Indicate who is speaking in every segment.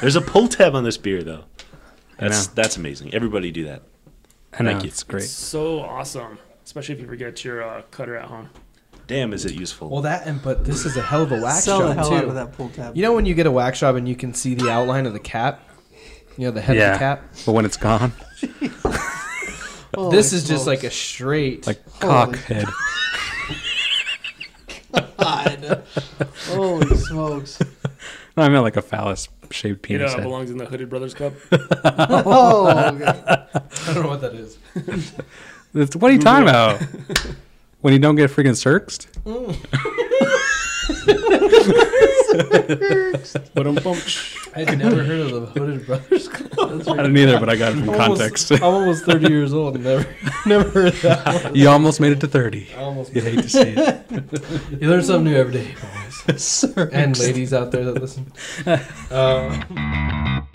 Speaker 1: There's a pull tab on this beer though.
Speaker 2: I
Speaker 1: That's
Speaker 2: know.
Speaker 1: that's amazing. Everybody do that.
Speaker 2: I know,
Speaker 1: Thank you.
Speaker 2: It's great.
Speaker 3: So awesome, especially if you ever get your uh, cutter at home.
Speaker 1: Damn, is it useful?
Speaker 4: Well, that and but this is a hell of a wax
Speaker 5: Sell the
Speaker 4: job
Speaker 5: hell
Speaker 4: too.
Speaker 5: out of that pull tab.
Speaker 4: You know when you get a wax job and you can see the outline of the cap, you know the head of
Speaker 2: Yeah.
Speaker 4: the cap.
Speaker 2: But when it's gone,
Speaker 5: Holy
Speaker 4: this is just
Speaker 5: smokes.
Speaker 4: like a straight.
Speaker 2: like
Speaker 5: Holy-
Speaker 2: cock head.
Speaker 5: God. Holy smokes.
Speaker 2: No, I meant like a phallus shaped
Speaker 3: It
Speaker 2: penis
Speaker 3: uh,
Speaker 2: head.
Speaker 3: belongs in the Hooded Brothers Cup.
Speaker 5: Oh, God.
Speaker 4: I don't know what that is.
Speaker 2: It's- what are you talking about? when you don't get freaking circed?
Speaker 4: I'd never heard of the Hooded Brothers.
Speaker 2: I didn't either, but I got it from context.
Speaker 4: I'm almost 30 years old and never, never heard that. One.
Speaker 2: you almost made it to 30.
Speaker 4: I almost.
Speaker 2: You'd hate to see it.
Speaker 4: You learn something new every day, boys and ladies out there that listen. Um,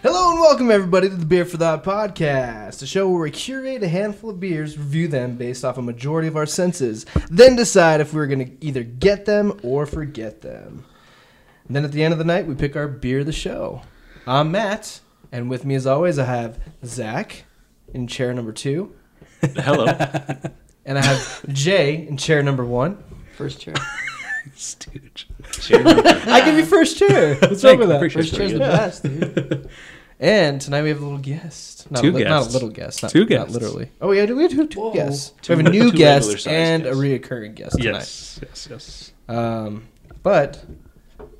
Speaker 4: Hello and welcome everybody to the Beer for Thought podcast, a show where we curate a handful of beers, review them based off a majority of our senses, then decide if we're going to either get them or forget them. And then at the end of the night, we pick our beer of the show. I'm Matt, and with me as always, I have Zach in chair number two,
Speaker 1: Hello.
Speaker 4: and I have Jay in chair number one.
Speaker 5: First chair.
Speaker 2: Stooge.
Speaker 4: I give you first chair. What's wrong with that?
Speaker 2: Appreciate
Speaker 5: First chair's
Speaker 2: it.
Speaker 5: the best, dude.
Speaker 4: And tonight we have a little guest. Not
Speaker 2: Two
Speaker 4: a li- Not
Speaker 2: guests.
Speaker 4: a little guest. Not,
Speaker 2: Two
Speaker 4: not
Speaker 2: guests.
Speaker 4: literally. Oh, yeah, we have two, two
Speaker 5: Whoa.
Speaker 4: guests.
Speaker 1: Two-
Speaker 4: we have a new
Speaker 1: two
Speaker 4: guest
Speaker 1: regular-sized
Speaker 4: and
Speaker 1: guests.
Speaker 4: a reoccurring guest tonight.
Speaker 2: Yes, yes, yes.
Speaker 4: Um, but,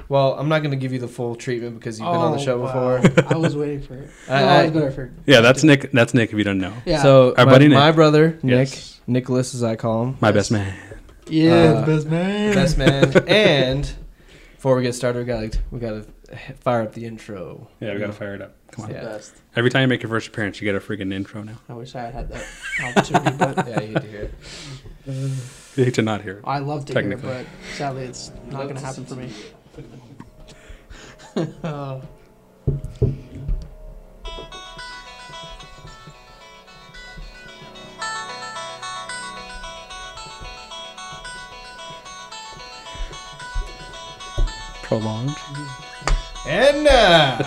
Speaker 4: well, I'm not going to give you the full treatment because you've been on the
Speaker 5: Oh,
Speaker 4: show
Speaker 5: wow.
Speaker 4: before.
Speaker 5: I was waiting for it. No,
Speaker 4: I-
Speaker 5: I,
Speaker 4: I-
Speaker 5: was better for it.
Speaker 2: Yeah, that's Nick. That's Nick. If you don't know,
Speaker 5: Yeah.
Speaker 4: So,
Speaker 2: Our
Speaker 4: my,
Speaker 2: buddy Nick.
Speaker 4: my brother, Nick,
Speaker 2: Yes.
Speaker 4: Nicholas as I call him,
Speaker 2: my best man.
Speaker 5: yeah,
Speaker 4: uh,
Speaker 5: the best man.
Speaker 4: best man. and before we get started, we got like, we got to fire up the intro.
Speaker 2: Yeah, we gotta fire it up. Come on.
Speaker 5: The
Speaker 4: Yeah.
Speaker 5: best.
Speaker 2: Every time you make your first appearance, you get a freaking intro now.
Speaker 5: I wish I had had that opportunity, but
Speaker 4: Yeah, you get to hear it.
Speaker 2: You hate to not hear it.
Speaker 5: I love to hear it,
Speaker 2: Technically.
Speaker 5: but sadly, it's not going to happen for me. Uh,
Speaker 2: Prolonged.
Speaker 4: And now,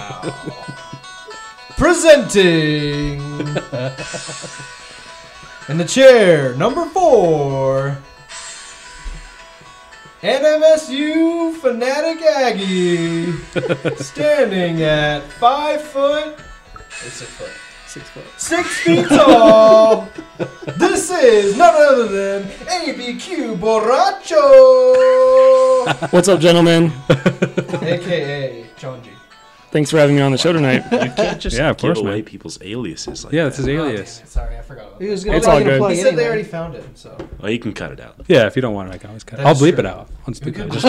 Speaker 4: presenting in the chair number four, NMSU fanatic Aggie, standing at five foot, six foot,
Speaker 5: six foot.
Speaker 4: six feet tall. this is none other than ABQ Borracho,
Speaker 6: What's up, gentlemen?
Speaker 4: aka John G.
Speaker 6: Thanks for having me on the show tonight.
Speaker 1: You can't just
Speaker 2: Yeah, of
Speaker 1: give
Speaker 2: course,
Speaker 1: away
Speaker 2: man.
Speaker 1: people's aliases like
Speaker 2: Yeah,
Speaker 1: that.
Speaker 2: that's his
Speaker 4: Oh, damn
Speaker 2: alias.
Speaker 4: it, sorry, I forgot about
Speaker 5: He
Speaker 4: that.
Speaker 5: was going
Speaker 2: It's
Speaker 5: to
Speaker 2: all
Speaker 5: plug
Speaker 2: good.
Speaker 5: anyway.
Speaker 4: He said they already found it, so.
Speaker 1: Well, oh, you can cut it out.
Speaker 2: Yeah, if you don't want it, I can always cut it.
Speaker 4: That
Speaker 2: I'll
Speaker 4: is
Speaker 2: bleep
Speaker 4: true.
Speaker 2: it out on speaker.
Speaker 4: yeah, if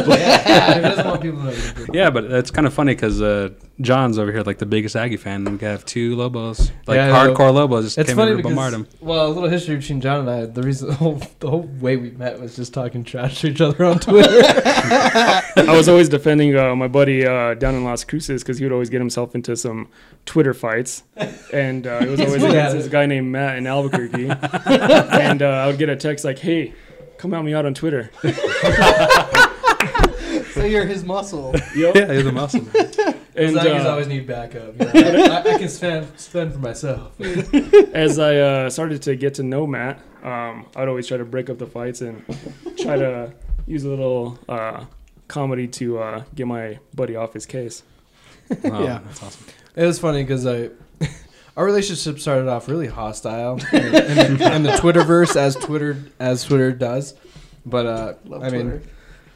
Speaker 4: he doesn't want people to know. he did it.
Speaker 2: Yeah, but that's kind of funny because uh, John's over here like the biggest Aggie fan, and we have two Lobos, like
Speaker 4: Yeah, I know.
Speaker 2: hardcore Lobos, just
Speaker 4: It's
Speaker 2: came
Speaker 4: funny
Speaker 2: over to
Speaker 4: because
Speaker 2: bombard him.
Speaker 4: well, a little history between John and I. The reason the whole, the whole way we met was just talking trash to each other on Twitter.
Speaker 6: I was always defending uh, my buddy uh, down in Las Cruces because he would always get himself into some Twitter fights, and uh, it was
Speaker 4: He's
Speaker 6: always
Speaker 4: good
Speaker 6: against
Speaker 4: at it.
Speaker 6: this guy named Matt in Albuquerque. and uh, I would get a text like, "Hey, come help me out on Twitter."
Speaker 5: So you're his muscle.
Speaker 2: Yeah, he's a muscle. man.
Speaker 6: And
Speaker 4: Zaggers
Speaker 6: uh,
Speaker 4: always need backup. You know? I, I can spend spend for myself.
Speaker 6: as I uh, started to get to know Matt, um, I'd always try to break up the fights and try to use a little uh, comedy to uh, get my buddy off his case.
Speaker 2: Wow,
Speaker 5: Yeah.
Speaker 2: that's awesome.
Speaker 4: It was funny because I. Our relationship started off really hostile in the, in the, in the Twitterverse, as Twitter as Twitter does, but uh,
Speaker 5: Love
Speaker 4: I mean,
Speaker 5: Twitter.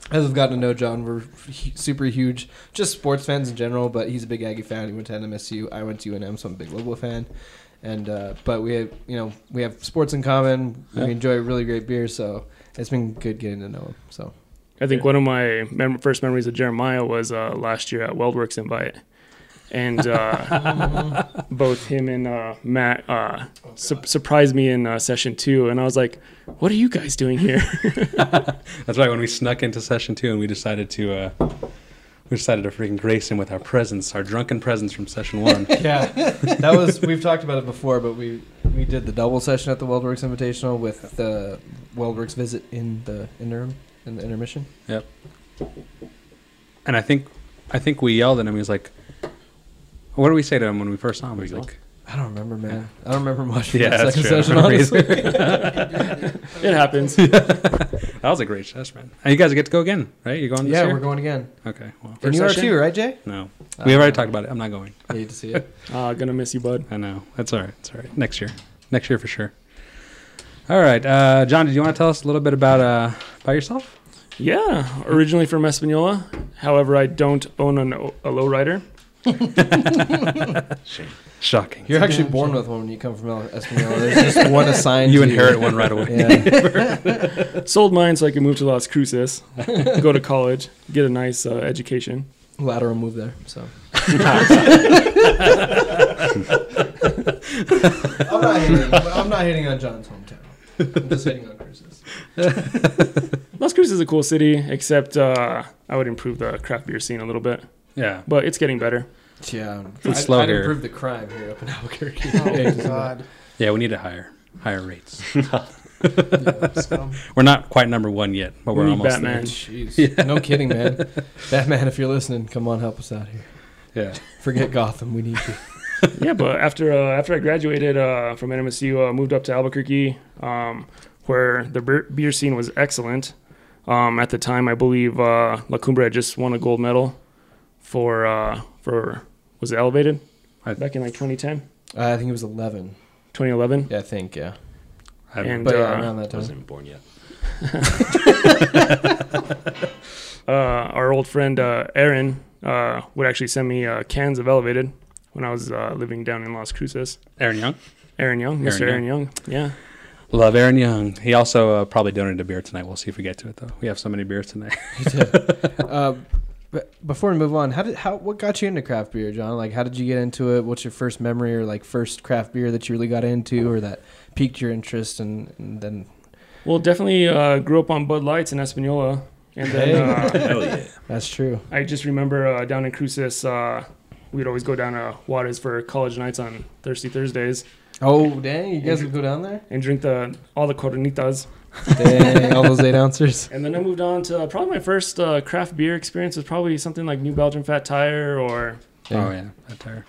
Speaker 4: As we've gotten to know John, we're hu- super huge, just sports fans in general. But he's a big Aggie fan. He went to NMSU. I went to UNM, so I'm a big Lobo fan. And uh, but we have, you know, we have sports in common.
Speaker 2: Yeah.
Speaker 4: We enjoy really great beer, so it's been good getting to know him. So
Speaker 6: I think one of my mem- first memories of Jeremiah was uh, last year at Weldworks Invite. And uh, both him and uh, Matt uh, su- surprised me in uh, session two. And I was like, what are you guys doing here?
Speaker 2: That's right. When we snuck into session two and we decided to uh, We decided to freaking grace him with our presence, our drunken presence from session one.
Speaker 4: Yeah, that was. We've talked about it before, but we we did the double session at the Weldworks Invitational with the Weldworks visit in the interim in the intermission.
Speaker 2: and I think, I think we yelled at him. He was like, "What did we say to him when we first saw him?" He's like,
Speaker 4: I don't remember, man. I don't remember much from
Speaker 2: Yeah,
Speaker 4: the
Speaker 2: that's
Speaker 4: second
Speaker 2: true. I
Speaker 4: session.
Speaker 2: don't
Speaker 4: Honestly,
Speaker 6: It happens.
Speaker 2: "That was a great session, man." And you guys get to go again, right? You're going this
Speaker 4: yeah,
Speaker 2: year?
Speaker 4: we're going again.
Speaker 2: okay. Well,
Speaker 4: And
Speaker 6: First
Speaker 4: you are
Speaker 6: session?
Speaker 4: too, right, Jay?
Speaker 2: no, we
Speaker 4: Uh,
Speaker 2: already talked about it. I'm not going.
Speaker 4: I need to see it.
Speaker 6: Uh, gonna miss you, bud.
Speaker 2: I know. That's all right. That's all right. Next year. Next year for sure. All right, uh, John. Did you want to tell us a little bit about uh, about yourself?
Speaker 6: Yeah, originally from Espanola. However, I don't own an, o- a lowrider.
Speaker 1: Shame.
Speaker 2: Shocking.
Speaker 4: You're actually
Speaker 5: Yeah,
Speaker 4: born
Speaker 5: sure.
Speaker 4: with one when you come from El- Espanola. There's just one assigned.
Speaker 2: You
Speaker 4: to
Speaker 2: inherit one right away.
Speaker 4: Yeah.
Speaker 6: Sold mine so I could move to Las Cruces, go to college, get a nice uh, education.
Speaker 4: Lateral move there. So. I'm not hating. I'm not hating on John's hometown. I'm just hating on Chris's.
Speaker 6: Las Cruces is a cool city, except uh, I would improve the craft beer scene a little bit,
Speaker 2: Yeah.
Speaker 6: but it's getting better.
Speaker 4: Yeah,
Speaker 2: It's slow
Speaker 4: I'd
Speaker 2: here.
Speaker 4: improve the crime here up in Albuquerque.
Speaker 5: Oh God.
Speaker 2: Yeah. We need to hire higher rates.
Speaker 5: Yeah, scum.
Speaker 2: We're not quite number one yet, but
Speaker 6: We
Speaker 2: we're
Speaker 6: need
Speaker 2: almost
Speaker 6: Batman.
Speaker 4: Jeez, no kidding, man. Batman, if you're listening, come on, help us out here.
Speaker 2: there. Yeah.
Speaker 4: Forget Gotham, we need you.
Speaker 6: yeah, but after uh, after I graduated uh, from NMSU, uh, moved up to Albuquerque, um, where the beer, beer scene was excellent. Um, at the time, I believe uh, La Cumbre had just won a gold medal for uh, for was it elevated
Speaker 2: I-
Speaker 6: back in like 2010,
Speaker 4: Uh, I think it was 11.
Speaker 6: 2011.
Speaker 4: Yeah, I think, yeah.
Speaker 2: I
Speaker 6: And
Speaker 4: But yeah,
Speaker 6: uh,
Speaker 4: around that
Speaker 1: I wasn't even
Speaker 4: time.
Speaker 1: born yet.
Speaker 6: uh, our old friend uh, Aaron uh, would actually send me uh, cans of elevated when I was uh, living down in Las Cruces.
Speaker 2: Aaron Young.
Speaker 6: Aaron Young, Mr.
Speaker 2: Aaron
Speaker 6: Aaron Young. yeah.
Speaker 2: Love Aaron Young. He also uh, probably donated a beer tonight. We'll see if we get to it though. We have so many beers tonight.
Speaker 4: Uh, but before we move on, how did how what got you into craft beer, John? Like, how did you get into it? What's your first memory or like first craft beer that you really got into or that piqued your interest? And, and then
Speaker 6: Well, definitely uh, grew up on Bud Lights in Espanola, and then.
Speaker 4: Hey.
Speaker 6: Uh,
Speaker 1: Hell yeah.
Speaker 4: that's true.
Speaker 6: I just remember uh, down in Cruces, uh, we'd always go down to Juarez for college nights on Thirsty Thursdays
Speaker 4: Oh dang, you guys would go down there?
Speaker 6: and drink the all the coronitas.
Speaker 4: Dang, all those eight ounces.
Speaker 6: And then I moved on to probably my first uh, craft beer experience was probably something like New Belgium Fat Tire or
Speaker 2: Oh yeah, that tire.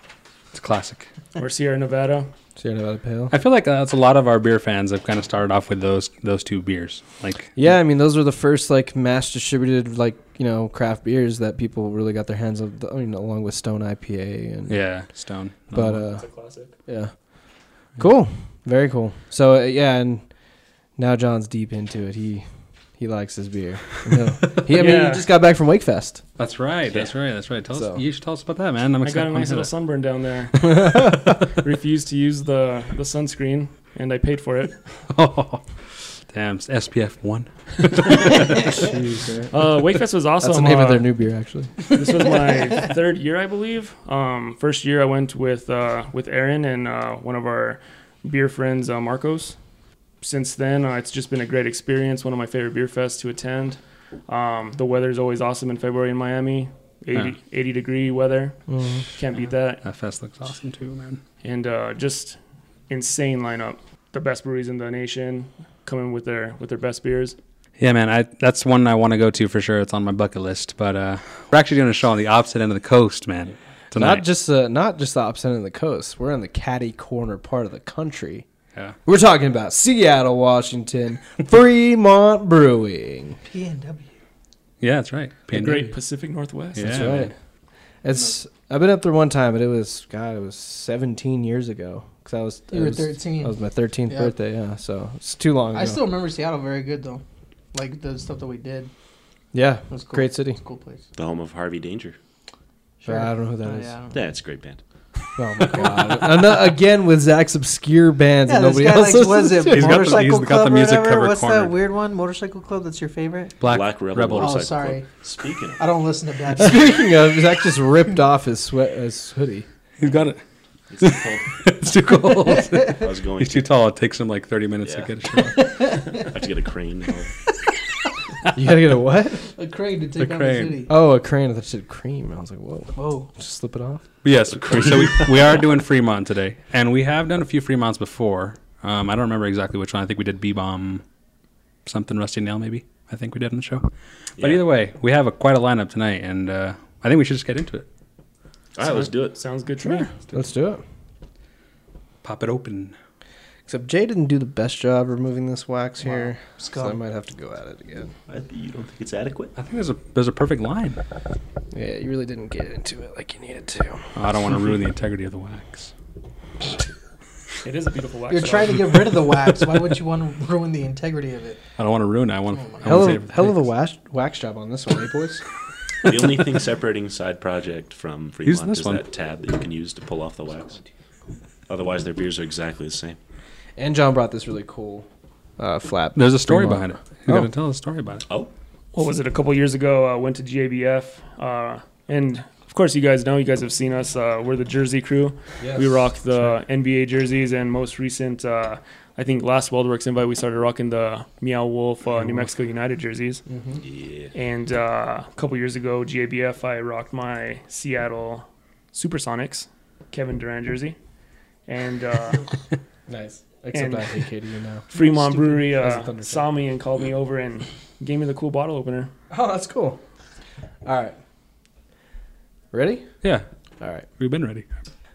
Speaker 2: It's a classic.
Speaker 6: or Sierra Nevada.
Speaker 4: Sierra Nevada Pale.
Speaker 2: I feel like uh, that's a lot of our beer fans have kind of started off with those those two beers. Like
Speaker 4: Yeah, I mean those were the first like mass distributed like you know craft beers that people really got their hands on. I mean, along with Stone IPA and
Speaker 2: yeah, Stone.
Speaker 4: But uh,
Speaker 6: a classic.
Speaker 4: yeah, cool, very cool. So uh, yeah, and now John's deep into it. He he likes his beer. No. He, I mean, he
Speaker 6: Yeah.
Speaker 4: just got back from Wakefest.
Speaker 2: that's right. That's right. That's right. Tell
Speaker 4: So-
Speaker 2: us. You should tell us about that, man. I'm
Speaker 6: I
Speaker 2: excited.
Speaker 6: got a
Speaker 2: I'm
Speaker 6: nice little
Speaker 2: excited.
Speaker 6: sunburn down there. Refused to use the the sunscreen, and I paid for it.
Speaker 2: Damn, it's SPF one.
Speaker 6: Uh, Wakefest was awesome.
Speaker 4: That's the name of
Speaker 6: uh,
Speaker 4: their new beer, actually.
Speaker 6: this was my third year, I believe. Um, first year I went with uh, with Aaron and uh, one of our beer friends, uh, Marcos. Since then, uh, it's just been a great experience. One of my favorite beer fests to attend. Um, the weather's always awesome in February in Miami. 80,
Speaker 2: Yeah.
Speaker 6: 80 degree weather.
Speaker 4: Mhm.
Speaker 6: Can't beat that.
Speaker 2: That fest looks awesome too, man.
Speaker 6: And uh, just insane lineup. The best breweries in the nation coming with their with their best beers.
Speaker 2: Yeah, man, I that's one I want to go to for sure. It's on my bucket list. But uh, we're actually doing a show on the opposite end of the coast, man. Tonight.
Speaker 4: Not just uh, not just the opposite end of the coast. We're in the catty corner part of the country.
Speaker 2: yeah.
Speaker 4: We're talking about Seattle, Washington, Fremont Brewing.
Speaker 5: PNW.
Speaker 2: yeah, that's right.
Speaker 6: The
Speaker 2: Pandemic.
Speaker 6: great Pacific Northwest.
Speaker 2: Yeah.
Speaker 4: That's right. It's I've been up there one time, but it was God, it was 17 years ago because I was
Speaker 5: You
Speaker 4: it
Speaker 5: were
Speaker 4: was,
Speaker 5: thirteen.
Speaker 4: That was my 13th
Speaker 5: Yeah.
Speaker 4: birthday. Yeah, so it's too long. Ago.
Speaker 5: I still remember Seattle very good though. Like the stuff that we did. It
Speaker 4: yeah,
Speaker 5: was cool.
Speaker 4: Great city.
Speaker 5: It's a cool place.
Speaker 1: The home of Harvey Danger.
Speaker 4: Sure. I don't know who that
Speaker 5: Oh,
Speaker 4: is.
Speaker 5: yeah, I don't know.
Speaker 1: That's a great band.
Speaker 4: Oh my God! Ano- again with Zach's obscure bands
Speaker 5: Yeah,
Speaker 4: and
Speaker 5: this
Speaker 4: nobody
Speaker 5: guy
Speaker 4: else.
Speaker 5: likes, what is it,
Speaker 2: He's got the- he's
Speaker 5: Motorcycle
Speaker 2: got
Speaker 5: Club
Speaker 2: the
Speaker 5: or
Speaker 2: music
Speaker 5: whatever?
Speaker 2: covered
Speaker 5: What's
Speaker 2: cornered.
Speaker 5: that weird one? Motorcycle Club, that's your favorite?
Speaker 2: Black,
Speaker 1: Black Rebel.
Speaker 2: Rebel.
Speaker 5: Oh,
Speaker 1: Motorcycle
Speaker 5: sorry. Uh,
Speaker 1: Club. Speaking of,
Speaker 5: I don't listen to bad
Speaker 4: Speaking of, Zach just ripped off his sweat his hoodie.
Speaker 2: He's Oh, got it.
Speaker 1: it's cold.
Speaker 2: It's too cold.
Speaker 1: I was going
Speaker 2: He's too
Speaker 1: to,
Speaker 2: tall. It takes him like 30 minutes
Speaker 1: Yeah.
Speaker 2: to get a shirt. off.
Speaker 1: I have to get a crane. and all.
Speaker 4: You gotta get a what?
Speaker 5: A crane to
Speaker 2: The
Speaker 5: take down
Speaker 2: crane.
Speaker 5: the city.
Speaker 4: Oh, a crane. I thought you said cream. I was like, whoa.
Speaker 5: Whoa.
Speaker 4: Just slip it off.
Speaker 2: Yes, so we, we are doing Fremont today, and we have done a few Fremonts before. Um, I don't remember exactly which one. I think we did B bomb, something Rusty Nail maybe. I think we did on the show. But
Speaker 1: Yeah.
Speaker 2: either way, we have a, quite a lineup tonight, and uh, I think we should just get into it.
Speaker 1: All right, let's do it.
Speaker 6: Sounds good to me.
Speaker 4: Let's do it.
Speaker 2: Pop it open.
Speaker 4: Except Jay didn't do the best job removing this wax here, so I
Speaker 5: Scum.
Speaker 4: might have to go at it again.
Speaker 1: I, you don't think it's adequate?
Speaker 2: I think there's a there's a perfect line.
Speaker 4: Yeah, you really didn't get into it like you needed to.
Speaker 2: Oh, I don't want to ruin the integrity of the wax.
Speaker 6: It is a beautiful wax.
Speaker 5: You're trying to get rid of the wax. Why would you want to ruin the integrity of it?
Speaker 2: I don't want to ruin it. I want. I
Speaker 4: Hell
Speaker 2: want to save it
Speaker 4: of,
Speaker 2: for
Speaker 4: hell of a
Speaker 2: things.
Speaker 4: wax, wax job on this one, eh, boys?
Speaker 1: the only thing separating Side Project from
Speaker 2: Use
Speaker 1: Fremont
Speaker 2: this
Speaker 1: is
Speaker 2: one.
Speaker 1: that tab that you can use to pull off the wax. Otherwise, their beers are exactly the same.
Speaker 4: and John brought this really cool uh, flap.
Speaker 2: There's a story behind
Speaker 4: Fremont.
Speaker 2: it. You
Speaker 4: Oh.
Speaker 2: got to tell the story about it.
Speaker 1: Oh,
Speaker 6: what was it a couple years ago uh, went to gabf uh, and of course you guys know you guys have seen us uh, we're the jersey crew we rock the nba jerseys and most recent uh, i think last weldworks invite we started rocking the meow wolf uh, new mexico united jerseys
Speaker 1: yeah.
Speaker 6: and uh, a couple years ago gabf i rocked my seattle supersonics kevin durant jersey and uh,
Speaker 4: Nice.
Speaker 6: Except I
Speaker 4: hate Katie now.
Speaker 6: Fremont
Speaker 4: Stupid.
Speaker 6: Brewery
Speaker 4: As a
Speaker 6: uh,
Speaker 4: Thundercat.
Speaker 6: saw me and called me over and gave me the cool bottle opener.
Speaker 4: Oh, that's cool. All right. Ready?
Speaker 2: Yeah,
Speaker 4: All right.
Speaker 2: we've been ready.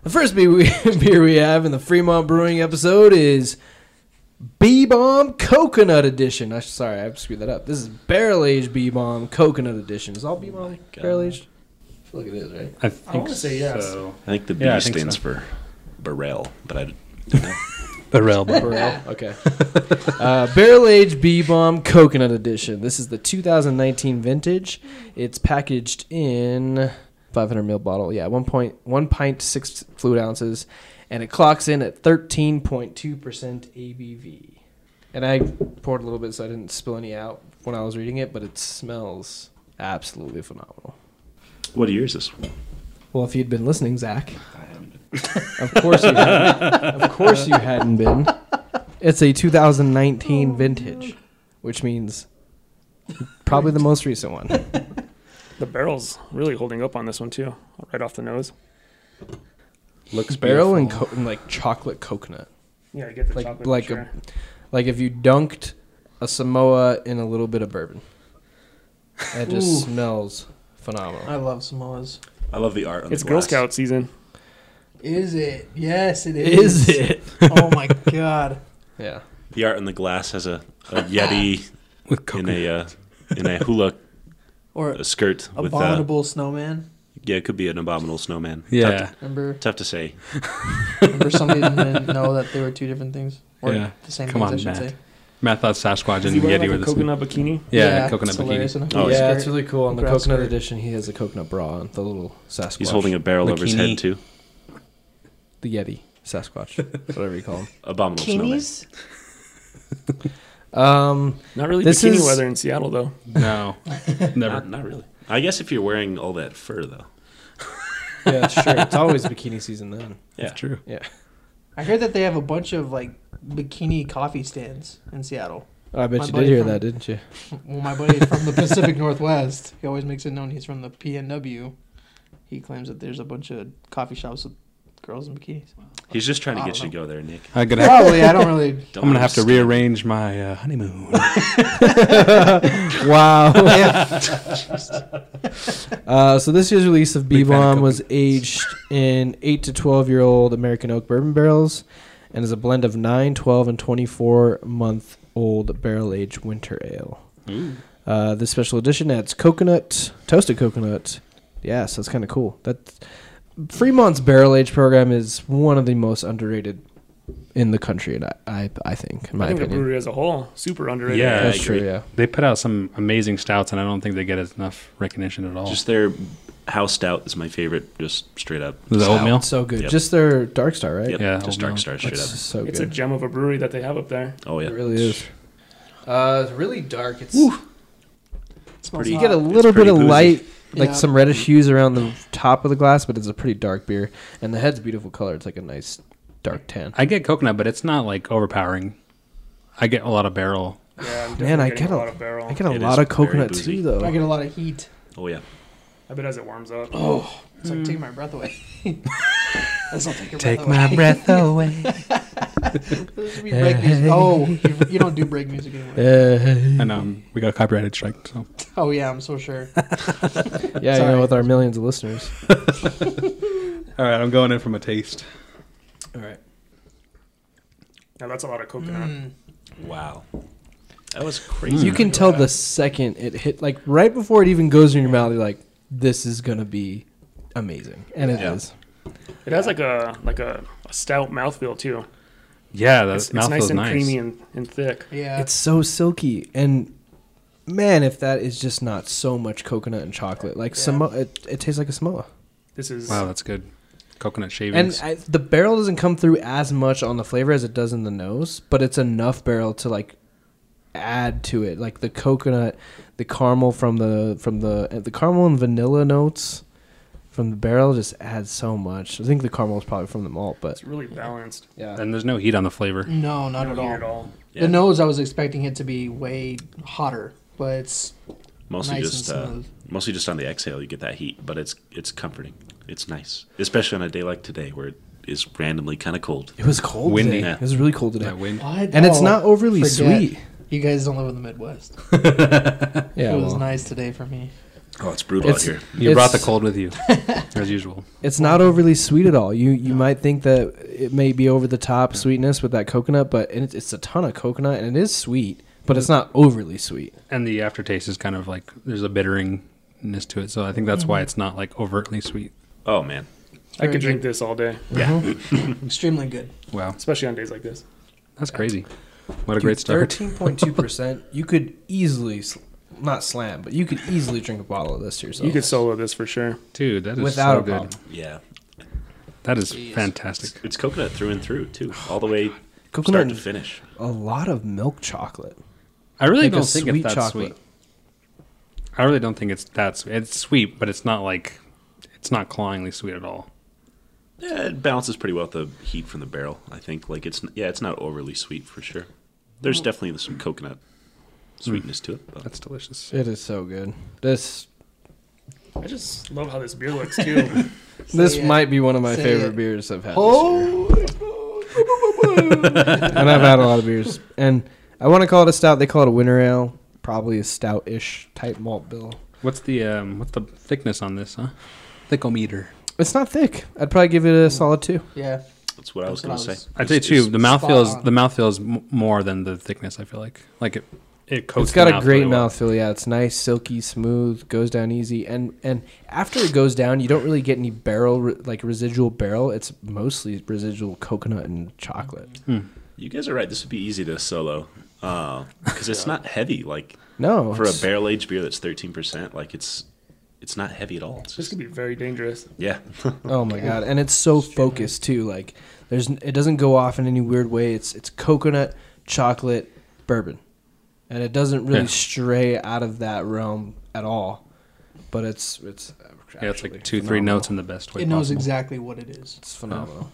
Speaker 4: The first beer we, beer we have in the Fremont Brewing episode is B Bomb Coconut Edition. I, sorry, I screwed that up. This is barrel aged B Bomb Coconut Edition. Is all B Bomb
Speaker 1: God.
Speaker 4: barrel aged? Oh Look at this, right?
Speaker 2: I think
Speaker 6: wanna say yes.
Speaker 2: so.
Speaker 1: I think the B
Speaker 2: Yeah, I think
Speaker 1: stands
Speaker 2: so.
Speaker 1: for Burrell, but I don't know.
Speaker 2: Burrell, but-
Speaker 4: Barrel. Okay. uh, barrel aged B Bomb Coconut Edition. This is the 2019 vintage. It's packaged in 500 ml bottle. Yeah, one point one pint six fluid ounces, and it clocks in at 13.2 percent ABV. And I poured a little bit so I didn't spill any out when I was reading it, but it smells absolutely phenomenal.
Speaker 1: what year is this?
Speaker 4: Well, if you'd been listening, Zach. Of course you hadn't. Of course you hadn't been. It's a 2019 vintage, which means probably the most recent one.
Speaker 6: The barrel's really holding up on this one too, right off the nose.
Speaker 2: looks
Speaker 4: Barrel and,
Speaker 2: beautiful.
Speaker 4: co- and like chocolate coconut.
Speaker 6: Yeah, I get the
Speaker 4: Like
Speaker 6: chocolate.
Speaker 4: like
Speaker 6: for sure.
Speaker 4: a like if you dunked a Samoa in a little bit of bourbon. That just
Speaker 5: Ooh.
Speaker 4: smells phenomenal.
Speaker 5: I love Samoas.
Speaker 1: I love the art on
Speaker 6: it's
Speaker 1: the
Speaker 6: Girl
Speaker 1: glass.
Speaker 6: Scout season.
Speaker 5: Is it? Yes, it is.
Speaker 4: Is it?
Speaker 5: oh my god.
Speaker 4: Yeah.
Speaker 1: The art on the glass has a, a yeti
Speaker 2: with
Speaker 1: in
Speaker 2: coconut.
Speaker 1: a uh, in a hula
Speaker 5: Or
Speaker 1: uh, skirt with uh,
Speaker 5: abominable snowman.
Speaker 1: yeah, it could be an abominable snowman. tough
Speaker 2: yeah,
Speaker 5: Remember?
Speaker 1: to, tough to say.
Speaker 5: Remember somebody didn't know that they were two different things. Or
Speaker 2: Yeah.
Speaker 5: the same
Speaker 2: Come
Speaker 5: things,
Speaker 2: on,
Speaker 5: I should
Speaker 2: Matt.
Speaker 5: say.
Speaker 2: Matt thought Sasquatch
Speaker 6: Does he
Speaker 2: and
Speaker 6: wear
Speaker 2: Yeti
Speaker 6: like
Speaker 2: were
Speaker 6: a
Speaker 2: the same.
Speaker 6: coconut bikini?
Speaker 2: Yeah, coconut
Speaker 5: it's
Speaker 2: bikini.
Speaker 5: hilarious in a
Speaker 1: Oh,
Speaker 5: hoodie
Speaker 4: yeah,
Speaker 5: skirt.
Speaker 4: it's really cool. On the
Speaker 5: Grass
Speaker 4: coconut
Speaker 5: skirt.
Speaker 4: edition, he has a coconut bra on, the little Sasquatch.
Speaker 1: He's holding a barrel over his
Speaker 2: Bikini.
Speaker 1: head too.
Speaker 4: the Yeti, Sasquatch, whatever you call him.
Speaker 1: Abominable
Speaker 5: Bikinis?
Speaker 4: Um,
Speaker 6: Not really
Speaker 4: This
Speaker 6: bikini
Speaker 4: is-
Speaker 6: weather in Seattle though.
Speaker 2: No,
Speaker 1: snowman.
Speaker 2: never.
Speaker 1: Not, not really. I guess if you're wearing all that fur though.
Speaker 4: yeah, sure. It's always bikini season then.
Speaker 1: Yeah.
Speaker 2: It's true.
Speaker 4: Yeah.
Speaker 5: I heard that they have a bunch of like bikini coffee stands in Seattle.
Speaker 4: Oh, I bet
Speaker 5: My
Speaker 4: you did
Speaker 5: buddy
Speaker 4: hear
Speaker 5: from-
Speaker 4: that, didn't you?
Speaker 5: Well, my buddy from the Pacific Northwest, he always makes it known he's from the PNW. He claims that there's a bunch of coffee shops with girls in bikinis.
Speaker 1: He's just trying to
Speaker 5: I
Speaker 1: get
Speaker 5: don't
Speaker 1: you to go there, Nick.
Speaker 2: I'm gonna have,
Speaker 5: Probably, I don't really.
Speaker 1: Don't
Speaker 2: I'm gonna have to
Speaker 1: understand.
Speaker 2: rearrange my uh, honeymoon.
Speaker 4: wow. uh, so this year's release of B
Speaker 2: Big fan of
Speaker 4: Bomb was aged in eight to twelve year old American oak bourbon barrels, and is a blend of 9, 12, and twenty four month old barrel aged winter ale. Uh, this special edition adds coconut, toasted coconut. Yeah, so that's kind of cool. That Fremont's barrel age program is one of the most underrated in the country, and I, I, I think, in my
Speaker 6: I think the
Speaker 4: opinion,
Speaker 6: brewery as a whole super underrated.
Speaker 1: Yeah. I
Speaker 4: that's true.
Speaker 1: agree.
Speaker 4: Yeah,
Speaker 2: they put out some amazing stouts, and I don't think they get enough recognition at all.
Speaker 1: Just their house stout is my favorite, just straight up.
Speaker 2: the oatmeal.
Speaker 4: so good.
Speaker 1: Yep.
Speaker 4: Just their Dark Star, right?
Speaker 1: Yep,
Speaker 2: Yeah,
Speaker 1: just
Speaker 2: oatmeal.
Speaker 1: dark star straight
Speaker 4: That's
Speaker 1: up.
Speaker 4: so
Speaker 6: It's a
Speaker 4: good.
Speaker 6: gem of a brewery that they have up there.
Speaker 1: Oh yeah.
Speaker 4: It really is. Uh, it's really dark. It's
Speaker 1: It's
Speaker 5: Smells
Speaker 1: pretty
Speaker 4: you get a
Speaker 1: it's
Speaker 4: little bit
Speaker 1: pretty
Speaker 4: of
Speaker 1: boozy.
Speaker 4: light, like
Speaker 5: Yeah.
Speaker 4: some reddish hues around the top of the glass, but it's a pretty dark beer. And the head's a beautiful color. It's like a nice dark tan.
Speaker 2: I get coconut, but it's not like overpowering. I get a lot of barrel
Speaker 6: Yeah, I'm
Speaker 4: Man,
Speaker 6: definitely
Speaker 4: I get
Speaker 6: getting
Speaker 4: a-
Speaker 6: a lot of barrel.
Speaker 4: I get a
Speaker 1: It
Speaker 4: lot
Speaker 1: is
Speaker 4: of coconut
Speaker 1: very boozy.
Speaker 4: too,
Speaker 5: I
Speaker 4: though.
Speaker 5: get a lot of heat.
Speaker 1: Oh yeah.
Speaker 6: I bet as it warms up.
Speaker 5: Oh, it's like take my breath away. That's not take your breath away.
Speaker 7: breath away.
Speaker 5: Those should be break music. Oh, you, you don't do break music anymore.
Speaker 2: And um, we got a copyrighted strike. So
Speaker 5: Oh yeah, I'm so sure.
Speaker 4: Yeah, you know,
Speaker 5: Sorry.
Speaker 4: with our millions of listeners.
Speaker 2: all right, I'm going in from a taste.
Speaker 4: All right.
Speaker 6: Now that's a lot of coconut.
Speaker 5: Mm.
Speaker 1: Wow. That was crazy.
Speaker 4: You can tell the second it hit, like right before it even goes in your mouth, you're like, "This is gonna be amazing," and it is.
Speaker 1: Yeah.
Speaker 6: It has like a like a, a stout mouthfeel too.
Speaker 2: Yeah, that's
Speaker 6: It's, it's nice and creamy and, and thick.
Speaker 5: Yeah.
Speaker 4: It's so silky, and man, if that is just not so much coconut and chocolate, like
Speaker 5: Yeah.
Speaker 4: Samo- it, it tastes like a Samoa.
Speaker 6: This is
Speaker 2: Wow, that's good. Coconut
Speaker 4: And
Speaker 2: shavings.
Speaker 4: I, the barrel doesn't come through as much on the flavor as it does in the nose, but it's enough barrel to like add to it, like the coconut, the caramel from the from the uh, the caramel and vanilla notes from the barrel just adds so much. I think the caramel is probably from the malt, but
Speaker 6: it's really balanced.
Speaker 4: yeah,
Speaker 2: and there's no heat on the flavor.
Speaker 5: no, not
Speaker 6: No heat
Speaker 5: at all.
Speaker 6: At all.
Speaker 1: Yeah.
Speaker 5: The nose, I was expecting it to be way hotter, but it's
Speaker 1: Mostly
Speaker 5: nice
Speaker 1: just
Speaker 5: and
Speaker 1: uh,
Speaker 5: smooth.
Speaker 1: mostly just on the exhale you get that heat, but it's it's comforting. It's nice, especially on a day like today where it is randomly kind of cold.
Speaker 4: it was cold.
Speaker 2: Windy.
Speaker 4: Today. It was really cold today,
Speaker 2: That wind.
Speaker 5: what?
Speaker 4: and it's
Speaker 5: Oh,
Speaker 4: not overly
Speaker 5: forget.
Speaker 4: sweet.
Speaker 5: You guys don't live in the Midwest.
Speaker 4: Yeah,
Speaker 5: it was
Speaker 4: well,
Speaker 5: nice today for me.
Speaker 1: Oh, it's brutal
Speaker 4: It's-
Speaker 1: out here.
Speaker 2: You brought the
Speaker 4: It's-
Speaker 2: cold with you, as usual.
Speaker 4: it's not overly sweet at all. You you might think that it may be over the top sweetness with that coconut, but it, it's a ton of coconut and it is sweet, but it's not overly sweet.
Speaker 2: And the aftertaste is kind of like there's a bitteringness to it, so I think that's
Speaker 4: Mm-hmm.
Speaker 2: why it's not like overtly sweet.
Speaker 1: Oh man,
Speaker 6: I
Speaker 5: Very
Speaker 6: could drink this all day,
Speaker 5: good. Extremely good.
Speaker 2: Wow,
Speaker 6: especially on days like this.
Speaker 2: that's crazy. What a great start.
Speaker 4: Thirteen point two percent. You could easily, sl- not slam, but you could easily drink a bottle of this to yourself.
Speaker 6: You could solo this for sure.
Speaker 2: Dude, that is
Speaker 4: without
Speaker 2: so
Speaker 4: a
Speaker 2: good.
Speaker 4: problem.
Speaker 1: yeah,
Speaker 2: That is fantastic.
Speaker 1: it's coconut through and through too, all the way start
Speaker 4: Coconut,
Speaker 1: to finish.
Speaker 4: a lot of milk chocolate.
Speaker 2: I really
Speaker 4: Like a
Speaker 2: don't think
Speaker 4: sweet
Speaker 2: it's that
Speaker 4: chocolate.
Speaker 2: sweet. I really don't think it's that sweet. It's sweet, but it's not like it's not clawingly sweet at all.
Speaker 1: Yeah, it balances pretty well with the heat from the barrel. I think like it's yeah, it's not overly sweet for sure. There's definitely some coconut sweetness to it. But
Speaker 2: That's delicious.
Speaker 4: It is so good. This
Speaker 6: I just love how this beer looks too.
Speaker 4: this
Speaker 5: it.
Speaker 4: might be one of my
Speaker 5: Say
Speaker 4: favorite
Speaker 5: it.
Speaker 4: beers I've had. This year.
Speaker 5: Oh,
Speaker 4: and I've had a lot of beers, and I want to call it a stout. They call it a winter ale, probably a stout-ish type malt bill.
Speaker 2: What's the um, what's the thickness on this, huh? Thickometer.
Speaker 4: It's not thick. I'd probably give it a
Speaker 1: Mm.
Speaker 4: solid two.
Speaker 5: yeah.
Speaker 1: that's what I was
Speaker 5: That's what
Speaker 1: gonna
Speaker 5: I was-
Speaker 1: say.
Speaker 2: I'd say
Speaker 1: It's-
Speaker 2: too.
Speaker 1: it's-
Speaker 2: The mouthfeel is
Speaker 5: spot on.
Speaker 2: the mouthfeel is m- more than the thickness. I feel like like it it coats.
Speaker 4: it's got
Speaker 2: the
Speaker 4: a
Speaker 2: mouth
Speaker 4: great
Speaker 2: really well.
Speaker 4: mouthfeel. Yeah, it's nice, silky, smooth, goes down easy, and and after it goes down, you don't really get any barrel re- like residual barrel. It's mostly residual coconut and chocolate.
Speaker 1: Hmm. You guys are right. This would be easy to solo because it's not heavy. Like
Speaker 4: No,
Speaker 1: for a
Speaker 4: Oh, it's-
Speaker 1: barrel aged beer that's thirteen percent, like it's it's not heavy at all. It's
Speaker 6: this
Speaker 1: just
Speaker 6: could be very dangerous.
Speaker 1: yeah,
Speaker 4: Oh my god, and it's so focused too. Like there's n- it doesn't go off in any weird way. It's it's coconut, chocolate, bourbon, and it doesn't really
Speaker 2: Yeah.
Speaker 4: stray out of that realm at all. But it's it's
Speaker 2: Yeah, it's like
Speaker 4: actually
Speaker 2: two three
Speaker 4: phenomenal.
Speaker 2: notes in the best way.
Speaker 5: it knows
Speaker 2: possible.
Speaker 5: exactly what it is.
Speaker 4: It's phenomenal.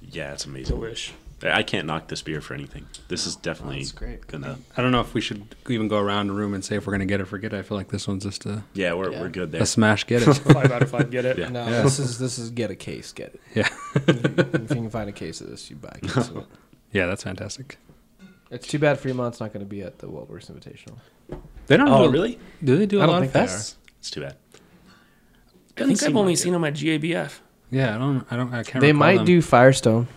Speaker 1: yeah, it's amazing.
Speaker 6: Delish.
Speaker 1: I I can't knock this beer for anything. This is definitely
Speaker 5: That's great.
Speaker 1: gonna.
Speaker 2: I don't know if we should even go around the room and say if we're gonna get it or get it. I feel like this one's just a,
Speaker 1: Yeah, we're
Speaker 5: Yeah.
Speaker 1: we're good there.
Speaker 2: a smash get it.
Speaker 6: Five out of five. Get it.
Speaker 1: Yeah.
Speaker 4: No,
Speaker 2: Yeah.
Speaker 4: this is this is get a case, get it.
Speaker 2: Yeah.
Speaker 4: if you can find a case of this, you buy a case of it.
Speaker 2: yeah, that's fantastic.
Speaker 4: It's too bad Fremont's not going to be at the Worldworks Invitational.
Speaker 2: They don't.
Speaker 1: Oh
Speaker 2: do-
Speaker 1: really?
Speaker 2: Do they do a
Speaker 4: I don't
Speaker 2: lot of
Speaker 4: think they are.
Speaker 2: fests?
Speaker 1: It's too bad.
Speaker 6: I
Speaker 1: Doesn't
Speaker 6: think
Speaker 1: seem
Speaker 6: I've only
Speaker 1: like
Speaker 6: seen them at GABF.
Speaker 2: Yeah, I don't. I don't. I can't.
Speaker 4: They
Speaker 2: recall
Speaker 4: might
Speaker 2: them.
Speaker 4: do Firestone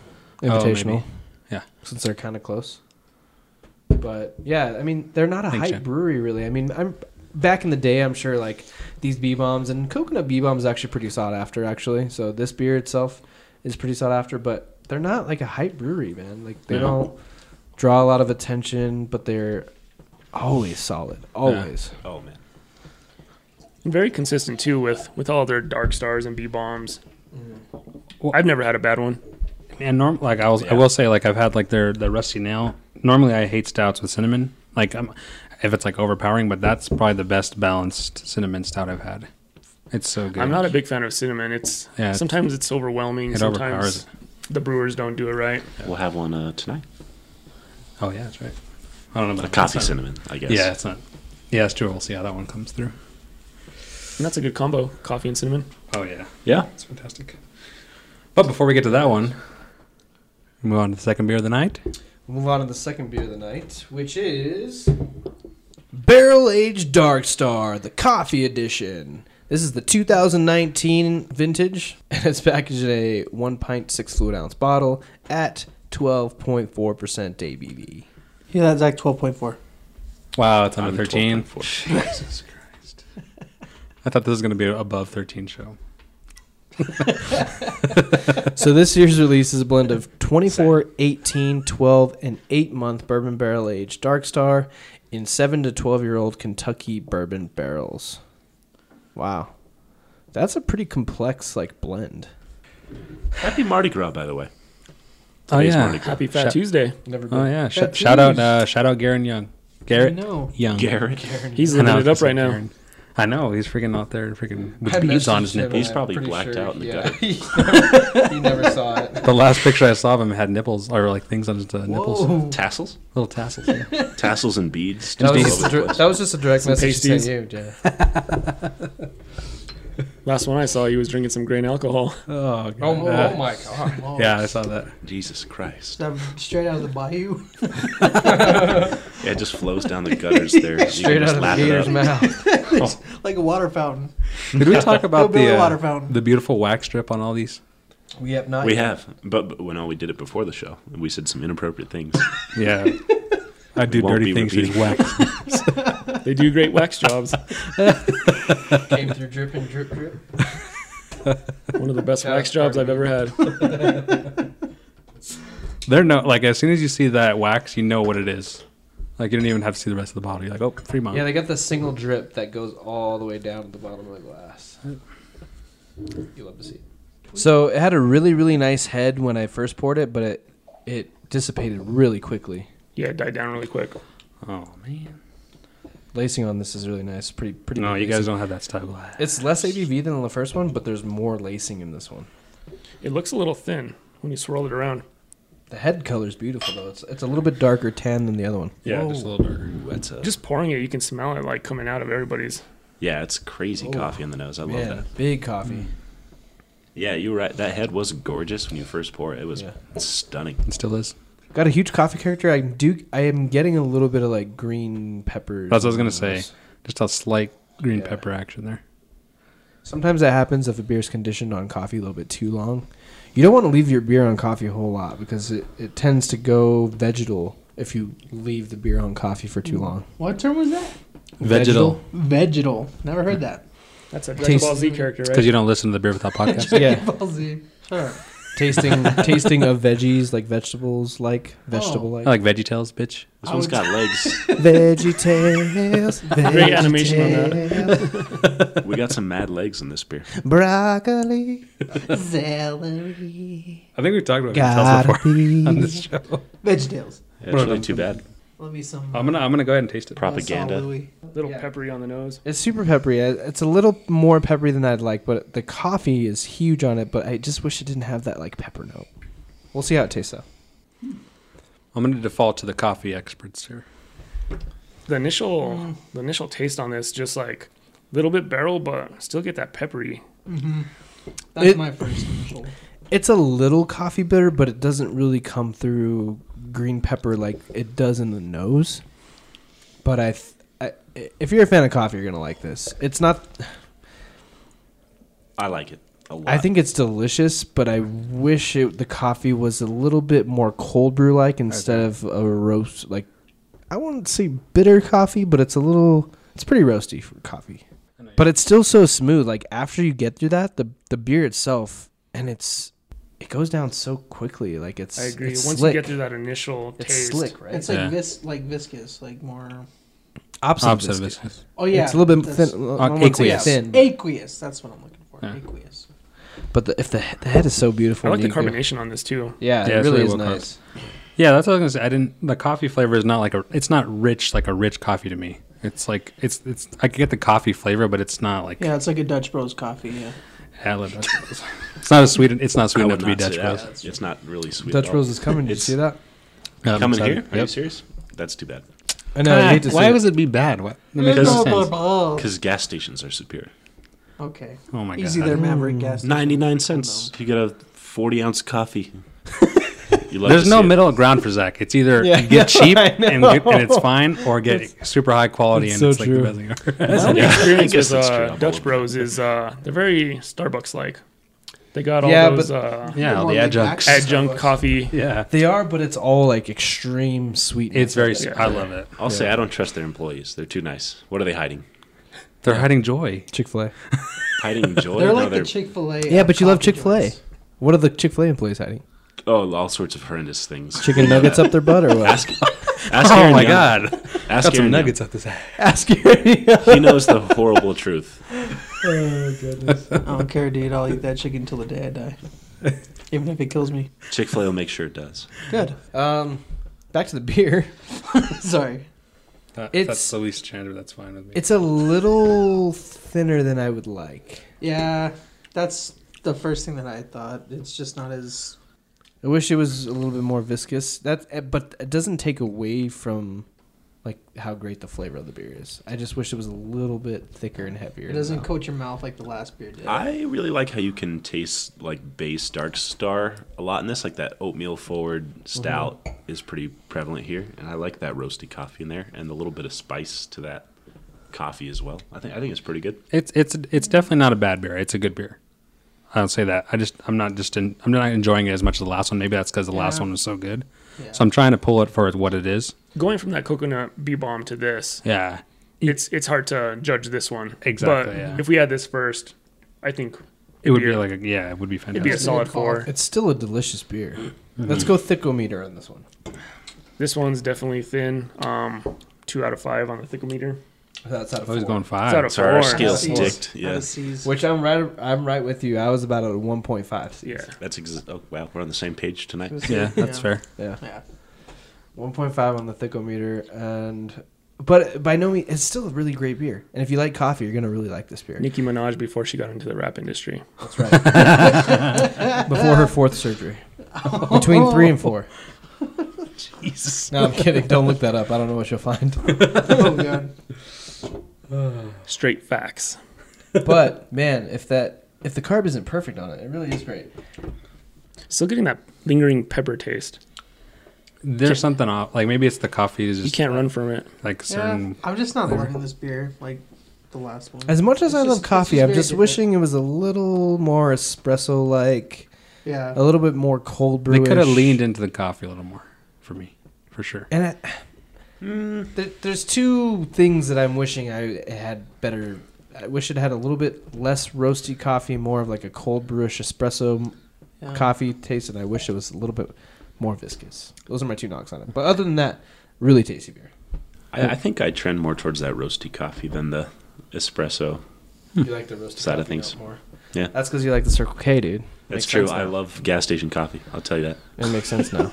Speaker 2: Oh, maybe.
Speaker 4: Invitational.
Speaker 2: Yeah.
Speaker 4: since they're kind of close. But yeah, I mean, they're not a
Speaker 2: Thanks,
Speaker 4: hype
Speaker 2: Jen.
Speaker 4: brewery really. I mean, I'm back in the day. I'm sure like these b bombs and coconut b bombs actually pretty sought after actually. So this beer itself is pretty sought after, but they're not like a hype brewery, man. Like they
Speaker 2: No.
Speaker 4: don't draw a lot of attention, but they're always solid. Always.
Speaker 1: Oh man,
Speaker 6: Very consistent too with with all their dark stars and B bombs.
Speaker 5: Mm.
Speaker 6: I've never had a bad one.
Speaker 2: And norm like I was, I
Speaker 1: Yeah.
Speaker 2: will say like I've had like their the rusty nail. Normally I hate stouts with cinnamon, like um, if it's like overpowering, but that's probably the best balanced cinnamon stout I've had. It's so good.
Speaker 6: I'm not a big fan of cinnamon. It's
Speaker 2: Yeah, it's-
Speaker 6: sometimes it's overwhelming.
Speaker 2: It
Speaker 6: sometimes
Speaker 2: overpowers
Speaker 6: the brewers don't do it right.
Speaker 1: we'll have one uh, tonight.
Speaker 2: Oh yeah, that's right. I don't know about
Speaker 1: A
Speaker 2: that.
Speaker 1: coffee
Speaker 2: That's not-
Speaker 1: cinnamon, I guess.
Speaker 2: Yeah, it's not. Yeah, it's true. We'll see how that one comes through.
Speaker 6: And that's a good combo, coffee and cinnamon.
Speaker 2: Oh yeah,
Speaker 1: Yeah.
Speaker 2: that's fantastic. But before we get to that one, move on to the second beer of the night.
Speaker 4: We'll move on to the second beer of the night, which is Barrel Aged Dark Star, the coffee edition. This is the 2019 vintage, and it's packaged in a one pint, six fluid ounce bottle at 12.4% ABV.
Speaker 5: Yeah, that's like twelve point four.
Speaker 2: Wow, it's under
Speaker 1: I'm
Speaker 2: thirteen.
Speaker 1: 12.4. Jesus Christ.
Speaker 2: I thought this was going to be an above thirteen show.
Speaker 4: so this year's release is a blend of 24, 18, 12, and 8 month bourbon barrel aged Dark Star in 7 to 12 year old Kentucky bourbon barrels. Wow. That's a pretty complex like blend.
Speaker 1: Happy Mardi Gras, by the way.
Speaker 2: Oh
Speaker 1: Today's
Speaker 2: yeah,
Speaker 1: Mardi Gras.
Speaker 6: Happy Fat
Speaker 2: Shut-
Speaker 6: Tuesday.
Speaker 4: Never been.
Speaker 2: oh yeah. Sh-
Speaker 4: That
Speaker 2: shout out,
Speaker 4: is-
Speaker 2: uh, shout out, Garen Young.
Speaker 5: I
Speaker 2: Garrett
Speaker 5: know.
Speaker 2: Young.
Speaker 1: Garrett.
Speaker 6: He's
Speaker 2: I know, I
Speaker 6: living it
Speaker 2: was
Speaker 6: up
Speaker 2: gonna
Speaker 6: right
Speaker 2: say
Speaker 6: now.
Speaker 2: Garren. I know he's freaking out there, freaking with
Speaker 4: I
Speaker 2: beads on
Speaker 4: messaged
Speaker 2: his
Speaker 4: him,
Speaker 2: nipples.
Speaker 1: He's
Speaker 4: I'm
Speaker 1: probably
Speaker 4: pretty
Speaker 1: blacked out in the
Speaker 4: yeah.
Speaker 1: gutter.
Speaker 4: he never saw it.
Speaker 2: The last picture I saw of him had nipples or like things on his uh, nipples,
Speaker 4: Whoa.
Speaker 1: Tassels?
Speaker 2: little tassels. yeah.
Speaker 1: Tassels and beads.
Speaker 4: That
Speaker 1: all
Speaker 4: was, just a
Speaker 1: over the
Speaker 4: dir-
Speaker 1: place.
Speaker 4: that was just a direct
Speaker 6: Some
Speaker 4: message he
Speaker 6: pasties.
Speaker 4: sent you, Oh, Jay.
Speaker 6: Last one I saw, he was drinking some grain alcohol.
Speaker 2: Oh, God.
Speaker 4: Oh,
Speaker 2: Uh,
Speaker 4: oh my god.
Speaker 2: Yeah, I saw that.
Speaker 1: Jesus Christ.
Speaker 5: That straight out of the bayou.
Speaker 1: Yeah, it just flows down the gutters there. You can
Speaker 4: Straight
Speaker 1: just
Speaker 4: out of the
Speaker 1: lap it
Speaker 4: gator's
Speaker 1: up.
Speaker 4: mouth.
Speaker 5: like a water fountain.
Speaker 2: Did we talk about
Speaker 5: Hillbilly
Speaker 2: the
Speaker 5: water
Speaker 2: uh,
Speaker 5: fountain.
Speaker 2: the beautiful wax strip on all these?
Speaker 4: We have not
Speaker 1: We
Speaker 4: yet.
Speaker 1: have, but, but when all we did it before the show, we said some inappropriate things.
Speaker 2: Yeah. I do
Speaker 1: Won't
Speaker 2: dirty
Speaker 1: be
Speaker 2: things with
Speaker 1: repeated.
Speaker 2: wax.
Speaker 6: They do great wax jobs.
Speaker 4: came through drip and drip drip.
Speaker 6: One of the best
Speaker 4: Yeah,
Speaker 6: wax jobs I've ever had.
Speaker 2: They're no like as soon as you see that wax, you know what it is. Like you don't even have to see the rest of the bottle. You're like, oh,
Speaker 1: Uh-huh.
Speaker 2: Fremont.
Speaker 4: Yeah, they got the single drip that goes all the way down to the bottom of the glass. You love to see. It. So it had a really really nice head when I first poured it, but it it dissipated really quickly.
Speaker 6: Yeah, it died down really quick.
Speaker 2: oh man.
Speaker 4: Lacing on this is really nice. Pretty pretty.
Speaker 2: No,
Speaker 4: good
Speaker 2: you guys
Speaker 4: lacing.
Speaker 2: don't have that style glass.
Speaker 4: It's less ABV than the first one, but there's more lacing in this one.
Speaker 6: It looks a little thin when you swirl it around.
Speaker 4: The head color's beautiful though. It's it's a little bit darker tan than the other one.
Speaker 2: Yeah, just a little darker.
Speaker 1: Ooh, that's a,
Speaker 6: Just pouring it, you can smell it like coming out of everybody's.
Speaker 1: yeah, it's crazy
Speaker 4: Oh.
Speaker 1: coffee in the nose. I love
Speaker 4: Man,
Speaker 1: that.
Speaker 4: big coffee.
Speaker 1: Yeah, you were right. That head was gorgeous when you first pour it. It was
Speaker 4: Yeah.
Speaker 1: stunning.
Speaker 2: It still is.
Speaker 4: Got a huge coffee character. I do. I am getting a little bit of like green peppers.
Speaker 2: That's what I was
Speaker 4: in
Speaker 2: gonna
Speaker 4: the
Speaker 2: say.
Speaker 4: nose.
Speaker 2: Just a slight green
Speaker 4: Yeah.
Speaker 2: pepper action there.
Speaker 4: Sometimes that happens if a beer's conditioned on coffee a little bit too long. You don't want to leave your beer on coffee a whole lot because it, it tends to go vegetal if you leave the beer on coffee for too long.
Speaker 5: What term was that?
Speaker 2: Vegetal.
Speaker 5: Vegetal. Never heard that.
Speaker 6: That's a Dragon Ball
Speaker 4: Tastes-
Speaker 6: Z character,
Speaker 2: Because
Speaker 6: right?
Speaker 2: you don't listen to the beer without podcast.
Speaker 4: Yeah,
Speaker 5: Ball Z. Sure.
Speaker 4: tasting tasting of veggies like vegetables like vegetable like
Speaker 2: I like Veggie Tales, bitch.
Speaker 1: This
Speaker 5: I
Speaker 1: one's
Speaker 5: would-
Speaker 1: got legs.
Speaker 4: veggie tales.
Speaker 6: Great animation on that.
Speaker 1: we got some mad legs in this beer.
Speaker 4: Broccoli,
Speaker 5: Celery.
Speaker 2: I think we've talked about Veggie Tales
Speaker 4: gotta
Speaker 2: before
Speaker 4: be.
Speaker 2: on this show.
Speaker 5: VeggieTales.
Speaker 1: It's really too bad.
Speaker 5: Let me some. uh,
Speaker 2: I'm gonna I'm gonna go ahead and taste it.
Speaker 1: Propaganda.
Speaker 6: little
Speaker 4: Yeah.
Speaker 6: peppery on the nose.
Speaker 4: It's super peppery. I- It's a little more peppery than I'd like, but the coffee is huge on it. But I just wish it didn't have that like pepper note. We'll see how it tastes though.
Speaker 2: I'm gonna default to the coffee experts here.
Speaker 6: The initial the initial taste on this just like a little bit barrel, but still get that peppery.
Speaker 5: Mm-hmm. That's
Speaker 4: It-
Speaker 5: my first initial.
Speaker 4: It's a little coffee bitter, but it doesn't really come through green pepper like it does in the nose. But I, th- I if you're a fan of coffee, you're gonna like this. It's not.
Speaker 1: I like it a lot.
Speaker 4: I think it's delicious, but I wish it, the coffee was a little bit more cold brew like instead of a roast. Like I wouldn't say bitter coffee, but it's a little. It's pretty roasty for coffee. But it's still so smooth. Like after you get through that, the the beer itself, and it's it goes down so quickly. Like it's
Speaker 6: I agree.
Speaker 4: It's
Speaker 6: Once
Speaker 4: slick.
Speaker 6: you get through that initial
Speaker 4: it's
Speaker 6: taste,
Speaker 4: slick, right? It's
Speaker 5: It's like
Speaker 2: Yeah.
Speaker 5: vis like viscous, like more.
Speaker 4: opposite,
Speaker 2: Opposite
Speaker 4: of
Speaker 2: of
Speaker 4: this.
Speaker 2: viscous.
Speaker 5: Oh yeah,
Speaker 4: it's a little bit
Speaker 5: that's-
Speaker 4: thin. I won't say
Speaker 2: aqueous.
Speaker 4: thin, but-
Speaker 5: Aqueous. That's what I'm looking for.
Speaker 2: Yeah.
Speaker 5: Aqueous.
Speaker 4: but the, if the the head is so beautiful,
Speaker 6: I like the
Speaker 4: and you-
Speaker 6: carbonation on this too.
Speaker 4: Yeah,
Speaker 2: Yeah,
Speaker 4: it
Speaker 2: it's
Speaker 4: really
Speaker 2: really
Speaker 4: is
Speaker 2: well carb-
Speaker 4: nice.
Speaker 2: Yeah, that's what I was gonna say. I didn't. The coffee flavor is not like a. It's not rich like a rich coffee to me. It's like it's it's. I could get the coffee flavor, but it's not like
Speaker 5: Yeah, it's like a Dutch Bros coffee. Yeah.
Speaker 2: hell. It does- it's not as sweet. It's not sweet
Speaker 1: I
Speaker 2: enough
Speaker 1: would
Speaker 2: to be
Speaker 1: not
Speaker 2: Dutch
Speaker 1: sit out.
Speaker 2: Bros.
Speaker 1: It's not really sweet.
Speaker 4: Dutch
Speaker 1: at all.
Speaker 4: Bros is coming. Did you
Speaker 1: It's-
Speaker 4: see that?
Speaker 2: Um,
Speaker 1: Coming
Speaker 2: so-
Speaker 1: here? Are you
Speaker 2: Yep.
Speaker 1: serious? That's too bad.
Speaker 4: I know. I hate to
Speaker 2: why
Speaker 4: see
Speaker 2: was it be bad? What? That makes
Speaker 1: Because-
Speaker 2: no sense.
Speaker 1: because gas stations are superior.
Speaker 5: Okay.
Speaker 2: Oh my
Speaker 5: Easy
Speaker 2: god.
Speaker 5: there, Maverick gas.
Speaker 1: Ninety nine cents. You get a forty ounce coffee. You love
Speaker 2: There's
Speaker 1: to
Speaker 2: no
Speaker 1: see it.
Speaker 2: middle ground for Zach. It's either
Speaker 4: Yeah,
Speaker 2: you get
Speaker 4: no,
Speaker 2: cheap
Speaker 4: I
Speaker 2: and,
Speaker 4: know.
Speaker 2: get, and it's fine, or get super high quality and
Speaker 4: It's so
Speaker 2: it's like
Speaker 4: true.
Speaker 2: the best thing ever.
Speaker 6: That's my only experience
Speaker 1: I guess
Speaker 6: with
Speaker 1: that's true.
Speaker 6: uh,
Speaker 1: I'm all
Speaker 6: Dutch
Speaker 1: over.
Speaker 6: Bros is uh, they're very Starbucks like. They got all
Speaker 4: Yeah,
Speaker 6: those
Speaker 4: but-
Speaker 6: uh,
Speaker 2: yeah, all
Speaker 5: More
Speaker 2: the
Speaker 5: like
Speaker 2: adjuncts.
Speaker 5: access.
Speaker 6: adjunct
Speaker 5: Starbucks.
Speaker 6: coffee.
Speaker 2: yeah,
Speaker 4: They are, but it's all like extreme sweetness.
Speaker 2: it's very.
Speaker 6: Yeah.
Speaker 2: I love it.
Speaker 1: I'll say I don't trust their employees. They're too nice. What are they hiding?
Speaker 2: They're hiding joy.
Speaker 4: Chick Fil A.
Speaker 1: Hiding joy?
Speaker 5: They're
Speaker 1: No,
Speaker 5: like the
Speaker 1: they're-
Speaker 5: Chick Fil A.
Speaker 4: Yeah, but you love Chick Fil A. What are the Chick Fil A employees hiding?
Speaker 1: oh, all sorts of horrendous things.
Speaker 4: Chicken nuggets up their butt or what?
Speaker 1: Ask, ask
Speaker 2: oh
Speaker 1: Aaron
Speaker 2: my
Speaker 1: Young.
Speaker 2: god,
Speaker 1: Ask
Speaker 2: got some
Speaker 1: Aaron Young.
Speaker 2: nuggets up this ass.
Speaker 4: Ask you.
Speaker 1: He knows the horrible truth.
Speaker 4: Oh,
Speaker 5: I don't care, dude. I'll eat that chicken till the day I die, even if it kills me.
Speaker 1: Chick Fil A will make sure it does.
Speaker 5: Good.
Speaker 4: Um, back to the beer.
Speaker 5: Sorry.
Speaker 2: That,
Speaker 4: It's-
Speaker 2: that's the least Chandler. That's fine with me.
Speaker 4: It's a little thinner than I would like.
Speaker 5: Yeah, that's the first thing that I thought. It's just not as
Speaker 4: I wish it was a little bit more viscous. That, eh, but it doesn't take away from like how great the flavor of the beer is. I just wish it was a little bit thicker and heavier.
Speaker 5: it
Speaker 4: in
Speaker 5: doesn't
Speaker 4: the mouth.
Speaker 5: coat your mouth like the last beer did.
Speaker 1: I really like how you can taste like base dark star a lot in this. Like that oatmeal
Speaker 2: Mm-hmm.
Speaker 1: forward stout is pretty prevalent here, and I like that roasty coffee in there and the little bit of spice to that coffee as well. I think I think it's pretty good.
Speaker 2: It's it's it's definitely not a bad beer. It's a good beer. I'll say that. I just I'm not just in, I'm not enjoying it as much as the last one. Maybe that's because the last
Speaker 5: Yeah.
Speaker 2: one was so good.
Speaker 5: Yeah.
Speaker 2: So I'm trying to pull it for what it is.
Speaker 6: Going from that coconut bee bomb to this,
Speaker 2: Yeah.
Speaker 6: it's it's hard to judge this one.
Speaker 2: Exactly,
Speaker 6: But
Speaker 2: yeah.
Speaker 6: if we had this first, I think
Speaker 2: It would be
Speaker 6: Beer.
Speaker 2: like a, yeah, it would be fantastic.
Speaker 6: it'd be a solid four.
Speaker 4: It's still a delicious beer.
Speaker 2: Mm-hmm.
Speaker 4: Let's go thickometer on this one.
Speaker 6: This one's definitely thin. Um, two out of five on the thickometer.
Speaker 4: That's out of
Speaker 2: Oh, he's
Speaker 4: four.
Speaker 2: going five.
Speaker 6: It's out of
Speaker 1: So our
Speaker 6: four.
Speaker 5: Out of
Speaker 1: scales
Speaker 5: C's.
Speaker 1: dipped.
Speaker 5: Out
Speaker 1: Yeah,
Speaker 5: of C's.
Speaker 4: Which I'm right. I'm right with you. I was about at 1.5.
Speaker 6: Yeah.
Speaker 1: that's ex- oh wow. We're on the same page tonight.
Speaker 2: yeah, that's
Speaker 5: Yeah.
Speaker 2: fair.
Speaker 4: Yeah.
Speaker 5: Yeah.
Speaker 4: 1.5 on the thickometer, and but by no means, it's still a really great beer. And if you like coffee, you're gonna really like this beer.
Speaker 6: Nicki Minaj before she got into the rap industry.
Speaker 4: That's right. Before her fourth surgery, between three and four.
Speaker 1: Jesus.
Speaker 4: No, I'm kidding. Don't look that up. I don't know what you'll find.
Speaker 5: oh god.
Speaker 6: Straight facts.
Speaker 4: But man, if that if the carb isn't perfect on it, it really is great.
Speaker 6: Still getting that lingering pepper taste.
Speaker 2: There's something off. Like maybe it's the coffee is
Speaker 6: You
Speaker 2: just
Speaker 6: can't run from it.
Speaker 2: like
Speaker 5: Yeah.
Speaker 2: certain.
Speaker 5: I'm just not loving this beer like the last one.
Speaker 4: As much as
Speaker 5: It's
Speaker 4: I
Speaker 5: just-
Speaker 4: love
Speaker 5: it's
Speaker 4: coffee,
Speaker 5: just
Speaker 4: I'm
Speaker 5: very
Speaker 4: just
Speaker 5: different.
Speaker 4: wishing it was a little more espresso like,
Speaker 5: Yeah.
Speaker 4: a little bit more cold brew.
Speaker 2: They could have leaned into the coffee a little more for me, for sure.
Speaker 4: And I, there, there's two things that I'm wishing I had better. I wish it had a little bit less roasty coffee, more of like a cold brewish espresso
Speaker 5: yeah.
Speaker 4: coffee taste, and I wish it was a little bit more viscous. Those are my two knocks on it. But other than that, really tasty beer.
Speaker 1: I, I think I trend more towards that roasty coffee than the espresso.
Speaker 4: You like the roasty
Speaker 1: Hmm. Side of coffee things.
Speaker 4: more.
Speaker 1: Yeah.
Speaker 4: that's because you like the Circle K, dude.
Speaker 1: That's
Speaker 4: Makes
Speaker 1: true.
Speaker 4: sense
Speaker 1: I
Speaker 4: now.
Speaker 1: love gas station coffee. I'll tell you that.
Speaker 4: It makes sense now.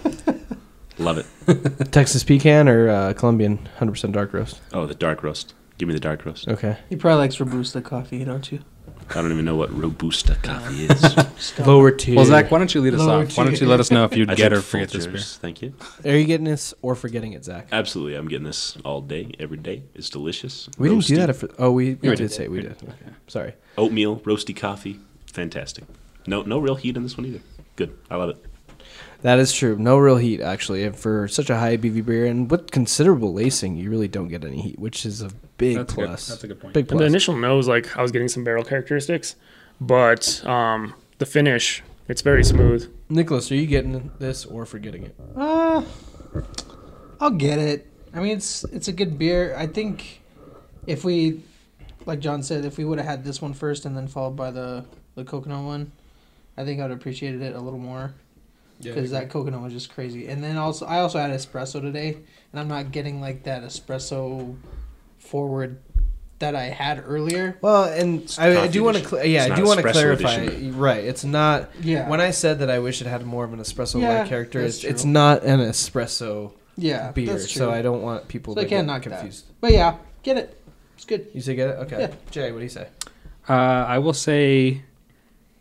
Speaker 1: Love it.
Speaker 4: Texas pecan or uh, Colombian 100% dark roast.
Speaker 1: Oh, the dark roast. Give me the dark roast.
Speaker 4: Okay.
Speaker 5: He probably likes Robusta coffee, don't you?
Speaker 1: I don't even know what robusta coffee is.
Speaker 4: Lower tier.
Speaker 2: Well, Zach, why don't you lead us
Speaker 5: Lower
Speaker 2: off? Why don't you let us know if you'd
Speaker 1: I
Speaker 2: get
Speaker 1: drink
Speaker 2: or forget this beer?
Speaker 1: Folgers. Thank you.
Speaker 4: are you getting this or forgetting it, Zach?
Speaker 1: Absolutely, I'm getting this all day, every day. It's delicious.
Speaker 4: We didn't do
Speaker 1: Roasty-
Speaker 4: that. For, oh, we, we
Speaker 2: We
Speaker 4: did
Speaker 2: did.
Speaker 4: say we
Speaker 2: We
Speaker 4: did. Okay. Sorry.
Speaker 1: Oatmeal, roasty coffee, fantastic. No, no real heat in this one either. Good, I love it.
Speaker 4: That is true. No real heat, actually. And for such a high ABV beer and with considerable lacing, you really don't get any heat, which is a big
Speaker 2: That's a good-
Speaker 4: plus.
Speaker 2: that's a good point.
Speaker 4: Big
Speaker 6: And the
Speaker 4: plus.
Speaker 6: initial nose, like I was getting some barrel characteristics, but um, the finish, it's very smooth.
Speaker 4: Nicholas, are you getting this or forgetting it?
Speaker 5: Uh, I'll get it. I mean, it's it's a good beer. I think if we, like John said, if we would have had this one first and then followed by the the coconut one, I think I'd appreciated it a little more because that coconut was just crazy. And then also, I also had espresso today, and I'm not getting like that espresso forward that I had earlier.
Speaker 4: Well, and
Speaker 1: It's
Speaker 4: I, I
Speaker 1: coffee
Speaker 4: do want to,
Speaker 1: edition.
Speaker 4: cl- yeah,
Speaker 1: It's
Speaker 4: I
Speaker 1: not
Speaker 4: do want to
Speaker 1: espresso
Speaker 4: clarify.
Speaker 1: edition.
Speaker 4: Right, it's not.
Speaker 5: Yeah.
Speaker 4: When I said that I wish it had more of an espresso-like
Speaker 5: Yeah,
Speaker 4: character,
Speaker 5: that's
Speaker 4: it's, it's
Speaker 5: true.
Speaker 4: not an espresso
Speaker 5: yeah,
Speaker 4: beer,
Speaker 5: that's true.
Speaker 4: so I don't want people
Speaker 5: So I
Speaker 4: to
Speaker 5: can't
Speaker 4: get
Speaker 5: knock that.
Speaker 4: confused.
Speaker 5: But yeah, get it. It's good.
Speaker 4: You say get it? Okay.
Speaker 5: Yeah.
Speaker 4: Jay, what do you say?
Speaker 2: Uh, I will say,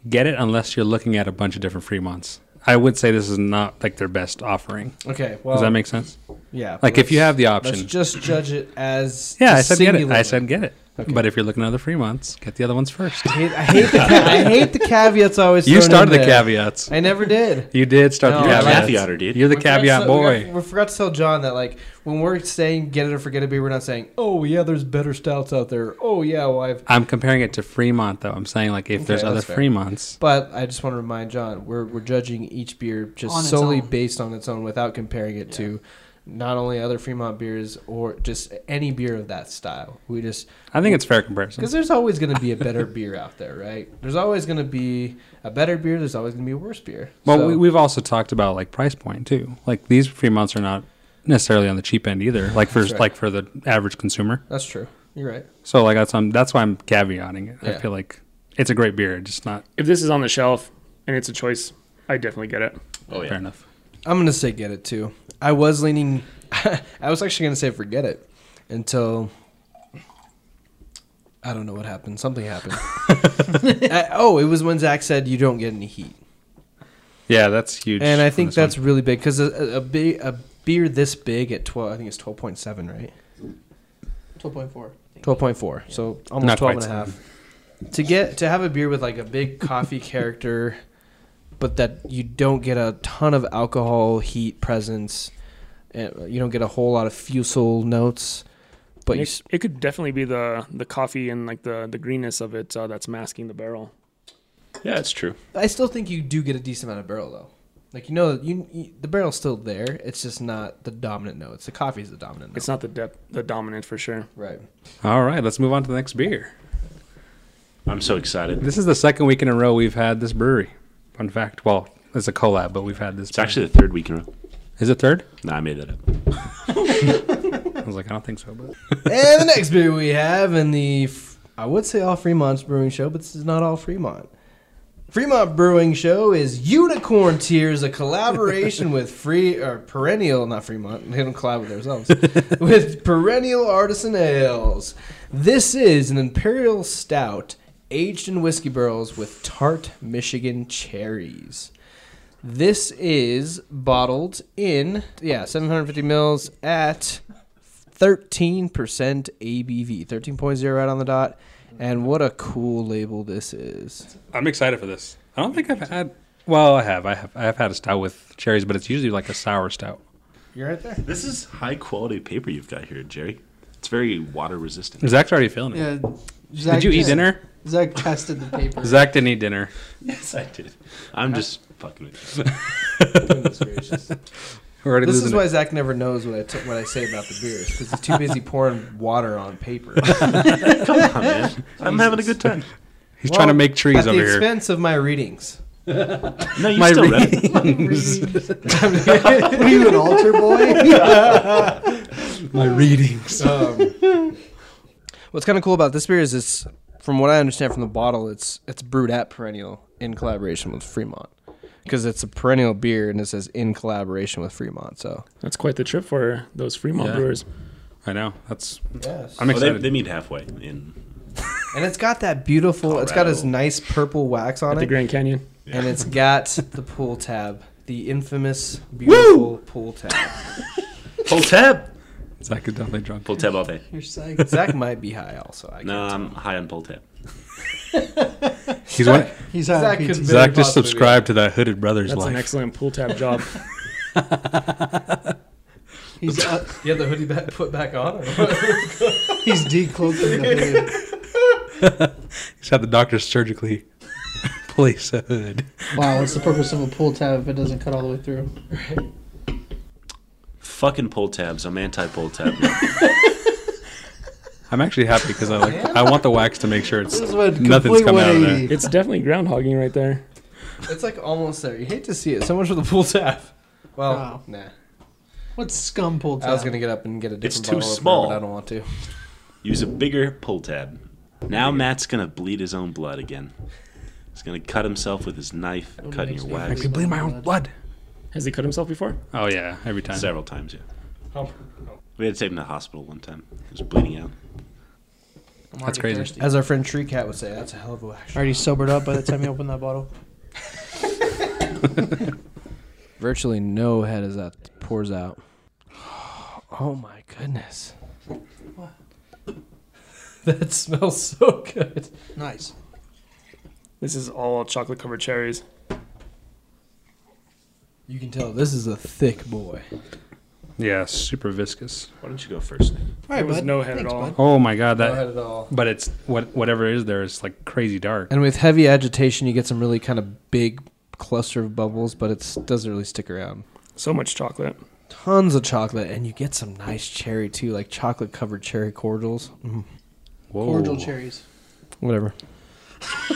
Speaker 2: get it unless you're looking at a bunch of different Fremonts. I would say this is not like their best offering.
Speaker 4: Okay. Well,
Speaker 2: Does that make sense?
Speaker 4: yeah.
Speaker 2: Like if you have the
Speaker 4: Let's
Speaker 2: option,
Speaker 4: just judge it as
Speaker 2: yeah,
Speaker 4: the
Speaker 2: I said get it. I
Speaker 4: singular.
Speaker 2: said get it.
Speaker 4: Okay.
Speaker 2: But if you're looking at the Fremonts, get the other ones first.
Speaker 4: I hate, I hate the ca- I hate the caveats always.
Speaker 2: You
Speaker 4: thrown in
Speaker 2: started the
Speaker 4: there.
Speaker 2: caveats.
Speaker 4: I never did.
Speaker 2: You did start
Speaker 4: No,
Speaker 2: the
Speaker 4: I like
Speaker 2: caveats.
Speaker 1: Caveater, dude.
Speaker 2: You're the
Speaker 4: We forgot
Speaker 2: caveat
Speaker 4: to- We,
Speaker 2: boy.
Speaker 4: got- we forgot to tell John that like when we're saying get it or forget it, be we're not saying oh yeah, there's better stouts out there. Oh yeah, well I've.
Speaker 2: I'm comparing it to Fremont though. I'm saying like if there's
Speaker 4: Okay,
Speaker 2: other
Speaker 4: that's fair.
Speaker 2: Fremonts,
Speaker 4: But I just want to remind John we're we're judging each beer just
Speaker 5: On its
Speaker 4: solely
Speaker 5: own.
Speaker 4: based on its own without comparing it to not only other Fremont beers or just any beer of that style. We just
Speaker 2: I think it's fair comparison.
Speaker 4: Because there's always going to be a better beer out there, right? There's always going to be a better beer. There's always going to be a worse beer.
Speaker 2: Well,
Speaker 4: So-
Speaker 2: we, we've also talked about like price point too. Like these Fremonts are not necessarily on the cheap end either. Like for
Speaker 4: That's right.
Speaker 2: like for the average consumer.
Speaker 4: that's true. You're right.
Speaker 2: So like that's I'm, that's why I'm caveating it.
Speaker 4: Yeah.
Speaker 2: I feel like it's a great beer, just not
Speaker 6: If this is on the shelf and it's a choice, I definitely get it.
Speaker 1: Oh yeah.
Speaker 2: fair enough.
Speaker 4: I'm going to say get it too. I was leaning. I was actually going to say forget it until I don't know what happened. Something happened. I- oh, it was when Zach said you don't get any heat,
Speaker 2: Yeah, that's huge.
Speaker 4: and I
Speaker 2: on
Speaker 4: think
Speaker 2: this one.
Speaker 4: that's really big because a, a, a, big, a beer this big at twelve, I think it's twelve point seven, right?
Speaker 5: Twelve point four. I think.
Speaker 4: Twelve point four. So almost
Speaker 2: Not
Speaker 4: twelve
Speaker 2: quite
Speaker 4: and a half. To get to have a beer with like a big coffee character, but that you don't get a ton of alcohol heat presence, and you don't get a whole lot of fusel notes. But
Speaker 6: And
Speaker 4: you,
Speaker 6: it,
Speaker 4: s-
Speaker 6: it could definitely be the the coffee and like the the greenness of it uh, that's masking the barrel.
Speaker 1: Yeah, it's true.
Speaker 4: I still think you do get a decent amount of barrel though. Like you know, you, you the barrel's still there. It's just not the dominant note. It's the coffee's the dominant note.
Speaker 6: It's not the depth, the dominant for sure.
Speaker 4: right.
Speaker 2: all right. Let's move on to the next beer.
Speaker 1: I'm so excited.
Speaker 2: This is the second week in a row we've had this brewery. Fun fact. Well, it's a collab, but we've had this.
Speaker 1: It's actually the third week in a row.
Speaker 2: is it third?
Speaker 1: Nah, I made that up.
Speaker 2: I was like, I don't think so, but
Speaker 4: and the next beer we have in the, f- I would say all Fremont's Brewing Show, but this is not all Fremont. Fremont Brewing Show is Unicorn Tears, a collaboration with Free or Perennial, not Fremont. They don't collab with themselves. with Perennial Artisan Ales. This is an imperial stout aged in whiskey barrels with tart Michigan cherries. This is bottled in yeah 750 mils at 13% ABV, 13.0 out on the dot. And what a cool label this is.
Speaker 2: I'm excited for this. I don't think I've had. Well, I have. I have. I have had a stout with cherries, but it's usually like a sour stout.
Speaker 4: You're right there.
Speaker 1: This is high quality paper you've got here, Jerry. It's very water resistant.
Speaker 2: Zach's already feeling it.
Speaker 5: Yeah. Zach
Speaker 2: Did you eat
Speaker 5: just-
Speaker 2: dinner?
Speaker 5: Zach tested the paper.
Speaker 2: Zach didn't eat dinner.
Speaker 1: yes, I did. I'm just fucking with you.
Speaker 2: We're already
Speaker 4: This is
Speaker 2: losing it.
Speaker 4: why Zach never knows what I t- what I say about the beers because he's too busy pouring water on paper.
Speaker 1: Come on, man. I'm having a good time.
Speaker 2: He's trying to make trees
Speaker 4: at
Speaker 2: over
Speaker 4: the
Speaker 2: here.
Speaker 4: expense of my readings.
Speaker 1: No, you
Speaker 2: My
Speaker 1: still read it.
Speaker 2: readings.
Speaker 5: What Are you an altar boy?
Speaker 2: My readings.
Speaker 4: What's kind of cool about this beer is it's, from what I understand from the bottle, it's it's brewed at Perennial in collaboration with Fremont because it's a Perennial beer and it says in collaboration with Fremont. So
Speaker 6: That's quite the trip for those Fremont
Speaker 2: Yeah.
Speaker 6: brewers.
Speaker 2: I know. That's.
Speaker 4: yes,
Speaker 2: I'm
Speaker 1: Oh, they,
Speaker 2: excited.
Speaker 1: they meet halfway in.
Speaker 4: and it's got that beautiful. It's got this
Speaker 1: Colorado.
Speaker 4: nice purple wax on
Speaker 6: At
Speaker 4: it.
Speaker 6: the Grand Canyon.
Speaker 4: and it's got the pool tab, the infamous beautiful pool tab.
Speaker 1: Full tab.
Speaker 2: Zach is definitely drunk.
Speaker 1: Full tab all day.
Speaker 5: You're psyched.
Speaker 4: Zach might be high also. I
Speaker 1: No, I'm high on full tab.
Speaker 2: He's one.
Speaker 5: He's out
Speaker 4: Zach
Speaker 5: of
Speaker 4: could
Speaker 5: PT.
Speaker 4: be- Very
Speaker 2: Zach just
Speaker 4: possibly.
Speaker 2: subscribed to that Hooded Brothers
Speaker 6: That's an
Speaker 2: life.
Speaker 6: excellent pool tab job.
Speaker 5: He's out.
Speaker 4: You have the hoodie back, put back on.
Speaker 5: He's decloaking the hood.
Speaker 2: He's had the doctor surgically place a hood.
Speaker 5: Wow, what's the purpose of a pull tab if it doesn't cut all the way through?
Speaker 1: Fucking pull tabs. I'm anti pull tab. now.
Speaker 2: I'm actually happy because I like. I want the wax to make sure it's
Speaker 5: This is what
Speaker 2: nothing's
Speaker 5: complete
Speaker 2: coming out of there.
Speaker 5: 180.
Speaker 6: it's definitely groundhogging right there.
Speaker 4: it's like almost there. You hate to see it. So much for the pool tab. Well,
Speaker 5: Wow.
Speaker 4: nah.
Speaker 5: What's scum pull tab?
Speaker 4: I was gonna get up and get a different
Speaker 1: It's too
Speaker 4: bottle opener,
Speaker 1: small.
Speaker 4: but I don't want to.
Speaker 1: Use a bigger pull tab. Now Matt's gonna bleed his own blood again. He's gonna cut himself with his knife,
Speaker 5: That
Speaker 1: cutting
Speaker 5: makes
Speaker 1: your
Speaker 5: me
Speaker 2: I
Speaker 1: wax
Speaker 5: angry.
Speaker 2: could bleed my own blood.
Speaker 6: Has he cut himself before?
Speaker 2: Oh yeah, every time.
Speaker 1: several times. Yeah,
Speaker 4: Oh.
Speaker 1: we had to take him to the hospital one time. He was bleeding out.
Speaker 5: I'm
Speaker 2: That's
Speaker 5: already
Speaker 2: crazy.
Speaker 5: thirsty.
Speaker 4: As our friend Tree Cat would say, that's a hell of a action.
Speaker 5: Already sobered up by the time you open that bottle.
Speaker 4: Virtually no head is out pours out. Oh my goodness. That smells so good.
Speaker 5: Nice.
Speaker 6: This is all chocolate covered cherries.
Speaker 4: You can tell this is a thick boy.
Speaker 2: Yeah, super viscous.
Speaker 1: Why don't you go first? Nick?
Speaker 5: All right,
Speaker 6: There was
Speaker 5: bud.
Speaker 6: no head
Speaker 5: Thanks,
Speaker 6: at all.
Speaker 5: bud.
Speaker 2: Oh my god, that.
Speaker 4: at all.
Speaker 2: But it's what whatever is there is like crazy dark.
Speaker 4: And with heavy agitation, you get some really kind of big cluster of bubbles, but it doesn't really stick around.
Speaker 6: So much chocolate.
Speaker 4: Tons of chocolate, and you get some nice cherry too, like chocolate covered cherry cordials. Mm,
Speaker 2: Whoa.
Speaker 5: Cordial cherries.
Speaker 4: whatever.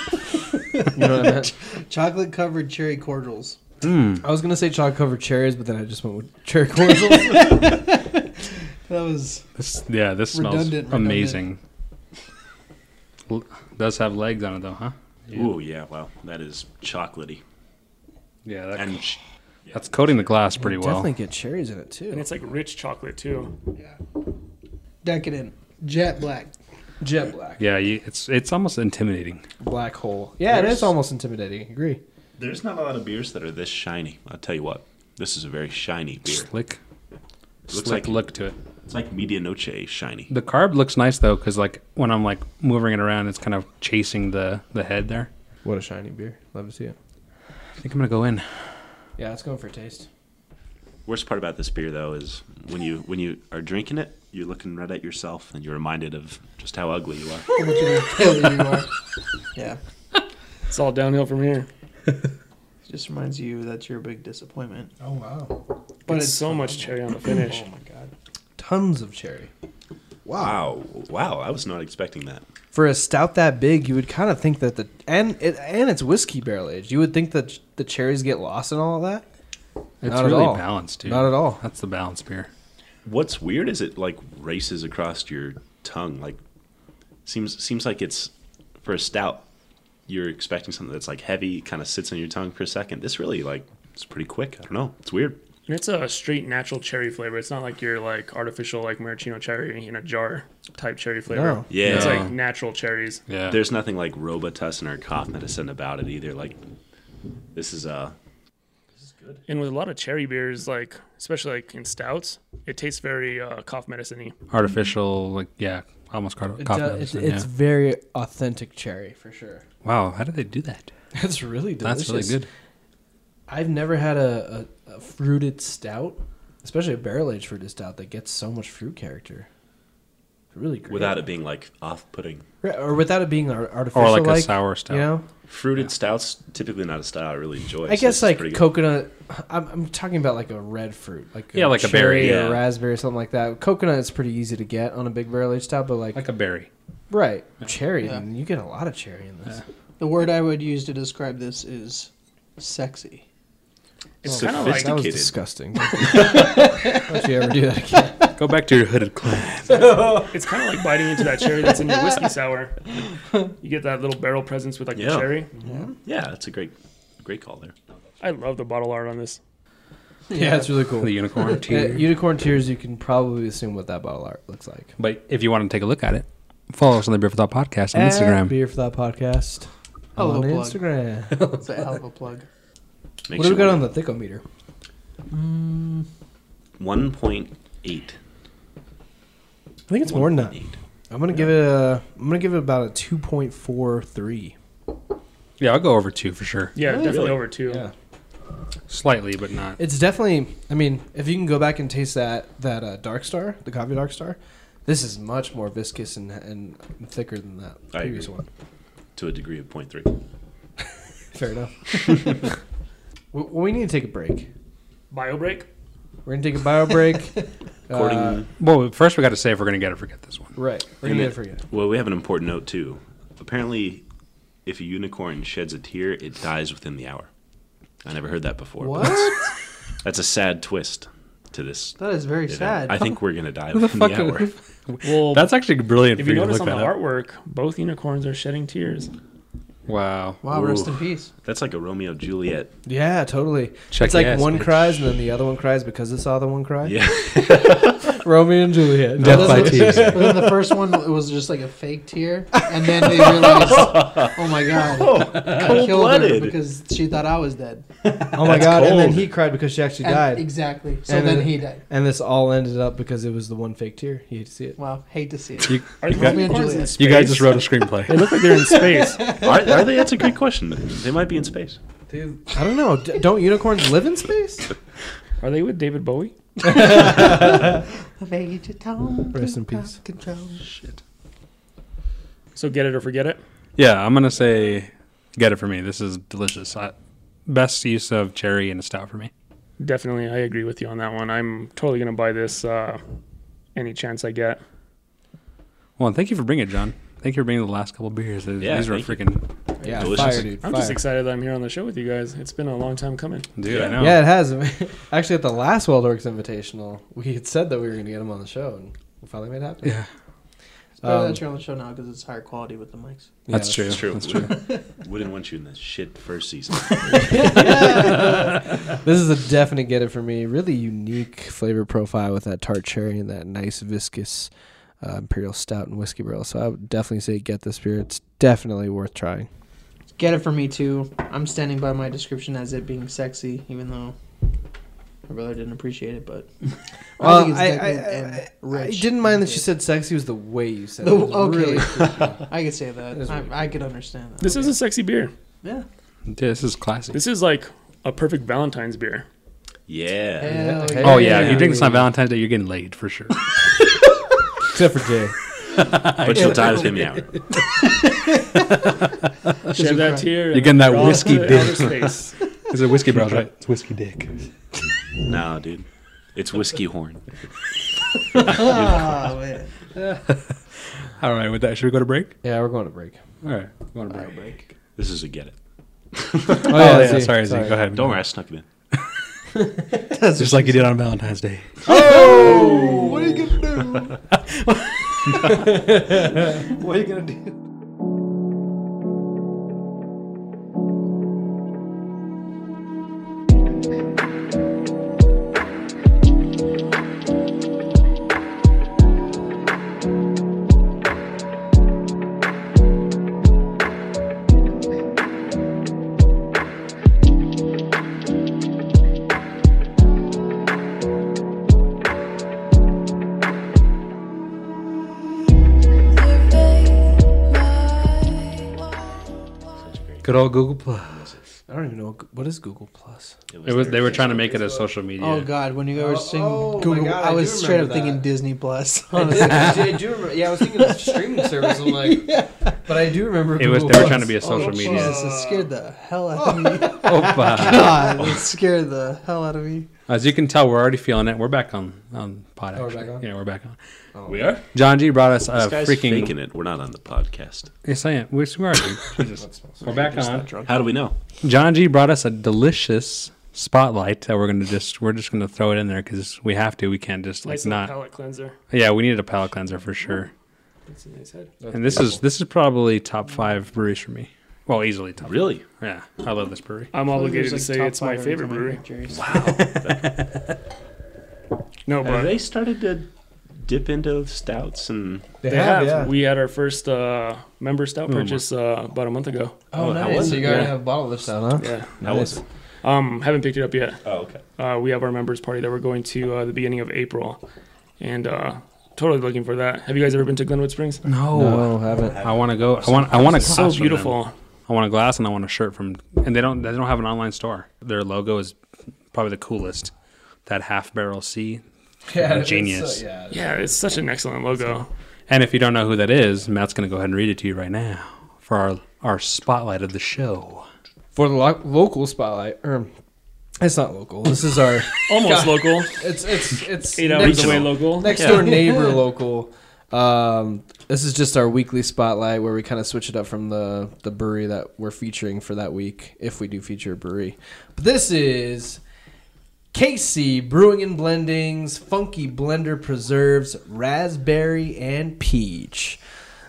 Speaker 4: you know what I meant?
Speaker 5: Chocolate covered cherry cordials.
Speaker 2: Mm.
Speaker 4: I was gonna say chocolate covered cherries, but then I just went with cherry cordials.
Speaker 5: That was
Speaker 2: This, yeah, this smells
Speaker 5: Redundant, redundant.
Speaker 2: amazing. L- Does have legs on it though, huh? Yeah.
Speaker 1: Ooh, yeah, wow. That is chocolatey.
Speaker 2: Yeah, that,
Speaker 1: And ch-
Speaker 2: that's coating the glass pretty
Speaker 4: You
Speaker 2: well.
Speaker 4: Definitely get cherries in it
Speaker 6: And
Speaker 4: too.
Speaker 6: it's like rich chocolate too.
Speaker 5: decadent. Jet black.
Speaker 4: Jet black,
Speaker 2: Yeah, you, it's it's almost intimidating.
Speaker 4: black hole. Yeah, it is
Speaker 1: There's-
Speaker 4: almost intimidating. I agree.
Speaker 1: there's not a lot of beers that are this shiny. I'll tell you what. This is a very shiny beer.
Speaker 2: Slick,
Speaker 1: It looks
Speaker 2: slick
Speaker 1: like
Speaker 2: look to it.
Speaker 1: it's like media noche shiny.
Speaker 2: The carb looks nice though, because like when I'm like moving it around, it's kind of chasing the the head there.
Speaker 4: What a shiny beer. Love to see it.
Speaker 2: I think I'm gonna go in.
Speaker 4: Yeah, it's going for taste.
Speaker 1: Worst part about this beer though is when you when you are drinking it, you're looking right at yourself and you're reminded of just how ugly you are.
Speaker 5: How much of a failure you are. Yeah.
Speaker 6: It's all downhill from here.
Speaker 5: It just reminds you that you're a big disappointment.
Speaker 4: Oh wow.
Speaker 6: But it's, so much cherry on the finish.
Speaker 5: Oh my god.
Speaker 4: Tons of cherry.
Speaker 1: Wow. Wow, I was not expecting that.
Speaker 4: For a stout that big, you would kind of think that the and it, and it's whiskey barrel aged. You would think that the cherries get lost and all that.
Speaker 2: It's
Speaker 4: Not at
Speaker 2: really
Speaker 4: all.
Speaker 2: balanced, dude.
Speaker 4: Not at all.
Speaker 2: That's the balanced beer.
Speaker 1: What's weird is it like races across your tongue. Like seems seems like it's for a stout. You're expecting something that's like heavy, kind of sits on your tongue for a second. This really like it's pretty quick. I don't know. It's weird.
Speaker 6: And it's a straight natural cherry flavor. It's not like your like artificial like maraschino cherry in a jar type cherry flavor.
Speaker 4: No.
Speaker 1: Yeah.
Speaker 6: It's
Speaker 2: No.
Speaker 6: like natural cherries.
Speaker 2: Yeah.
Speaker 1: There's nothing like Robitussin or cough medicine about it either. Like this is uh
Speaker 6: And with a lot of cherry beers, like especially like in stouts, it tastes very uh, cough medicine-y.
Speaker 2: artificial, like yeah, almost car-
Speaker 4: It
Speaker 2: coffee.
Speaker 4: do- it-
Speaker 2: medicine,
Speaker 4: it's
Speaker 2: yeah.
Speaker 4: very authentic cherry for sure.
Speaker 2: Wow, how did they do that?
Speaker 4: That's really delicious.
Speaker 2: That's really good.
Speaker 4: I've never had a, a, a fruited stout, especially a barrel aged fruited stout that gets so much fruit character. It's really great.
Speaker 1: without it being like off-putting.
Speaker 4: Right, or without it being ar- artificial,
Speaker 2: Or like, a
Speaker 4: like,
Speaker 2: sour stout.
Speaker 4: You know,
Speaker 1: Fruited stouts typically not a style I really enjoy.
Speaker 4: I
Speaker 1: so this
Speaker 4: guess
Speaker 1: is pretty
Speaker 4: like
Speaker 1: good.
Speaker 4: coconut. I'm, I'm talking about like a red fruit, like
Speaker 2: Yeah, like a
Speaker 4: cherry
Speaker 1: berry,
Speaker 4: or
Speaker 1: yeah.
Speaker 4: raspberry, or something like that. Coconut is pretty easy to get on a big barrel aged stout, but like,
Speaker 2: Like a berry.
Speaker 4: right cherry,
Speaker 5: Yeah.
Speaker 4: and you get a lot of cherry in this.
Speaker 5: The word I would use to describe this is sexy.
Speaker 6: It's
Speaker 1: Oh,
Speaker 6: kind of
Speaker 1: that's-
Speaker 6: like
Speaker 4: That was
Speaker 1: Sophisticated.
Speaker 4: disgusting. Don't you ever do that again?
Speaker 2: Go back to your hooded clan.
Speaker 6: it's kind of like biting into that cherry that's in your whiskey sour. You get that little barrel presence with like
Speaker 1: Yeah.
Speaker 6: the cherry.
Speaker 1: yeah, that's a great great call there.
Speaker 6: I love the bottle art on this.
Speaker 4: Yeah, it's really cool.
Speaker 2: The unicorn
Speaker 4: Yeah,
Speaker 2: tear.
Speaker 4: unicorn tears. You can probably assume what that bottle art looks like.
Speaker 2: but if you want to take a look at it, follow us on the Beer for Thought podcast on Instagram.
Speaker 4: At Beer for Thought Podcast
Speaker 5: Hello,
Speaker 4: on
Speaker 5: plug.
Speaker 4: Instagram.
Speaker 5: It's a hell of a plug.
Speaker 1: Makes
Speaker 4: what do we
Speaker 1: you
Speaker 4: got on
Speaker 1: wonder.
Speaker 4: the thickometer?
Speaker 1: 1.8.
Speaker 4: I think it's more than that.
Speaker 1: 1.8.
Speaker 4: I'm gonna give it a. I'm gonna give it about a two point four three.
Speaker 2: Yeah, I'll go over two for sure.
Speaker 6: Yeah,
Speaker 1: Really?
Speaker 6: definitely over two.
Speaker 2: Slightly, but not.
Speaker 4: it's definitely. I mean, if you can go back and taste that that uh, Dark Star, the coffee Dark Star, this is much more viscous and and thicker than that
Speaker 1: I
Speaker 4: previous
Speaker 1: agree.
Speaker 4: one.
Speaker 1: to a degree of 0.3.
Speaker 4: Fair enough. we, we need to take a break.
Speaker 6: Bio break.
Speaker 4: We're gonna take a bio break.
Speaker 1: According
Speaker 4: Uh,
Speaker 2: Well, first we got to say if we're going to get or forget this one.
Speaker 4: right. We're
Speaker 1: And
Speaker 4: gonna
Speaker 1: it-
Speaker 4: forget.
Speaker 1: Well, we have an important note too. Apparently, if a unicorn sheds a tear, it dies within the hour. I never heard that before. but
Speaker 5: What?
Speaker 1: That's, that's a sad twist to this.
Speaker 5: That is very
Speaker 1: event.
Speaker 5: sad.
Speaker 1: I think we're gonna die
Speaker 2: Who the
Speaker 1: within the,
Speaker 2: fuck-
Speaker 1: hour.
Speaker 6: Well,
Speaker 2: That's actually brilliant
Speaker 6: if
Speaker 2: for
Speaker 6: you
Speaker 2: you to
Speaker 6: notice
Speaker 2: look
Speaker 6: on
Speaker 2: that
Speaker 6: the
Speaker 2: up.
Speaker 6: artwork, both unicorns are shedding tears.
Speaker 2: Wow.
Speaker 5: Wow, rest
Speaker 1: Ooh.
Speaker 5: in peace.
Speaker 1: That's like a Romeo and Juliet.
Speaker 4: Yeah, totally.
Speaker 2: Check
Speaker 4: it's like
Speaker 2: yes,
Speaker 4: one
Speaker 2: bitch.
Speaker 4: cries and then the other one cries because it's the other one cry.
Speaker 1: Yeah.
Speaker 4: Romeo and Juliet.
Speaker 2: Death
Speaker 5: Well,
Speaker 2: by
Speaker 5: that's
Speaker 2: tears.
Speaker 5: what- But then the first one, it was just like a fake tear, and then they realized, oh my god, I killed her
Speaker 1: Cold-blooded.
Speaker 5: because she thought I was dead.
Speaker 4: Oh my
Speaker 1: That's
Speaker 4: god! And then
Speaker 1: cold.
Speaker 4: he cried because she actually
Speaker 5: And-
Speaker 4: died.
Speaker 5: Exactly. So
Speaker 4: And
Speaker 5: then
Speaker 4: then-
Speaker 5: he died.
Speaker 4: And this all ended up because it was the one fake tear. You hate to see it.
Speaker 5: Wow, hate to see it.
Speaker 2: You,
Speaker 6: Are
Speaker 2: you
Speaker 5: Romeo
Speaker 2: guys,
Speaker 5: and
Speaker 6: unicorns in
Speaker 5: Juliet.
Speaker 6: space?
Speaker 2: you guys just wrote a screenplay.
Speaker 6: They look like they're in space.
Speaker 1: Are, are they? That's a great question. They might be in space.
Speaker 4: Dude, I don't know. D- don't unicorns live in space?
Speaker 6: Are they with David Bowie?
Speaker 4: Rest in peace.
Speaker 6: So get it or forget it.
Speaker 2: Yeah, I'm gonna say, get it for me. This is delicious. I, best use of cherry in a stout for me.
Speaker 6: Definitely, I agree with you on that one. I'm totally gonna buy this uh, any chance I get.
Speaker 2: Well, and thank you for bringing it, John. Thank you for bringing the last couple beers. These,
Speaker 1: Yeah,
Speaker 2: these are
Speaker 1: thank you.
Speaker 2: freaking
Speaker 4: Yeah,
Speaker 1: Delicious.
Speaker 4: fire, dude.
Speaker 6: I'm
Speaker 4: fire.
Speaker 6: just excited that I'm here on the show with you guys. It's been a long time coming.
Speaker 2: dude. I
Speaker 1: Yeah.
Speaker 2: know.
Speaker 4: Yeah, it has. Actually, at the last WeldWorks Invitational, we had said that we were going to get him on the show, and we finally made it happen.
Speaker 2: Yeah,
Speaker 5: It's better
Speaker 4: Um,
Speaker 5: that you're on the show now because it's higher quality with the mics.
Speaker 4: Yeah,
Speaker 2: that's true.
Speaker 1: It's true.
Speaker 2: That's true.
Speaker 1: Wouldn't want you in that shit first season.
Speaker 4: This is a definite get it for me. Really unique flavor profile with that tart cherry and that nice viscous uh, imperial stout and whiskey barrel. So I would definitely say get this beer. It's definitely worth trying.
Speaker 5: Get it for me too. I'm standing by my description as it being sexy, even though my brother didn't appreciate it. But
Speaker 4: Well, I, I,
Speaker 5: decadent and
Speaker 4: I, I
Speaker 5: rich
Speaker 4: didn't mind
Speaker 5: and
Speaker 4: that she
Speaker 5: good.
Speaker 4: said sexy was the way you said
Speaker 5: The-
Speaker 4: it. It was
Speaker 5: okay.
Speaker 4: really-
Speaker 5: I could say
Speaker 4: It is
Speaker 5: that. I, I could understand that.
Speaker 6: This is a sexy beer.
Speaker 5: yeah.
Speaker 2: Yeah, this is classic.
Speaker 6: This is like a perfect Valentine's beer.
Speaker 1: Yeah.
Speaker 5: Hell
Speaker 4: hey.
Speaker 2: oh yeah,
Speaker 4: Yeah.
Speaker 2: if you drink this on Valentine's Day, you're getting laid for sure.
Speaker 4: Except for Jay.
Speaker 1: But sometimes hit me out.
Speaker 6: Shed that
Speaker 5: cry?
Speaker 6: tear.
Speaker 2: You're getting that whiskey
Speaker 6: dick. Space.
Speaker 2: This is a whiskey barrel, right? It's whiskey dick.
Speaker 1: No, dude. It's whiskey horn.
Speaker 5: Ah, man.
Speaker 2: All right, with that, should we go to break?
Speaker 4: Yeah, we're going to break.
Speaker 2: All right, go to break.
Speaker 1: This is a get it.
Speaker 4: Oh,
Speaker 2: Oh yeah, sorry, Z. Go ahead.
Speaker 1: Don't worry, I snuck it in.
Speaker 2: Just like you did on Valentine's Day.
Speaker 4: Oh, what are you going to do?
Speaker 5: What are you gonna do?
Speaker 2: Good old Google Plus.
Speaker 4: I don't even know. what- What is Google Plus?
Speaker 2: It was. They were trying to make it a social media.
Speaker 5: Oh God! When you
Speaker 4: Oh,
Speaker 5: were saying
Speaker 4: oh my
Speaker 5: Google,
Speaker 4: God, I
Speaker 5: I,
Speaker 4: do
Speaker 5: was straight up
Speaker 4: remember
Speaker 5: thinking
Speaker 4: that.
Speaker 5: Disney Plus. Honestly,
Speaker 4: I do remember. Yeah, I was thinking of streaming service. I'm like, but I do remember.
Speaker 2: It was. They were trying to be a social media.
Speaker 5: Oh, Jesus, it scared the hell out of me.
Speaker 2: Opa.
Speaker 5: God, it scared the hell out of me.
Speaker 2: As you can tell, we're already feeling it. We're back on on pod.
Speaker 4: Oh, we're
Speaker 2: actually.
Speaker 4: back on? Oh.
Speaker 2: Yeah, we're back on.
Speaker 1: We are.
Speaker 2: John G brought us a
Speaker 1: This guy's
Speaker 2: freaking.
Speaker 1: faking it. We're not on the podcast.
Speaker 2: Yes, I am. We're, we are, dude. Jesus. We're back on.
Speaker 1: How do we know?
Speaker 2: John G brought us a delicious spotlight that we're gonna just we're just gonna throw it in there because we have to. We can't just like
Speaker 6: Nice little
Speaker 2: not.
Speaker 6: palate cleanser.
Speaker 2: Yeah, we needed a palate cleanser for sure.
Speaker 6: That's a nice head.
Speaker 2: And this is this is probably top five breweries for me. Well, easily top.
Speaker 1: Really?
Speaker 2: Yeah, I love this brewery.
Speaker 6: I'm obligated
Speaker 5: There's, like,
Speaker 6: to say
Speaker 5: top
Speaker 6: it's my
Speaker 5: five
Speaker 6: favorite
Speaker 5: every time I
Speaker 6: brewery.
Speaker 5: make Jerry's.
Speaker 6: No,
Speaker 1: Have
Speaker 6: but
Speaker 1: they started to dip into stouts and
Speaker 4: They,
Speaker 6: They have. We had our first uh, member stout
Speaker 2: my.
Speaker 6: purchase uh, about a month ago.
Speaker 1: Oh, how was
Speaker 4: So
Speaker 1: it?
Speaker 4: you already
Speaker 6: Yeah.
Speaker 4: have a bottle list down, huh?
Speaker 6: Yeah.
Speaker 1: how was it?
Speaker 6: Um, haven't picked it up yet.
Speaker 1: Oh, okay.
Speaker 6: Uh, we have our members party that we're going to uh, the beginning of April, and uh, totally looking for that. Have you guys ever been to Glenwood Springs?
Speaker 2: No,
Speaker 4: No, haven't.
Speaker 2: I want to go. I want. I want a glass.
Speaker 6: so
Speaker 2: from them.
Speaker 6: beautiful.
Speaker 2: I want a glass and I want a shirt from. And they don't. They don't have an online store. Their logo is probably the coolest. That half barrel C.
Speaker 4: it's, uh,
Speaker 2: Genius.
Speaker 4: yeah.
Speaker 6: Yeah, it's such an excellent logo.
Speaker 2: And if you don't know who that is, Matt's going to go ahead and read it to you right now for our our spotlight of the show.
Speaker 4: For the lo- local spotlight, er, it's not local. This is our.
Speaker 6: Almost local,
Speaker 4: It's it's it's
Speaker 6: eight
Speaker 4: next,
Speaker 6: hours away local.
Speaker 4: next door neighbor local. Um, this is just our weekly spotlight where we kind of switch it up from the the brewery that we're featuring for that week, if we do feature a brewery. But this is Casey Brewing and Blendings Funky Blender Preserves Raspberry and Peach.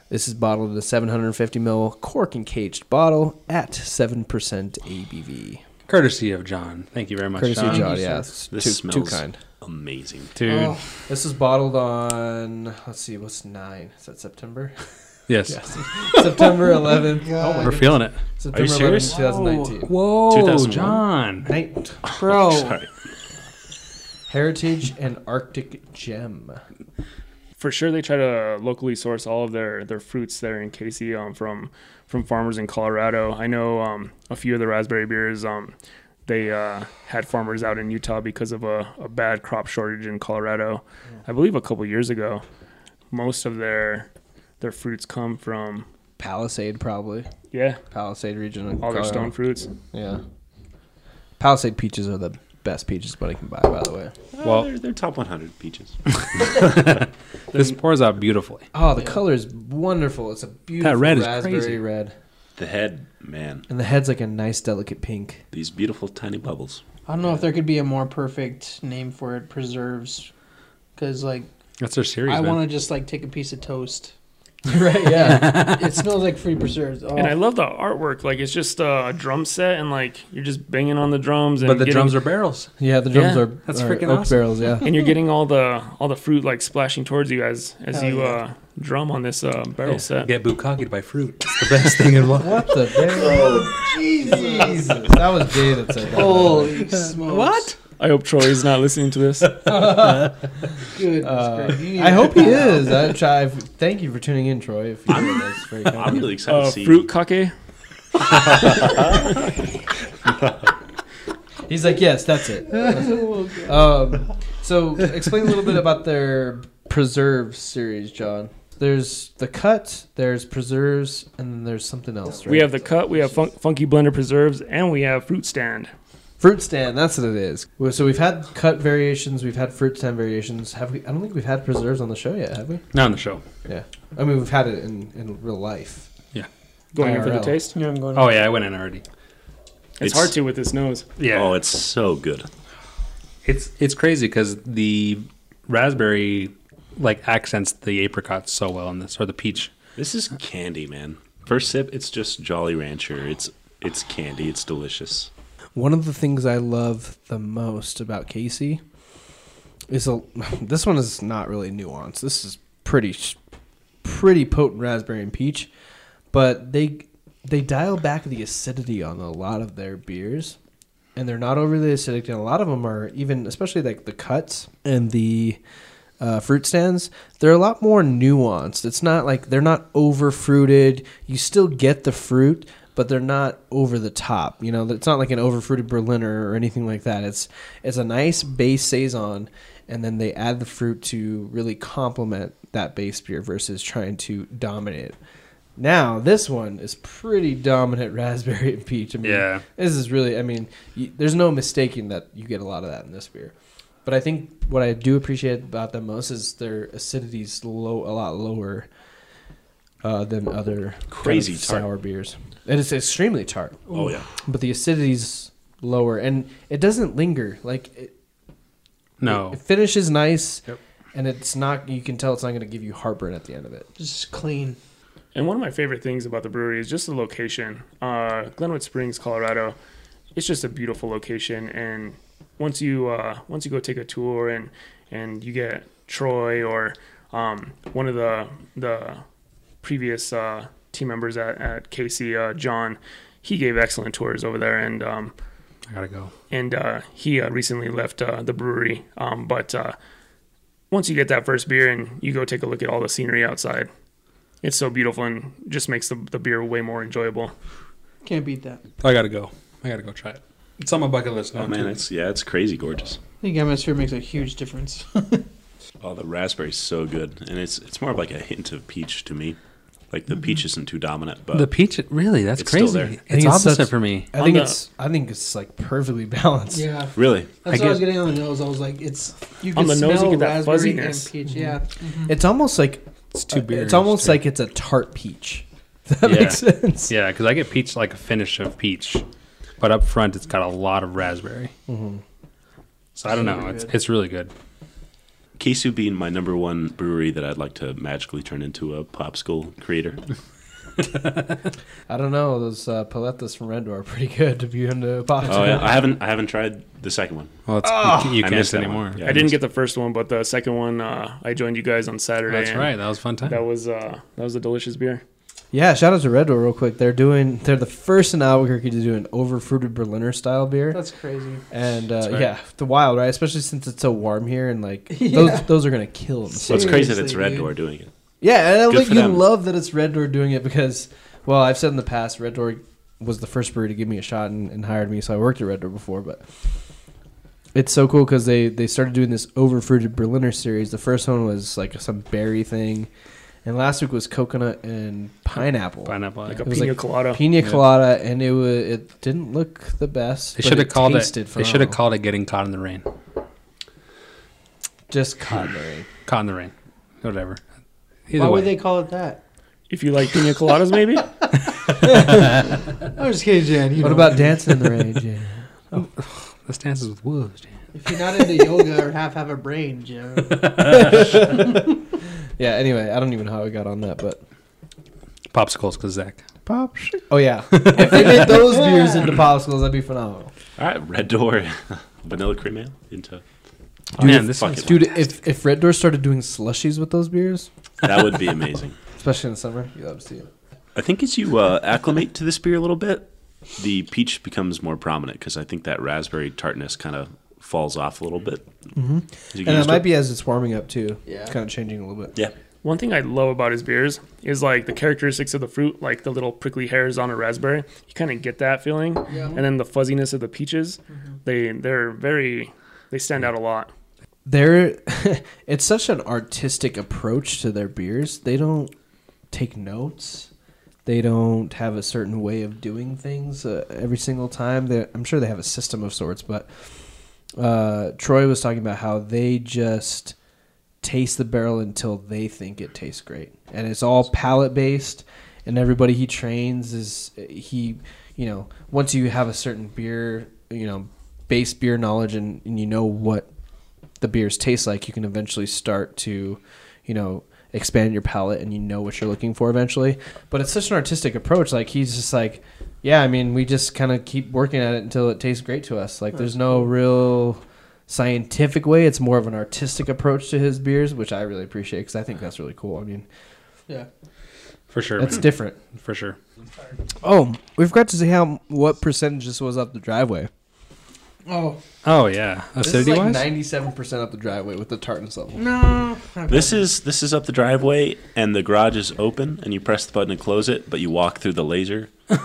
Speaker 4: This is bottled in a 750 ml cork and caged bottle at 7% ABV.
Speaker 2: Courtesy of John. Thank you very much,
Speaker 4: Courtesy
Speaker 2: John.
Speaker 4: of John,
Speaker 5: Thank you,
Speaker 4: yeah.
Speaker 5: sir.
Speaker 4: it's
Speaker 1: This
Speaker 4: too,
Speaker 1: smells
Speaker 4: too kind.
Speaker 1: Amazing.
Speaker 2: Dude.
Speaker 5: Oh,
Speaker 4: This is bottled on, let's see, what's nine? Is that September?
Speaker 2: Yes.
Speaker 4: Yes. September 11th.
Speaker 5: God.
Speaker 4: Oh my
Speaker 2: We're feeling it.
Speaker 4: September
Speaker 1: serious?
Speaker 4: 11th, 2019.
Speaker 2: Whoa,
Speaker 1: 2001?
Speaker 2: John.
Speaker 4: Night.
Speaker 5: bro.
Speaker 1: Sorry.
Speaker 4: Heritage and Arctic Gem.
Speaker 6: for sure they try to locally source all of their their fruits there in Casey um, from from farmers in Colorado. I know um, a few of the raspberry beers um, they uh, had farmers out in Utah because of a, a bad crop shortage in Colorado. I believe a couple years ago. Most of their their fruits come from
Speaker 4: Palisade, probably.
Speaker 6: yeah
Speaker 4: Palisade region. of
Speaker 6: all their
Speaker 4: Colorado.
Speaker 6: stone fruits.
Speaker 4: Yeah. Palisade peaches are the best peaches money can buy, by the way.
Speaker 2: Well-
Speaker 1: well, they're, they're top 100 peaches.
Speaker 2: This pours out beautifully.
Speaker 4: Oh, the color is wonderful. It's a beautiful
Speaker 2: red is
Speaker 4: raspberry
Speaker 2: crazy.
Speaker 4: red.
Speaker 1: The head, man,
Speaker 4: And the head's like a nice, delicate pink.
Speaker 1: these beautiful tiny bubbles.
Speaker 5: I don't know if there could be a more perfect name for it. Preserves, because like
Speaker 2: That's their series,
Speaker 5: I
Speaker 2: man.
Speaker 5: want to just like take a piece of toast.
Speaker 4: right, yeah.
Speaker 5: it smells like free preserves. Oh,
Speaker 6: And I love the artwork. Like it's just uh, a drum set and like you're just banging on the drums. And
Speaker 2: but the
Speaker 6: getting-
Speaker 2: drums are barrels.
Speaker 4: Yeah, the drums
Speaker 6: Yeah,
Speaker 4: are,
Speaker 2: that's
Speaker 4: are
Speaker 2: freaking
Speaker 4: oak
Speaker 2: awesome.
Speaker 4: barrels, yeah.
Speaker 6: and you're getting all the all the fruit like splashing towards you as as
Speaker 5: Hell
Speaker 6: you
Speaker 5: yeah.
Speaker 6: uh, drum on this uh,
Speaker 1: Oh,
Speaker 6: barrel set.
Speaker 2: Get bukkake by fruit. It's the best thing in life.
Speaker 4: What the Oh, Jesus. Oh, that was Jay that said that.
Speaker 5: Oh, holy smokes! What?
Speaker 6: I hope Troy's not listening to this. Uh,
Speaker 5: Good.
Speaker 4: Uh, I hope he is. I try. Thank you for tuning in, Troy. If you hear this, very kind of
Speaker 1: I'm
Speaker 4: you.
Speaker 1: really excited
Speaker 6: Uh,
Speaker 1: to see
Speaker 6: fruit kake.
Speaker 4: He's like, yes, that's it. um, so explain a little bit about their preserves series, John. There's the cut, there's preserves, and then there's something else. Right?
Speaker 6: We have the cut. We have fun- funky blender preserves, and we have fruit stand.
Speaker 4: fruit stand. That's what it is. Well, So we've had cut variations, we've had fruit stand variations. Have we? I don't think we've had preserves on the show yet, have we?
Speaker 2: Not on the show.
Speaker 4: Yeah. I mean, we've had it in, in real life.
Speaker 6: Going in for the
Speaker 4: IRL.
Speaker 6: taste.
Speaker 5: Yeah, I'm going.
Speaker 2: Oh, yeah, I went in already.
Speaker 6: It's,
Speaker 1: It's-
Speaker 6: hard to with this nose.
Speaker 1: it.
Speaker 2: Yeah.
Speaker 1: Oh, it's so good.
Speaker 2: It's it's crazy because the raspberry like accents the apricot so well in this, or the peach.
Speaker 1: This is candy, man. First sip, it's just Jolly Rancher. It's it's candy. It's delicious.
Speaker 4: One of the things I love the most about Casey is a, this one is not really nuanced. This is pretty sh- pretty potent raspberry and peach, but they they dial back the acidity on a lot of their beers, and they're not overly acidic. And a lot of them are even, especially like the cuts and the uh, fruit stands, they're a lot more nuanced. It's not like they're not over fruited. You still get the fruit, but they're not over the top. You know, it's not like an over fruited Berliner or anything like that. It's it's a nice base saison, and then they add the fruit to really complement that base beer versus trying to dominate. it. Now this one is pretty dominant raspberry and peach. I mean,
Speaker 2: Yeah.
Speaker 4: this is really. I mean, y there's no mistaking that you get a lot of that in this beer. But I think what I do appreciate about them most is their acidity's low, a lot lower uh, than other kind of
Speaker 1: Crazy tart.
Speaker 4: sour beers. And it's extremely tart,
Speaker 1: Oh yeah.
Speaker 4: but the acidity's lower, and it doesn't linger. Like it,
Speaker 2: No,
Speaker 4: it finishes nice,
Speaker 2: Yep.
Speaker 4: and it's not. You can tell it's not going to give you heartburn at the end of it.
Speaker 5: Just clean.
Speaker 6: And one of my favorite things about the brewery is just the location. Uh, Glenwood Springs, Colorado. It's just a beautiful location, and once you uh, once you go take a tour and and you get Troy or um, one of the the previous uh, team members at, at Casey, uh, John, he gave excellent tours over there, and um,
Speaker 2: I gotta go.
Speaker 6: and uh, he uh, recently left uh, the brewery. Um, but uh, once you get that first beer and you go take a look at all the scenery outside, it's so beautiful and just makes the, the beer way more enjoyable.
Speaker 5: Can't beat that.
Speaker 2: I gotta go. I gotta go try it. It's on my bucket list now.
Speaker 1: Oh man,
Speaker 2: too.
Speaker 1: it's yeah, it's crazy gorgeous.
Speaker 5: I think atmosphere makes a huge difference.
Speaker 1: Oh, the raspberry's so good, and it's it's more of like a hint of peach to me. Like the peach isn't too dominant, but
Speaker 2: the peach. Really, that's
Speaker 1: It's still
Speaker 2: crazy.
Speaker 1: there. I
Speaker 2: It's,
Speaker 4: think it's
Speaker 2: opposite
Speaker 4: such-
Speaker 2: for me.
Speaker 4: I
Speaker 6: On
Speaker 4: think
Speaker 6: the-
Speaker 4: it's. I think it's like perfectly balanced.
Speaker 5: yeah.
Speaker 1: really,
Speaker 5: That's
Speaker 2: I
Speaker 5: what I was getting on the nose. I was like, it's you
Speaker 6: On
Speaker 5: can
Speaker 6: the
Speaker 5: smell
Speaker 6: nose, you get that
Speaker 5: raspberry
Speaker 6: fuzziness.
Speaker 5: and peach. Yeah,
Speaker 4: It's almost like
Speaker 2: It's
Speaker 4: uh,
Speaker 2: two beers.
Speaker 4: It's almost
Speaker 2: too.
Speaker 4: like it's a tart peach. Does that
Speaker 2: Yeah.
Speaker 4: makes sense.
Speaker 2: yeah, because I get peach like a finish of peach, but up front it's got a lot of raspberry.
Speaker 4: Mhm.
Speaker 2: So I don't know. It's it's really good.
Speaker 1: Kesu being my number one brewery that I'd like to magically turn into a popsicle creator.
Speaker 4: I don't know. Those uh, paletas from Red Door are pretty good. If you into a box,
Speaker 1: oh yeah, I haven't I haven't tried the second one.
Speaker 2: Well, it's, Ah! you, you
Speaker 1: I
Speaker 2: can't
Speaker 1: missed that one.
Speaker 2: anymore.
Speaker 1: Yeah,
Speaker 6: I didn't get the first one, but the second one, uh, I joined you guys on Saturday.
Speaker 2: That's
Speaker 6: and
Speaker 2: right. That was a fun time.
Speaker 6: That was uh, that was a delicious beer.
Speaker 4: yeah. Shout out to Red Door real quick. They're doing. They're the first in Albuquerque to do an overfruited Berliner style beer.
Speaker 5: That's crazy.
Speaker 4: And uh,
Speaker 2: right.
Speaker 4: yeah, the wild, right? Especially since it's so warm here, and like
Speaker 5: Yeah.
Speaker 4: those those are gonna kill them.
Speaker 1: Well, it's crazy that it's
Speaker 5: Seriously,
Speaker 1: Red
Speaker 5: dude.
Speaker 1: Door doing it.
Speaker 4: Yeah, and I
Speaker 1: Good
Speaker 4: think
Speaker 1: for
Speaker 4: you
Speaker 1: them.
Speaker 4: love that it's Red Door doing it because, well, I've said in the past, Red Door was the first brewery to give me a shot and, and hired me, so I worked at Red Door before, but it's so cool because they, they started doing this overfruited Berliner series. The first one was like some berry thing, and last week was coconut and pineapple.
Speaker 2: Pineapple.
Speaker 6: Like
Speaker 2: yeah.
Speaker 6: a
Speaker 4: It was
Speaker 6: pina
Speaker 4: like
Speaker 6: colada.
Speaker 4: Pina
Speaker 2: Yeah.
Speaker 4: colada, and it wa it didn't look the best.
Speaker 2: They
Speaker 4: but
Speaker 2: should have
Speaker 4: it
Speaker 2: called it.
Speaker 4: tasted
Speaker 2: They should have
Speaker 4: phenomenal.
Speaker 2: called it "Getting Caught in the Rain."
Speaker 4: just cotton berry.
Speaker 2: Caught in the rain, whatever. Either
Speaker 5: Why
Speaker 2: way,
Speaker 5: would they call it that?
Speaker 6: if you like pina coladas, maybe.
Speaker 5: I'm just kidding, Jan. You
Speaker 4: What
Speaker 5: know.
Speaker 4: about dancing in the rain, Jay?
Speaker 2: this dances with wolves. dude.
Speaker 5: if you're not into yoga or half have a brain, Joe?
Speaker 4: Yeah. Anyway, I don't even know how I got on that, but
Speaker 2: Popsicles, because Zach.
Speaker 4: Pop Oh yeah. if they made those beers into popsicles, that'd be phenomenal.
Speaker 1: All right, Red Door, vanilla cream ale into.
Speaker 2: Dude, Man, this
Speaker 1: fuck
Speaker 2: sounds
Speaker 1: it.
Speaker 4: Dude, if, if Red Door started doing slushies with those beers,
Speaker 1: that would be amazing.
Speaker 4: especially in the summer, you'd love to see it.
Speaker 1: I think as you uh, acclimate to this beer a little bit, the peach becomes more prominent because I think that raspberry tartness kind of falls off a little bit.
Speaker 4: Mm-hmm.
Speaker 1: as you get
Speaker 4: And it
Speaker 1: used to
Speaker 4: might be as it's warming up too.
Speaker 5: Yeah.
Speaker 4: It's kind of changing a little bit.
Speaker 1: Yeah,
Speaker 6: One thing I love about his beers is like the characteristics of the fruit, like the little prickly hairs on a raspberry. You kind of get that feeling,
Speaker 5: Yeah.
Speaker 6: and then the fuzziness of the peaches.
Speaker 4: Mm-hmm.
Speaker 6: They they're very they stand out a lot.
Speaker 4: They're it's such an artistic approach to their beers. They don't take notes. They don't have a certain way of doing things uh, every single time. They, I'm sure they have a system of sorts, but uh, Troy was talking about how they just taste the barrel until they think it tastes great, and it's all palate based. And everybody he trains is he, you know, once you have a certain beer, you know, base beer knowledge, and, and you know what the beers taste like, you can eventually start to, you know, expand your palate and you know what you're looking for eventually. But it's such an artistic approach. Like he's just like, yeah, I mean, we just kind of keep working at it until it tastes great to us. Like there's no real scientific way. It's more of an artistic approach to his beers, which I really appreciate because I think that's really cool. I mean,
Speaker 5: Yeah.
Speaker 2: For sure,
Speaker 4: that's
Speaker 2: man.
Speaker 4: different.
Speaker 2: for sure.
Speaker 4: Oh, we forgot to say how what percentage this was up the driveway.
Speaker 5: Oh
Speaker 2: Oh yeah, acidity wise.
Speaker 4: ninety-seven percent up the driveway with the tartness level.
Speaker 5: no.
Speaker 1: this is this is up the driveway, and the garage is open, and you press the button to close it, but you walk through the laser. so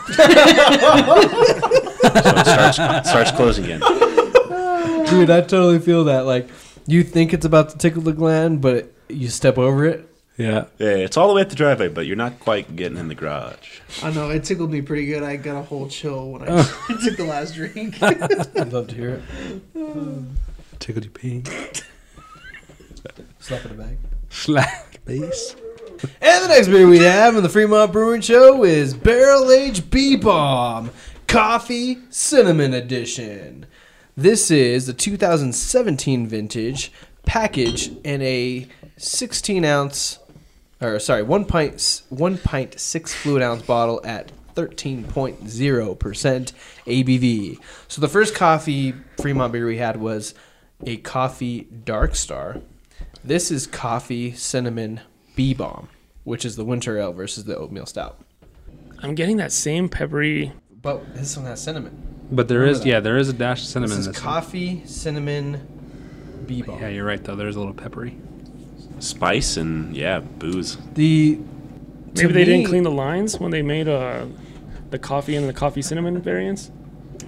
Speaker 1: it starts, it starts closing again.
Speaker 4: Dude, I totally feel that. Like, you think it's about to tickle the gland, but you step over it.
Speaker 2: yeah,
Speaker 1: Yeah, it's all the way up the driveway, but you're not quite getting in the garage.
Speaker 5: I know it tickled me pretty good. I got a whole chill when I took the last drink.
Speaker 4: I'd love to hear it.
Speaker 2: tickled your pink.
Speaker 4: Slap in the bag.
Speaker 2: Slap bass.
Speaker 4: And the next beer we have on the Fremont Brewing Show is Barrel Aged Bee Bomb Coffee Cinnamon Edition. This is the 2017 vintage package in a 16 ounce, or sorry, one pint, s- one pint six fluid ounce bottle at 13.0% ABV. So the first coffee Fremont beer we had was a coffee Dark Star. This is coffee cinnamon bee bomb, which is the winter ale versus the oatmeal stout.
Speaker 6: I'm getting that same peppery.
Speaker 4: But this one has cinnamon.
Speaker 2: But there is
Speaker 4: Remember that.
Speaker 2: yeah, there is a dash of cinnamon.
Speaker 4: This is
Speaker 2: in this one.
Speaker 4: coffee cinnamon bee bomb.
Speaker 2: Yeah, you're right though. There's a little peppery.
Speaker 1: Spice and yeah, booze.
Speaker 4: The to
Speaker 6: Maybe they
Speaker 4: me-
Speaker 6: didn't clean the lines when they made uh, the coffee and the coffee cinnamon variants.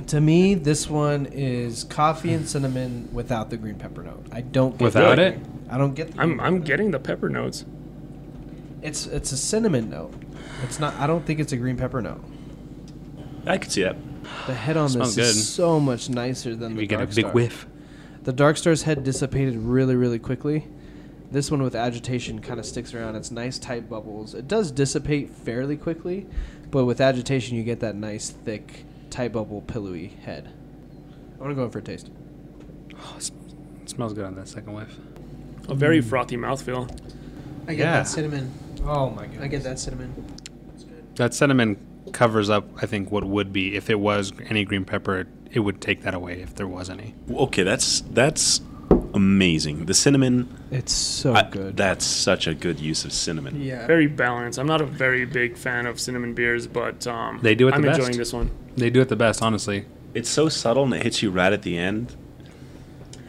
Speaker 4: To me, this one is coffee and cinnamon without the green pepper note. I don't get
Speaker 2: Without
Speaker 4: the-
Speaker 2: it?
Speaker 4: I don't get. The,
Speaker 6: I'm I'm getting the pepper notes.
Speaker 4: it's it's a cinnamon note. It's not. I don't think it's a green pepper note.
Speaker 1: I could see that.
Speaker 4: The head on this
Speaker 2: Smells good.
Speaker 4: is so much nicer than the
Speaker 2: you get a
Speaker 4: Dark
Speaker 2: big
Speaker 4: Star.
Speaker 2: whiff.
Speaker 4: The Dark Star's head dissipated really, really quickly. This one with agitation kind of sticks around. It's nice, tight bubbles. It does dissipate fairly quickly, but with agitation, you get that nice, thick, tight bubble, pillowy head. I'm gonna go in for a taste.
Speaker 2: Oh, it smells- it smells good on that second whiff.
Speaker 6: A
Speaker 4: Mm.
Speaker 6: very frothy mouthfeel.
Speaker 5: I get
Speaker 2: Yeah.
Speaker 5: that cinnamon.
Speaker 4: Oh my god.
Speaker 5: I get that cinnamon. It's good.
Speaker 2: That cinnamon covers up, I think, what would be if it was any green pepper. It would take that away if there was any.
Speaker 1: Okay, that's that's amazing. The cinnamon.
Speaker 4: It's so
Speaker 1: I-
Speaker 4: good.
Speaker 1: That's such a good use of cinnamon.
Speaker 5: Yeah.
Speaker 6: Very balanced. I'm not a very big fan of cinnamon beers, but um,
Speaker 2: They do it the
Speaker 6: I'm
Speaker 2: best.
Speaker 6: enjoying this one.
Speaker 2: They do it the best, honestly.
Speaker 1: It's so subtle and it hits you right at the end.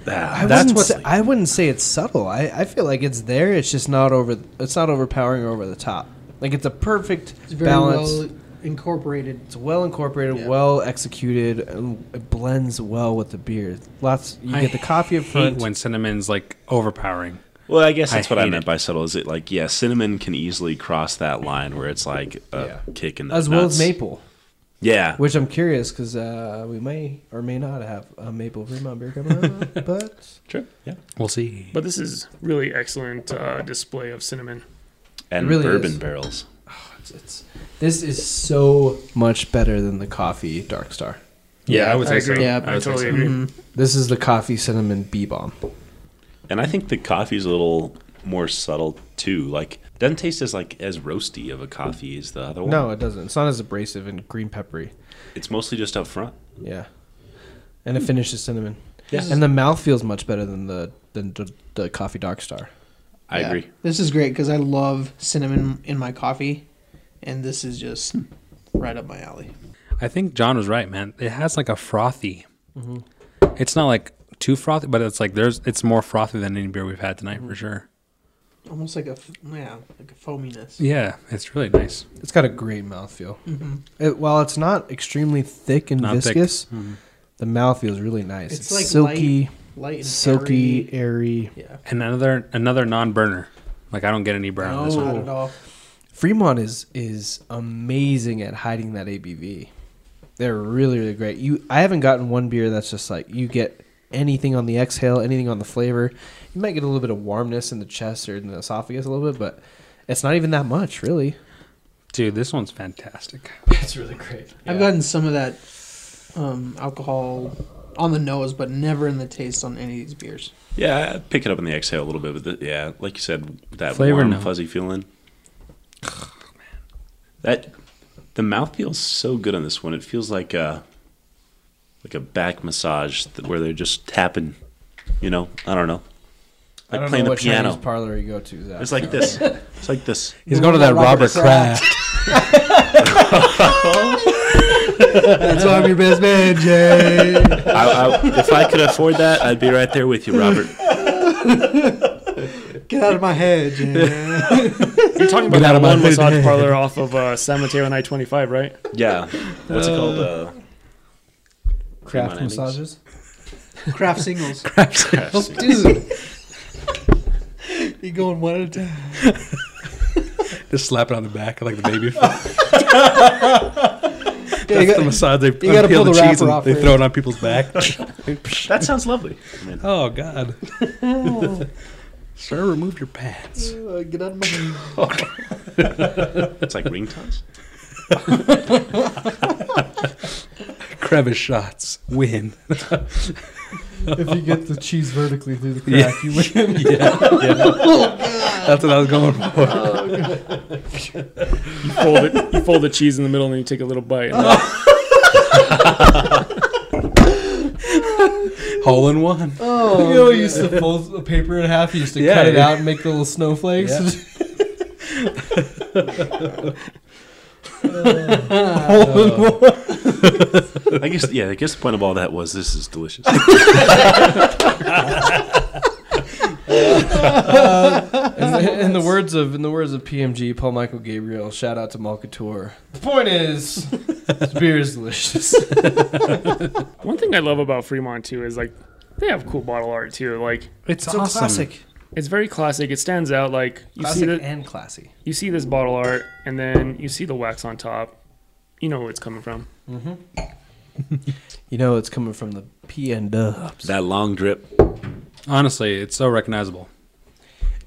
Speaker 1: Ah,
Speaker 4: I
Speaker 2: That's
Speaker 4: wouldn't
Speaker 2: what's-
Speaker 4: say, I wouldn't say it's subtle. I, I feel like it's there. It's just not over. It's not overpowering or over the top. Like it's a perfect
Speaker 5: It's very
Speaker 4: balance.
Speaker 5: well incorporated.
Speaker 4: it's well incorporated,
Speaker 5: Yeah.
Speaker 4: well executed, and it blends well with the beer. Lots. You
Speaker 2: I
Speaker 4: get the coffee up
Speaker 2: hate
Speaker 4: front.
Speaker 2: when cinnamon's like overpowering.
Speaker 1: well, I guess
Speaker 2: I
Speaker 1: that's what I
Speaker 2: hate
Speaker 1: meant
Speaker 2: it.
Speaker 1: by subtle. Is it like yeah, cinnamon can easily cross that line where it's like a
Speaker 4: Yeah.
Speaker 1: kick in the
Speaker 4: as well
Speaker 1: nuts.
Speaker 4: as maple,
Speaker 1: Yeah,
Speaker 4: which I'm curious because uh, we may or may not have a maple Vermont beer coming out, but
Speaker 6: True.
Speaker 1: yeah,
Speaker 2: We'll see.
Speaker 6: But this is really excellent uh, display of cinnamon.
Speaker 1: and
Speaker 4: really
Speaker 1: bourbon
Speaker 4: is.
Speaker 1: barrels.
Speaker 4: it's, it's this is so much better than the coffee Dark Star.
Speaker 2: Yeah, Mm-hmm. I would
Speaker 6: I
Speaker 2: say so.
Speaker 6: agree.
Speaker 4: Yeah,
Speaker 6: I,
Speaker 2: would say
Speaker 6: totally
Speaker 2: so.
Speaker 6: agree.
Speaker 4: This is the coffee cinnamon bee bomb.
Speaker 1: And I think the coffee's a little more subtle too. Like doesn't taste as like as roasty of a coffee as the other one.
Speaker 4: No, it doesn't. It's not as abrasive and green peppery.
Speaker 1: it's mostly just up front.
Speaker 4: Yeah, and it finishes cinnamon.
Speaker 5: Yeah.
Speaker 4: and the mouth feels much better than the than the, the coffee dark star.
Speaker 1: I
Speaker 5: Yeah.
Speaker 1: agree.
Speaker 5: This is great because I love cinnamon in my coffee, and this is just right up my alley.
Speaker 2: I think John was right, man. It has like a frothy.
Speaker 4: Mm-hmm.
Speaker 2: It's not like too frothy, but it's like there's. It's more frothy than any beer we've had tonight
Speaker 4: Mm-hmm.
Speaker 2: for sure.
Speaker 5: Almost like a f- yeah, like a foaminess.
Speaker 2: Yeah, it's really nice.
Speaker 4: It's got a great mouthfeel.
Speaker 5: hmm
Speaker 4: It, while it's not extremely thick and
Speaker 2: Not thick.
Speaker 4: viscous,
Speaker 1: Mm-hmm.
Speaker 4: the mouth feels really nice. It's,
Speaker 5: It's like
Speaker 4: silky,
Speaker 5: Light and
Speaker 4: silky, airy.
Speaker 5: airy. Yeah.
Speaker 2: And another another non-burner. Like I don't get any burn on this
Speaker 5: no,
Speaker 4: Oh.
Speaker 2: one.
Speaker 5: not at all.
Speaker 4: Fremont is is amazing at hiding that ABV. They're really really great. You I haven't gotten one beer that's just like you get anything on the exhale, anything on the flavor. You might get a little bit of warmness in the chest or in the esophagus a little bit, but it's not even that much, really.
Speaker 2: Dude, this one's fantastic.
Speaker 4: It's really great.
Speaker 5: I've gotten some of that um, alcohol on the nose, but never in the taste on any of these beers.
Speaker 1: Yeah, I pick it up in the exhale a little bit, but the, yeah, like you said, that
Speaker 2: Flavor
Speaker 1: warm,
Speaker 2: note.
Speaker 1: fuzzy feeling. That the mouth feels so good on this one. It feels like a like a back massage th- where they're just tapping. You know, I don't know,
Speaker 4: I
Speaker 1: like
Speaker 4: don't
Speaker 1: playing
Speaker 4: know
Speaker 1: the
Speaker 4: what
Speaker 1: piano.
Speaker 4: Chinese parlor you go to, Zach.
Speaker 1: It's like this. It's like this.
Speaker 2: He's going to that Robert Kraft.
Speaker 4: That's why I'm your best man, Jay.
Speaker 1: I, I, if I could afford that, I'd be right there with you, Robert.
Speaker 5: Get out of my head,
Speaker 6: You're talking about
Speaker 2: Get out
Speaker 6: that
Speaker 2: of my
Speaker 6: one
Speaker 2: hood.
Speaker 6: massage parlor off of uh, San Mateo and I-25, right?
Speaker 1: Yeah. What's it called? Uh,
Speaker 4: Craft
Speaker 1: Fremont Innings.
Speaker 4: massages.
Speaker 5: Craft singles.
Speaker 4: Dude,
Speaker 5: you going one at a time.
Speaker 2: Just slap it on the back like the baby.
Speaker 4: you
Speaker 2: That's the
Speaker 4: got,
Speaker 2: massage. They
Speaker 4: gotta
Speaker 2: unpeel
Speaker 4: pull
Speaker 2: the,
Speaker 4: the
Speaker 2: cheese
Speaker 4: wrapper
Speaker 2: and
Speaker 4: off
Speaker 2: they
Speaker 4: first.
Speaker 2: throw it on people's back.
Speaker 1: that sounds lovely. I mean,
Speaker 2: oh God, sir, remove your pants.
Speaker 5: Uh, Get out of my head.
Speaker 1: it's like ring toss.
Speaker 2: Crevice shots win.
Speaker 4: if you get the cheese vertically through the crack,
Speaker 2: Yeah.
Speaker 4: you win.
Speaker 2: yeah,
Speaker 4: Oh,
Speaker 2: that's what I was going for.
Speaker 6: You fold it. You fold the cheese in the middle, and then you take a little bite.
Speaker 2: Hole in one.
Speaker 4: Oh, you know, you used to fold the paper in half. You used to
Speaker 2: Yeah,
Speaker 4: cut it
Speaker 2: yeah.
Speaker 4: out and make the little snowflakes.
Speaker 1: I guess. Yeah. I guess the point of all that was this is delicious.
Speaker 4: in, the, in the words of in the words of PMG, Paul Michael Gabriel, shout out to Malkator. The point is, this beer is delicious.
Speaker 6: One thing I love about Fremont too is like they have cool bottle art too. Like
Speaker 2: It's
Speaker 4: so
Speaker 2: awesome.
Speaker 4: classic,
Speaker 6: it's very classic. It stands out. Like you see
Speaker 4: classic
Speaker 6: the,
Speaker 4: and classy.
Speaker 6: you see this bottle art, and then you see the wax on top. You know where it's coming from.
Speaker 4: You know, it's coming from the P and Dubs,
Speaker 1: that long drip.
Speaker 2: Honestly, it's so recognizable.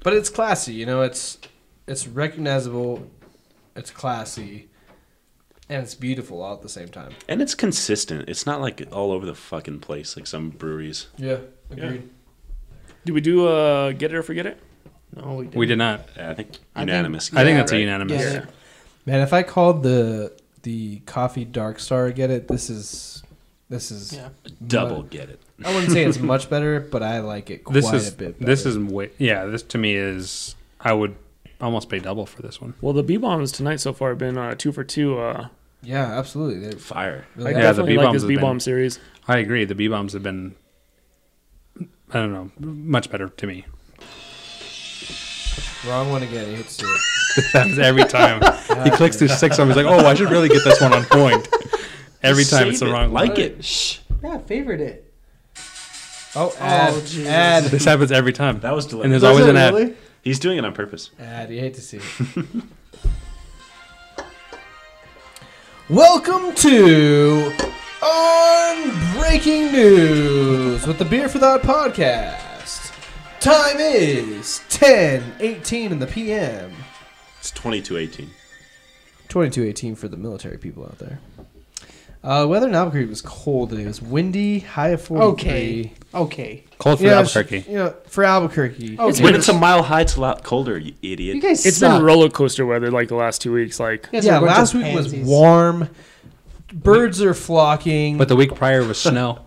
Speaker 4: but it's classy. You know, it's it's recognizable, it's classy, and it's beautiful all at the same time.
Speaker 1: And it's consistent. It's not like all over the fucking place like some breweries.
Speaker 4: Yeah, agreed.
Speaker 6: Did we do uh, get it or forget it?
Speaker 5: No, we didn't.
Speaker 2: We did not.
Speaker 1: Yeah, I think
Speaker 5: I think-
Speaker 1: unanimous.
Speaker 2: I think
Speaker 5: Yeah,
Speaker 2: that's a
Speaker 1: right?
Speaker 2: unanimous.
Speaker 5: Yeah.
Speaker 4: Man, if I called the the coffee dark star, get it. This is this is.
Speaker 5: Yeah.
Speaker 1: Double get it.
Speaker 4: I wouldn't say it's much better, but I like it quite
Speaker 2: This is
Speaker 4: a bit. Better.
Speaker 2: this is way, yeah. This to me is I would almost pay double for this one.
Speaker 6: Well, the B bombs tonight so far have been uh, two for two. Uh,
Speaker 4: yeah, absolutely. They're
Speaker 1: Fire.
Speaker 6: I
Speaker 4: really
Speaker 2: Yeah, the
Speaker 6: definitely like
Speaker 2: B-bombs
Speaker 6: this
Speaker 2: have
Speaker 6: B
Speaker 2: been-
Speaker 6: bomb series.
Speaker 2: I agree. The B bombs have been I don't know much better to me.
Speaker 4: Wrong one again. He hits it.
Speaker 2: That's every time he clicks through six of them. He's like, oh, I should really get this one on point. Every time it's the
Speaker 1: Save it.
Speaker 2: wrong. one.
Speaker 1: Like it. Shh.
Speaker 5: Yeah, favorite it.
Speaker 4: Oh, ad,
Speaker 5: Jesus.
Speaker 4: ad.
Speaker 2: This happens every time.
Speaker 1: That was delayed.
Speaker 2: And there's always
Speaker 4: it
Speaker 2: an ad.
Speaker 4: really?
Speaker 1: He's doing it on purpose.
Speaker 4: Ad. You hate to see it. Welcome to on breaking news with the Beer for Thought podcast. Time is ten eighteen in the p.m.
Speaker 1: It's 2218.
Speaker 4: 2218 for the military people out there. Uh, weather in Albuquerque was cold today. It was windy, high of 43.
Speaker 5: Okay. Okay.
Speaker 2: Cold for
Speaker 4: Yeah,
Speaker 2: Albuquerque.
Speaker 4: it's- You know, for Albuquerque.
Speaker 5: Okay.
Speaker 1: It's when it's a mile high, it's a lot colder, you
Speaker 5: you
Speaker 1: idiot.
Speaker 5: guys
Speaker 6: It's
Speaker 5: suck.
Speaker 6: been roller coaster weather like the last two weeks. Like
Speaker 5: You guys are
Speaker 4: yeah,
Speaker 5: a bunch
Speaker 4: last
Speaker 5: of
Speaker 4: week was
Speaker 5: pansies.
Speaker 4: warm. Birds are flocking.
Speaker 2: But
Speaker 4: But
Speaker 2: the week prior was snow.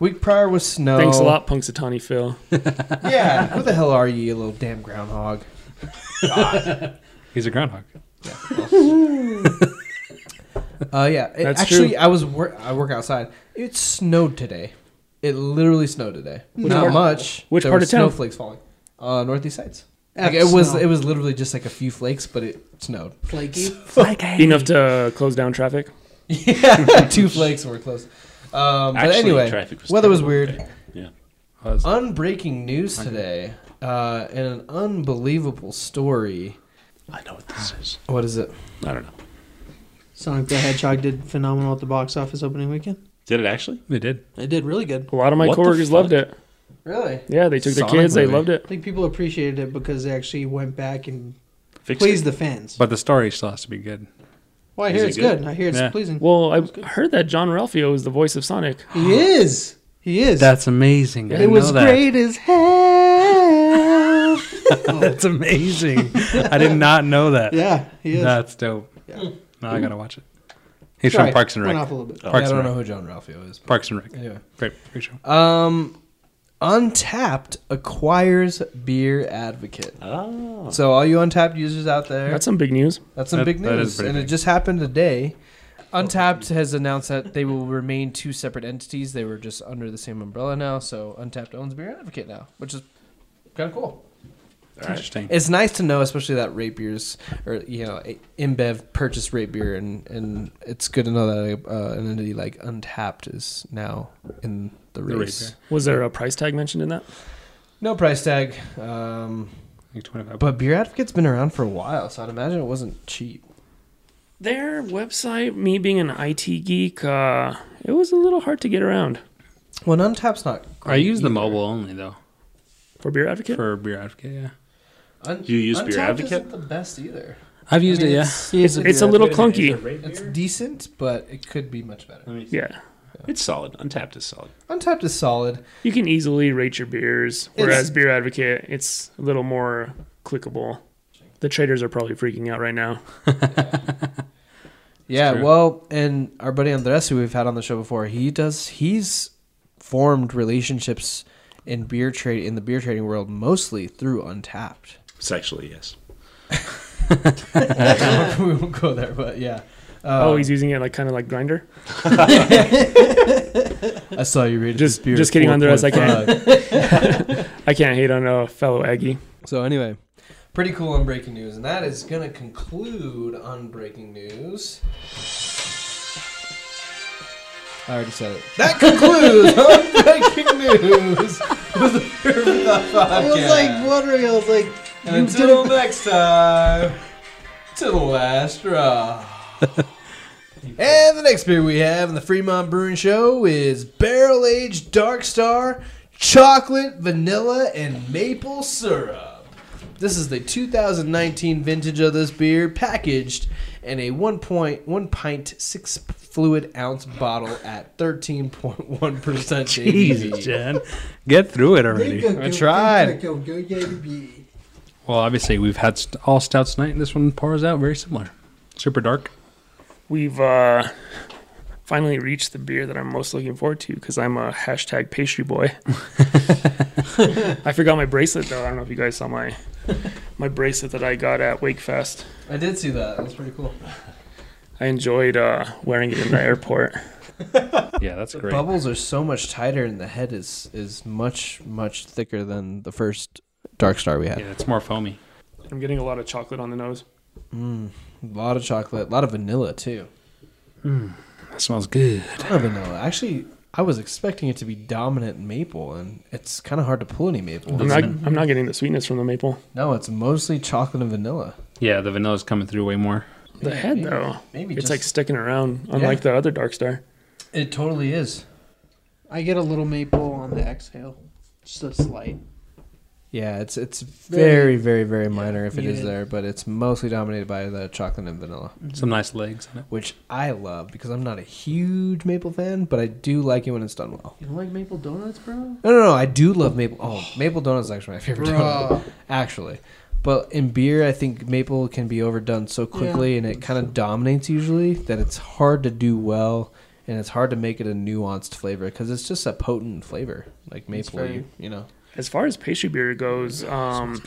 Speaker 4: week prior was snow.
Speaker 6: thanks a lot, Punxsutawney Phil.
Speaker 4: Yeah. Who the hell are you, you little damn groundhog?
Speaker 2: He's a groundhog.
Speaker 4: Uh, yeah. It-
Speaker 6: That's
Speaker 4: actually,
Speaker 6: true.
Speaker 4: I was wor- I work outside. It snowed today. It literally snowed today.
Speaker 5: Which
Speaker 4: Not
Speaker 5: part-
Speaker 4: much.
Speaker 6: which
Speaker 4: There
Speaker 6: part
Speaker 4: were
Speaker 6: of town?
Speaker 4: Snowflakes falling. Uh, northeast sides.
Speaker 5: That's
Speaker 4: Like, it was
Speaker 5: snow.
Speaker 4: it was literally just like a few flakes, but it snowed.
Speaker 5: flaky.
Speaker 6: Enough to close down traffic.
Speaker 4: Yeah, two flakes were close. Um, but
Speaker 1: Actually,
Speaker 4: anyway,
Speaker 1: traffic was
Speaker 4: weather was
Speaker 1: terrible
Speaker 4: weird.
Speaker 1: today. Yeah.
Speaker 2: Was-
Speaker 4: Unbreaking news today, uh, and an unbelievable story.
Speaker 1: I know what this is.
Speaker 4: What is it?
Speaker 1: I don't know.
Speaker 5: Sonic the Hedgehog did phenomenal at the box office opening weekend.
Speaker 1: Did it actually?
Speaker 2: They did.
Speaker 5: It did really good.
Speaker 6: A lot of my
Speaker 1: What the
Speaker 6: coworkers
Speaker 1: fuck?
Speaker 6: loved it.
Speaker 4: Really?
Speaker 6: Yeah, they took
Speaker 2: Sonic
Speaker 6: their kids. They
Speaker 2: movie.
Speaker 6: loved it.
Speaker 5: I think people appreciated it because they actually went back and
Speaker 1: Fixed
Speaker 5: pleased
Speaker 1: it.
Speaker 5: the fans.
Speaker 2: But the story still has to be good.
Speaker 5: Well, I
Speaker 1: Is
Speaker 5: hear
Speaker 1: it
Speaker 5: it's
Speaker 1: good?
Speaker 5: good. I hear it's
Speaker 2: Yeah.
Speaker 5: pleasing.
Speaker 6: Well, I heard that John Ralphio is the voice of Sonic.
Speaker 5: he is. He is.
Speaker 2: That's amazing.
Speaker 5: it was great as hell.
Speaker 2: That's amazing. I did not know that.
Speaker 5: yeah, he is.
Speaker 2: That's dope.
Speaker 5: Yeah.
Speaker 2: Now I gotta watch it. He's
Speaker 5: Sorry,
Speaker 2: from Parks and
Speaker 5: went
Speaker 2: Rec.
Speaker 5: off a little bit.
Speaker 1: Oh.
Speaker 4: Yeah, I
Speaker 2: Parks
Speaker 4: don't
Speaker 2: and
Speaker 4: know
Speaker 2: Rec.
Speaker 4: who John Ralphio is. but
Speaker 2: Parks and Rec.
Speaker 4: Anyway,
Speaker 2: Great, great show.
Speaker 5: Uh,
Speaker 4: um, Untapped acquires Beer Advocate.
Speaker 1: Oh.
Speaker 4: So all you Untapped users out there,
Speaker 6: That's some big news.
Speaker 4: That's some
Speaker 2: That-
Speaker 4: big
Speaker 2: that is
Speaker 4: news,
Speaker 2: pretty
Speaker 4: and it
Speaker 2: big.
Speaker 4: just happened today. Untapped has announced that they will remain two separate entities. They were just under the same umbrella now, so Untapped owns Beer Advocate now, which is kind of cool.
Speaker 1: All right.
Speaker 2: Interesting.
Speaker 4: It's nice to know, especially that Rate Beers or you know InBev purchased Rate Beer, and and it's good to know that uh, an entity like Untapped is now in the
Speaker 2: Rate
Speaker 4: race.
Speaker 2: Beer.
Speaker 6: Was there a price tag mentioned in that?
Speaker 4: no price tag, um,
Speaker 2: Like 25
Speaker 4: but Beer Advocate's been around for a while, so I'd imagine it wasn't cheap.
Speaker 6: Their website, me being an IT geek, uh, it was a little hard to get around
Speaker 4: Well, and Untapped's not.
Speaker 2: I use the
Speaker 4: either.
Speaker 2: mobile only though
Speaker 6: for Beer Advocate.
Speaker 2: for Beer Advocate. Yeah,
Speaker 4: Un-
Speaker 1: You use Beer
Speaker 4: Untapped
Speaker 1: Advocate?
Speaker 4: Isn't the best either.
Speaker 2: I've used
Speaker 4: I mean,
Speaker 2: it. Yeah,
Speaker 4: It's,
Speaker 5: He is
Speaker 6: It's a little clunky. Mm.
Speaker 4: it's decent, but it could be much better.
Speaker 6: Yeah,
Speaker 1: It's solid. Untapped is solid.
Speaker 4: Untapped is solid.
Speaker 6: you can easily rate your beers, whereas Beer Advocate, it's a little more clickable. The traders are probably freaking out right now.
Speaker 4: Yeah,
Speaker 2: true.
Speaker 4: well, and our buddy Andres, who we've had on the show before, he does he's formed relationships in beer trade in the beer trading world mostly through Untapped.
Speaker 1: Sexually, yes.
Speaker 4: we won't go there, but yeah.
Speaker 6: oh,
Speaker 4: Uh,
Speaker 6: he's using it like kind of like grinder.
Speaker 4: I saw you read
Speaker 6: Just- just kidding, Andres, I can't. I can't hate on a fellow Aggie.
Speaker 4: So anyway, pretty cool on breaking news, and that is gonna conclude on breaking news. I already said it. That concludes on breaking news with the Fear of the
Speaker 5: I was
Speaker 4: Podcast.
Speaker 5: like wondering. I was like,
Speaker 4: and until next time, to the last straw. and the next beer we have in the Fremont Brewing Show is Barrel Aged Dark Star Chocolate, Vanilla, and Maple Syrup. This is the 2019 vintage of this beer, packaged in a 1.1 pint 6 fluid ounce bottle at 13.1% ABV.
Speaker 2: Jeez, Jen, get through it already.
Speaker 4: I tried.
Speaker 2: Well, obviously we've had st- all stouts tonight, and this one pours out very similar. Super dark.
Speaker 6: We've uh, finally reached the beer that I'm most looking forward to because I'm a hashtag pastry boy. I forgot my bracelet though. I don't know if you guys saw my my bracelet that I got at Wakefest.
Speaker 4: I did see that. That was pretty cool.
Speaker 6: I enjoyed uh, wearing it in the airport.
Speaker 2: Yeah, that's great.
Speaker 4: Bubbles are so much tighter, and the head is is much much thicker than the first Dark Star we had.
Speaker 2: Yeah, it's more foamy.
Speaker 6: I'm getting a lot of chocolate on the nose.
Speaker 4: Mm, a lot of chocolate, a lot of vanilla too.
Speaker 2: That smells good.
Speaker 4: A lot of vanilla. Actually, I was expecting it to be dominant maple, and it's kind of hard to pull any maple.
Speaker 6: I'm not, I'm not getting the sweetness from the maple.
Speaker 4: No, it's mostly chocolate and vanilla.
Speaker 2: Yeah, the vanilla's coming through way more.
Speaker 6: The
Speaker 4: Yeah,
Speaker 6: head
Speaker 4: maybe-
Speaker 6: though,
Speaker 4: Maybe
Speaker 6: it's
Speaker 4: just,
Speaker 6: like sticking around, unlike the other Dark Star.
Speaker 4: it totally is.
Speaker 5: I get a little maple on the exhale, just a slight.
Speaker 4: Yeah, it's it's very very
Speaker 5: Very-
Speaker 4: very minor if it is
Speaker 5: muted.
Speaker 4: there, but it's mostly dominated by the chocolate and vanilla.
Speaker 2: Some nice legs on it.
Speaker 4: Which I love because I'm not a huge maple fan, but I do like it when it's done well.
Speaker 5: You don't like maple donuts, bro?
Speaker 4: No, no, no. I do love maple. Oh, maple donut is actually my favorite donut.
Speaker 5: Bro,
Speaker 4: Actually, but in beer, I think maple can be overdone so quickly, and it kind of dominates usually that it's hard to do well, and it's hard to make it a nuanced flavor because it's just a potent flavor like maple.
Speaker 5: very-
Speaker 4: you, you know,
Speaker 6: As far as pastry beer goes, um,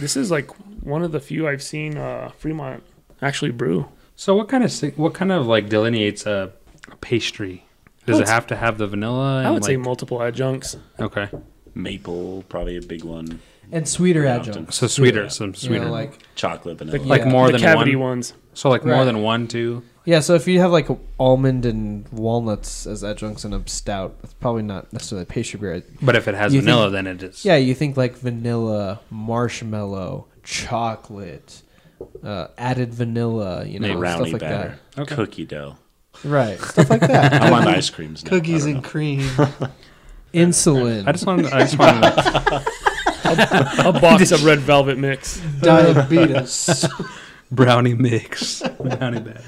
Speaker 6: this is like one of the few I've seen uh, Fremont actually brew.
Speaker 2: So what kind of si- what kind of like delineates a, a pastry? Does
Speaker 6: I
Speaker 2: it
Speaker 6: would
Speaker 2: have to have the vanilla?
Speaker 6: I
Speaker 2: and,
Speaker 6: would say
Speaker 2: like-
Speaker 6: multiple adjuncts.
Speaker 2: okay.
Speaker 1: Maple, probably a big one.
Speaker 4: and sweeter
Speaker 1: Yeah,
Speaker 4: adjuncts.
Speaker 2: So sweeter, some
Speaker 4: You
Speaker 2: sweeter.
Speaker 4: know,
Speaker 2: like
Speaker 4: like
Speaker 1: Chocolate, vanilla.
Speaker 2: like
Speaker 4: yeah.
Speaker 2: more
Speaker 6: the
Speaker 2: than
Speaker 6: cavity
Speaker 2: one.
Speaker 6: ones.
Speaker 2: So like
Speaker 4: Right.
Speaker 2: more than one, two.
Speaker 4: yeah. So if you have like almond and walnuts as adjuncts in a stout, it's probably not necessarily pastry beer.
Speaker 2: But if it has
Speaker 4: You
Speaker 2: vanilla, then it is.
Speaker 4: Yeah, you think like vanilla, marshmallow, chocolate, uh, added vanilla, you know,
Speaker 1: a
Speaker 4: stuff
Speaker 1: brownie
Speaker 4: like
Speaker 1: batter,
Speaker 2: Okay.
Speaker 1: cookie dough.
Speaker 4: that. Right, stuff like that.
Speaker 1: I'm on ice creams now. I
Speaker 5: cookies
Speaker 1: don't
Speaker 5: and
Speaker 1: know.
Speaker 5: cream.
Speaker 4: Insulin.
Speaker 2: I just wanted. I just wanted.
Speaker 6: A box of red velvet mix.
Speaker 5: diabetes.
Speaker 2: brownie mix. brownie bad.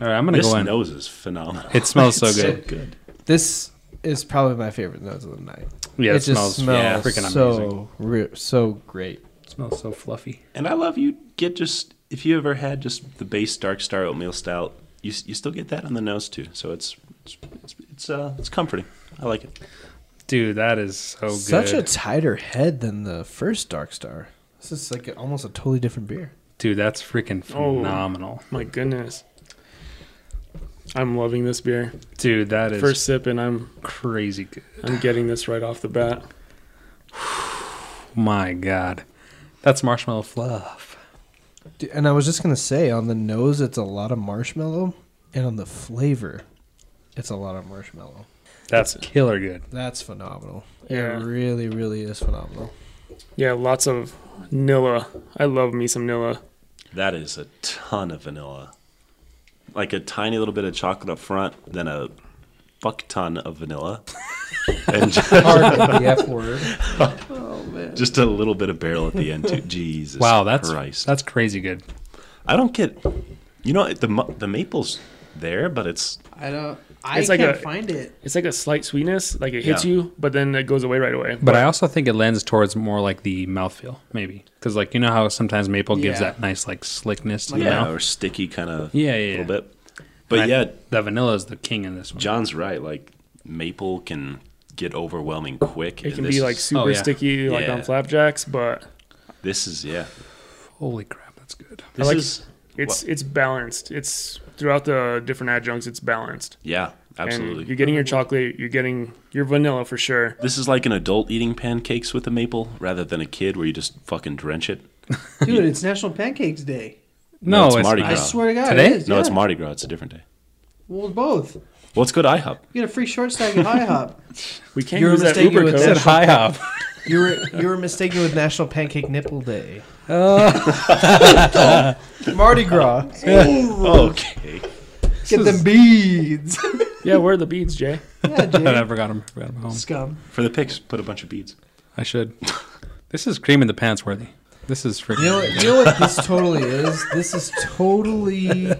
Speaker 2: All right, I'm gonna
Speaker 1: This
Speaker 2: go in.
Speaker 1: nose is phenomenal.
Speaker 2: It smells so
Speaker 1: It's
Speaker 2: good.
Speaker 1: So good.
Speaker 4: this is probably my favorite nose of the night.
Speaker 2: Yeah,
Speaker 4: it
Speaker 2: it,
Speaker 4: just
Speaker 2: smells,
Speaker 4: smells,
Speaker 2: yeah, freaking amazing.
Speaker 4: so ri- so great.
Speaker 2: It smells so fluffy.
Speaker 1: And I love you get just if you ever had just the base dark star oatmeal stout, you s- you still get that on the nose too. So it's it's it's it's, uh, it's comforting. I like it.
Speaker 2: Dude, that is so good.
Speaker 4: Such a tighter head than the first Dark Star. This is like a, almost a totally different beer.
Speaker 2: Dude, that's freaking
Speaker 6: Oh.
Speaker 2: phenomenal.
Speaker 6: My goodness. I'm loving this beer.
Speaker 2: Dude, that is
Speaker 6: First sip and I'm
Speaker 2: crazy good.
Speaker 6: I'm getting this right off the bat.
Speaker 2: My God. That's marshmallow fluff.
Speaker 4: Dude, and I was just gonna say, on the nose, it's a lot of marshmallow, and on the flavor, it's a lot of marshmallow.
Speaker 2: That's killer good.
Speaker 4: That's phenomenal.
Speaker 6: Yeah.
Speaker 4: It really, really is phenomenal.
Speaker 6: Yeah, lots of Nilla. I love me some Nilla.
Speaker 1: That is a ton of vanilla. Like a tiny little bit of chocolate up front, then a fuck ton of vanilla. and ju-
Speaker 4: Pardon the F word.
Speaker 1: Oh, just a little bit of barrel at the end too. Jesus.
Speaker 2: Wow, that's
Speaker 1: Christ.
Speaker 2: that's crazy good.
Speaker 1: I don't get You know the mu- the maple's there, but it's
Speaker 5: I don't. I
Speaker 6: It's like
Speaker 5: can't
Speaker 6: a-
Speaker 5: find it.
Speaker 6: It's like a slight sweetness, like it hits
Speaker 1: Yeah.
Speaker 6: you, but then it goes away right away.
Speaker 2: But I also think it lends towards more like the mouthfeel, maybe. Because, like, you know how sometimes maple gives
Speaker 5: Yeah.
Speaker 2: that nice, like, slickness to the
Speaker 1: yeah,
Speaker 2: mouth?
Speaker 1: or sticky kind of
Speaker 2: Yeah, yeah,
Speaker 1: a
Speaker 2: yeah.
Speaker 1: little bit. But
Speaker 2: And I-
Speaker 1: yeah,
Speaker 2: That vanilla is the king in this one.
Speaker 1: John's right. Like maple can get overwhelming quick.
Speaker 6: it
Speaker 1: and
Speaker 6: can
Speaker 1: this
Speaker 6: be like
Speaker 1: is-
Speaker 6: super
Speaker 2: Oh, yeah.
Speaker 6: sticky, like
Speaker 1: Yeah.
Speaker 6: on flapjacks, but
Speaker 1: this is yeah.
Speaker 2: Holy crap, that's good.
Speaker 1: This
Speaker 6: like-
Speaker 1: is
Speaker 6: it's it's balanced. It's throughout the different adjuncts, it's balanced.
Speaker 1: yeah,
Speaker 6: And
Speaker 1: absolutely.
Speaker 6: you're getting your chocolate, you're getting your vanilla for sure.
Speaker 1: this is like an adult eating pancakes with a maple rather than a kid where you just fucking drench it.
Speaker 5: Dude, it's National Pancakes Day.
Speaker 2: No,
Speaker 1: it's
Speaker 2: it's,
Speaker 1: Mardi
Speaker 5: I
Speaker 1: Yeah. Gras.
Speaker 2: not.
Speaker 5: swear to God,
Speaker 2: Today?
Speaker 5: it is.
Speaker 1: No,
Speaker 5: yeah.
Speaker 1: it's Mardi Gras. It's a different day.
Speaker 5: Well, both. You
Speaker 1: Well, let's go to IHOP.
Speaker 5: get a free short stack at IHOP.
Speaker 6: We can't
Speaker 4: You're
Speaker 6: use that
Speaker 4: mistaken
Speaker 6: Uber
Speaker 4: with
Speaker 6: code.
Speaker 4: that.
Speaker 2: Said high hop.
Speaker 4: You were you were mistaken with National Pancake Nipple Day. Mardi Gras.
Speaker 1: Okay.
Speaker 5: Get them beads.
Speaker 6: Yeah, where are the beads, Jay?
Speaker 5: yeah,
Speaker 2: I
Speaker 5: Jay.
Speaker 2: forgot him. Forgot him at home.
Speaker 5: Scum.
Speaker 1: For the pics, put a bunch of beads.
Speaker 2: I should. This is cream in the pants worthy. This is freaking.
Speaker 4: You know, what- you know what this totally is? This is totally uh,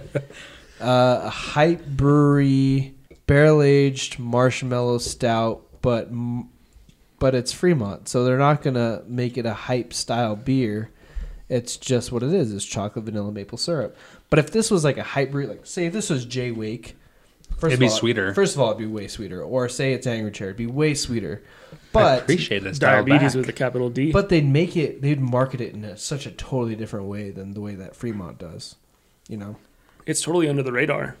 Speaker 4: a hype brewery barrel aged marshmallow stout, but m- but it's Fremont, so they're not gonna make it a hype style beer. It's just what it is. It's chocolate, vanilla, maple syrup. But if this was like a hype brew, like say if this was Jay Wake, first
Speaker 2: It'd
Speaker 4: of
Speaker 2: be
Speaker 4: all,
Speaker 2: sweeter.
Speaker 4: First of all, it'd be way sweeter. Or say it's Angry Chair, it'd be way sweeter. But
Speaker 2: I appreciate this.
Speaker 6: Diabetes
Speaker 2: back.
Speaker 6: with a capital D.
Speaker 4: but they'd make it, they'd market it in a, such a totally different way than the way that Fremont does. You know?
Speaker 6: it's totally under the radar.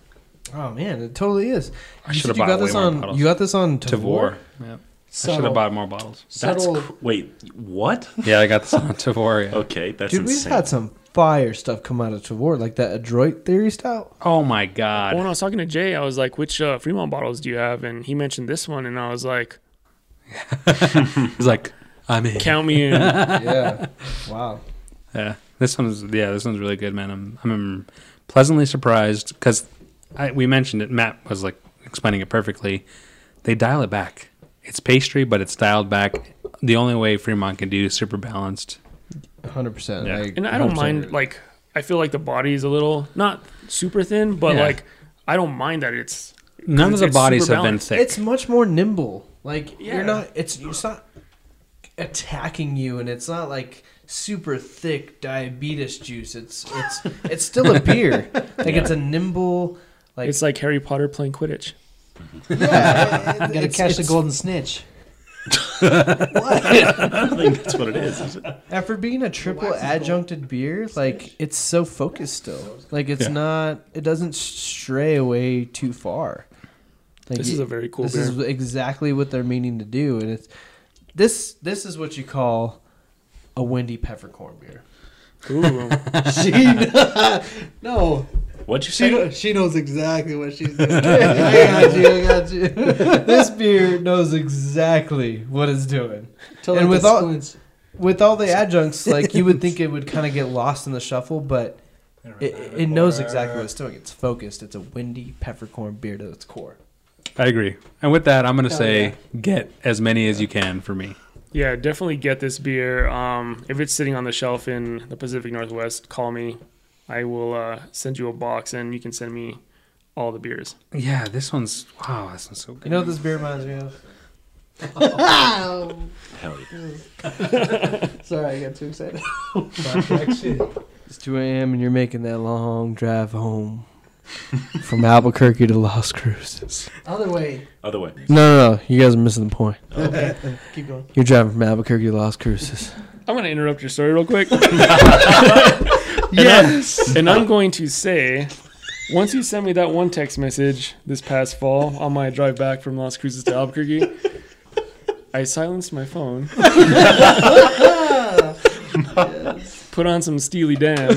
Speaker 4: Oh man, it totally is.
Speaker 2: I
Speaker 4: You
Speaker 2: should
Speaker 4: said
Speaker 2: have
Speaker 4: you
Speaker 2: bought
Speaker 4: got
Speaker 2: way
Speaker 4: this
Speaker 2: more
Speaker 4: on.
Speaker 2: bottles.
Speaker 4: You got this on Tavor.
Speaker 2: Tavor. I should
Speaker 5: Subtle.
Speaker 2: have bought more bottles.
Speaker 1: That's
Speaker 5: Subtle.
Speaker 1: cr- wait, what?
Speaker 2: Yeah, I got this on Tavor. Yeah.
Speaker 1: Okay, that's
Speaker 4: Dude, we've
Speaker 1: insane.
Speaker 4: had some fire stuff come out of Tavor, like that Adroit Theory stout.
Speaker 2: Oh my
Speaker 6: when
Speaker 2: god!
Speaker 6: I was talking to Jay, I was like, "Which uh, Fremont bottles do you have?" And he mentioned this one, and I was like,
Speaker 2: It's like I'm in.
Speaker 6: "Count me in."
Speaker 4: Yeah. wow.
Speaker 2: Yeah, this one's yeah, this one's really good, man. I'm I'm pleasantly surprised because we mentioned it. Matt was like explaining it perfectly. They dial it back. It's pastry, but it's dialed back. The only way Fremont can do super balanced.
Speaker 4: Hundred percent.
Speaker 2: Yeah.
Speaker 6: and I don't mind like I feel like the body is a little not super thin, but
Speaker 2: Yeah.
Speaker 6: like I don't mind that it's
Speaker 2: None of the
Speaker 6: It's
Speaker 2: bodies
Speaker 6: super
Speaker 2: have been
Speaker 6: balanced.
Speaker 2: thick.
Speaker 4: It's much more nimble. Like
Speaker 6: Yeah.
Speaker 4: you're not. It's it's not attacking you, and it's not like super thick diabetes juice. It's it's it's still a beer. Like it's a nimble. Like
Speaker 6: it's like Harry Potter playing Quidditch.
Speaker 4: yeah, it- it-
Speaker 5: Gotta
Speaker 4: it's-
Speaker 5: catch the
Speaker 4: it's-
Speaker 5: golden snitch.
Speaker 1: I think that's what it is. is it?
Speaker 4: After being a triple adjuncted beer, like it's so focused still. Like it's
Speaker 2: Yeah.
Speaker 4: not. It doesn't stray away too far. Like,
Speaker 6: This
Speaker 4: you-
Speaker 6: is a very cool
Speaker 4: this
Speaker 6: beer.
Speaker 4: is exactly what they're meaning to do, and it's this. This is what you call a windy peppercorn beer.
Speaker 6: Ooh,
Speaker 5: She no,
Speaker 1: What'd you
Speaker 5: she
Speaker 1: say?
Speaker 5: kno- she knows exactly what she's doing. I got you. I got you.
Speaker 4: this beer knows exactly what it's doing.
Speaker 5: Tell
Speaker 4: And
Speaker 5: her
Speaker 4: with
Speaker 5: the
Speaker 4: all-
Speaker 5: spoons.
Speaker 4: With all the adjuncts, like you would think it would kind of get lost in the shuffle, but it, it knows exactly what it's doing. It's focused. It's a windy peppercorn beer to its core.
Speaker 2: I agree. And with that, I'm gonna
Speaker 5: Hell
Speaker 2: say
Speaker 5: yeah.
Speaker 2: get as many as you can for me.
Speaker 6: yeah, definitely get this beer. Um, if it's sitting on the shelf in the Pacific Northwest, call me. I will uh, send you a box, and you can send me all the beers.
Speaker 2: Yeah, this one's wow. This one's so good.
Speaker 4: You know what this beer reminds me of?
Speaker 1: Hell yeah.
Speaker 5: Sorry, I got too excited.
Speaker 4: It's 2 a.m. and you're making that long drive home from Albuquerque to Las Cruces.
Speaker 5: Other way.
Speaker 1: Other way.
Speaker 4: No, no, no. You guys are missing the point.
Speaker 5: Keep going.
Speaker 4: You're driving from Albuquerque to Las Cruces.
Speaker 6: I'm gonna interrupt your story real quick. yes. And I'm, going to say, once you sent me that one text message this past fall on my drive back from Las Cruces to Albuquerque, I silenced my phone. Put on some Steely Dan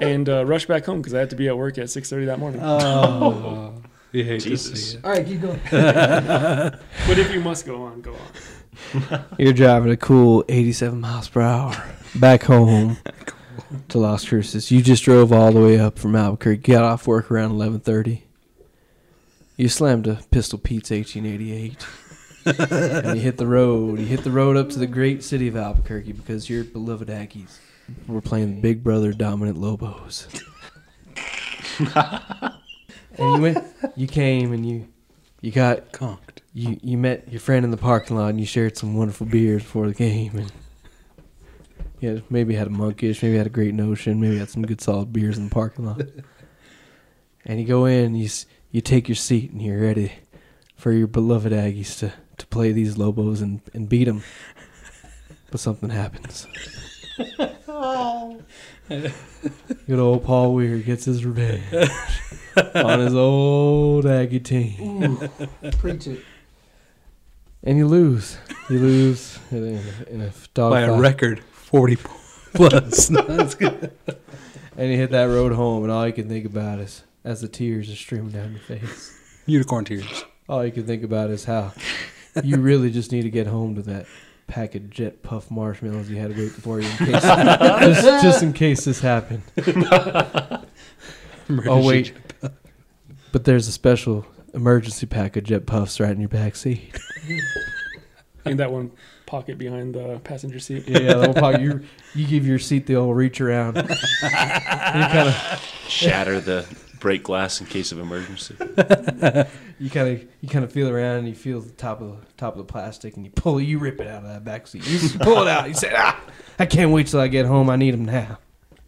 Speaker 6: and uh, rushed back home because I had to be at work at 6:30 that morning.
Speaker 2: Oh, you hate to
Speaker 1: Jesus.
Speaker 2: see it.
Speaker 5: All right, keep going.
Speaker 6: but if you must go on, go on.
Speaker 4: You're driving a cool 87 miles per hour back home to Las Cruces. You just drove all the way up from Albuquerque. Got off work around 11:30. You slammed a Pistol Pete's 1888. and you hit the road. You hit the road up to the great city of Albuquerque because your beloved Aggies were playing the Big Brother dominant Lobos. and you went. You came and you you got
Speaker 2: Conked.
Speaker 4: you you met your friend in the parking lot and you shared some wonderful beers before the game and yeah, maybe had a monkish, maybe had a great notion, maybe had some good solid beers in the parking lot. And you go in, and you s- you take your seat, and you're ready for your beloved Aggies to, to play these Lobos and and beat them. But something happens. Good old Paul Weir gets his revenge on his old Aggie team
Speaker 5: Preach it.
Speaker 4: and you lose. You lose in a, in a dog
Speaker 2: by a
Speaker 4: fight.
Speaker 2: record 40 plus. That's good.
Speaker 4: and you hit that road home, and all you can think about is as the tears are streaming down your face.
Speaker 2: Unicorn tears.
Speaker 4: All you can think about is how you really just need to get home to that pack of jet puff marshmallows you had waiting for you, in case, just, just in case this happened. Oh wait, but there's a special emergency pack of jet puffs right in your back seat.
Speaker 6: Ain't that one pocket behind the passenger seat.
Speaker 4: Yeah, the old pocket. You you give your seat the old reach around. you kind of
Speaker 1: Shatter the brake glass in case of emergency.
Speaker 4: you kind of you kind of feel around and you feel the top of the top of the plastic and you pull you rip it out of that back seat. You just pull it out. You say, "Ah, I can't wait till I get home. I need them now."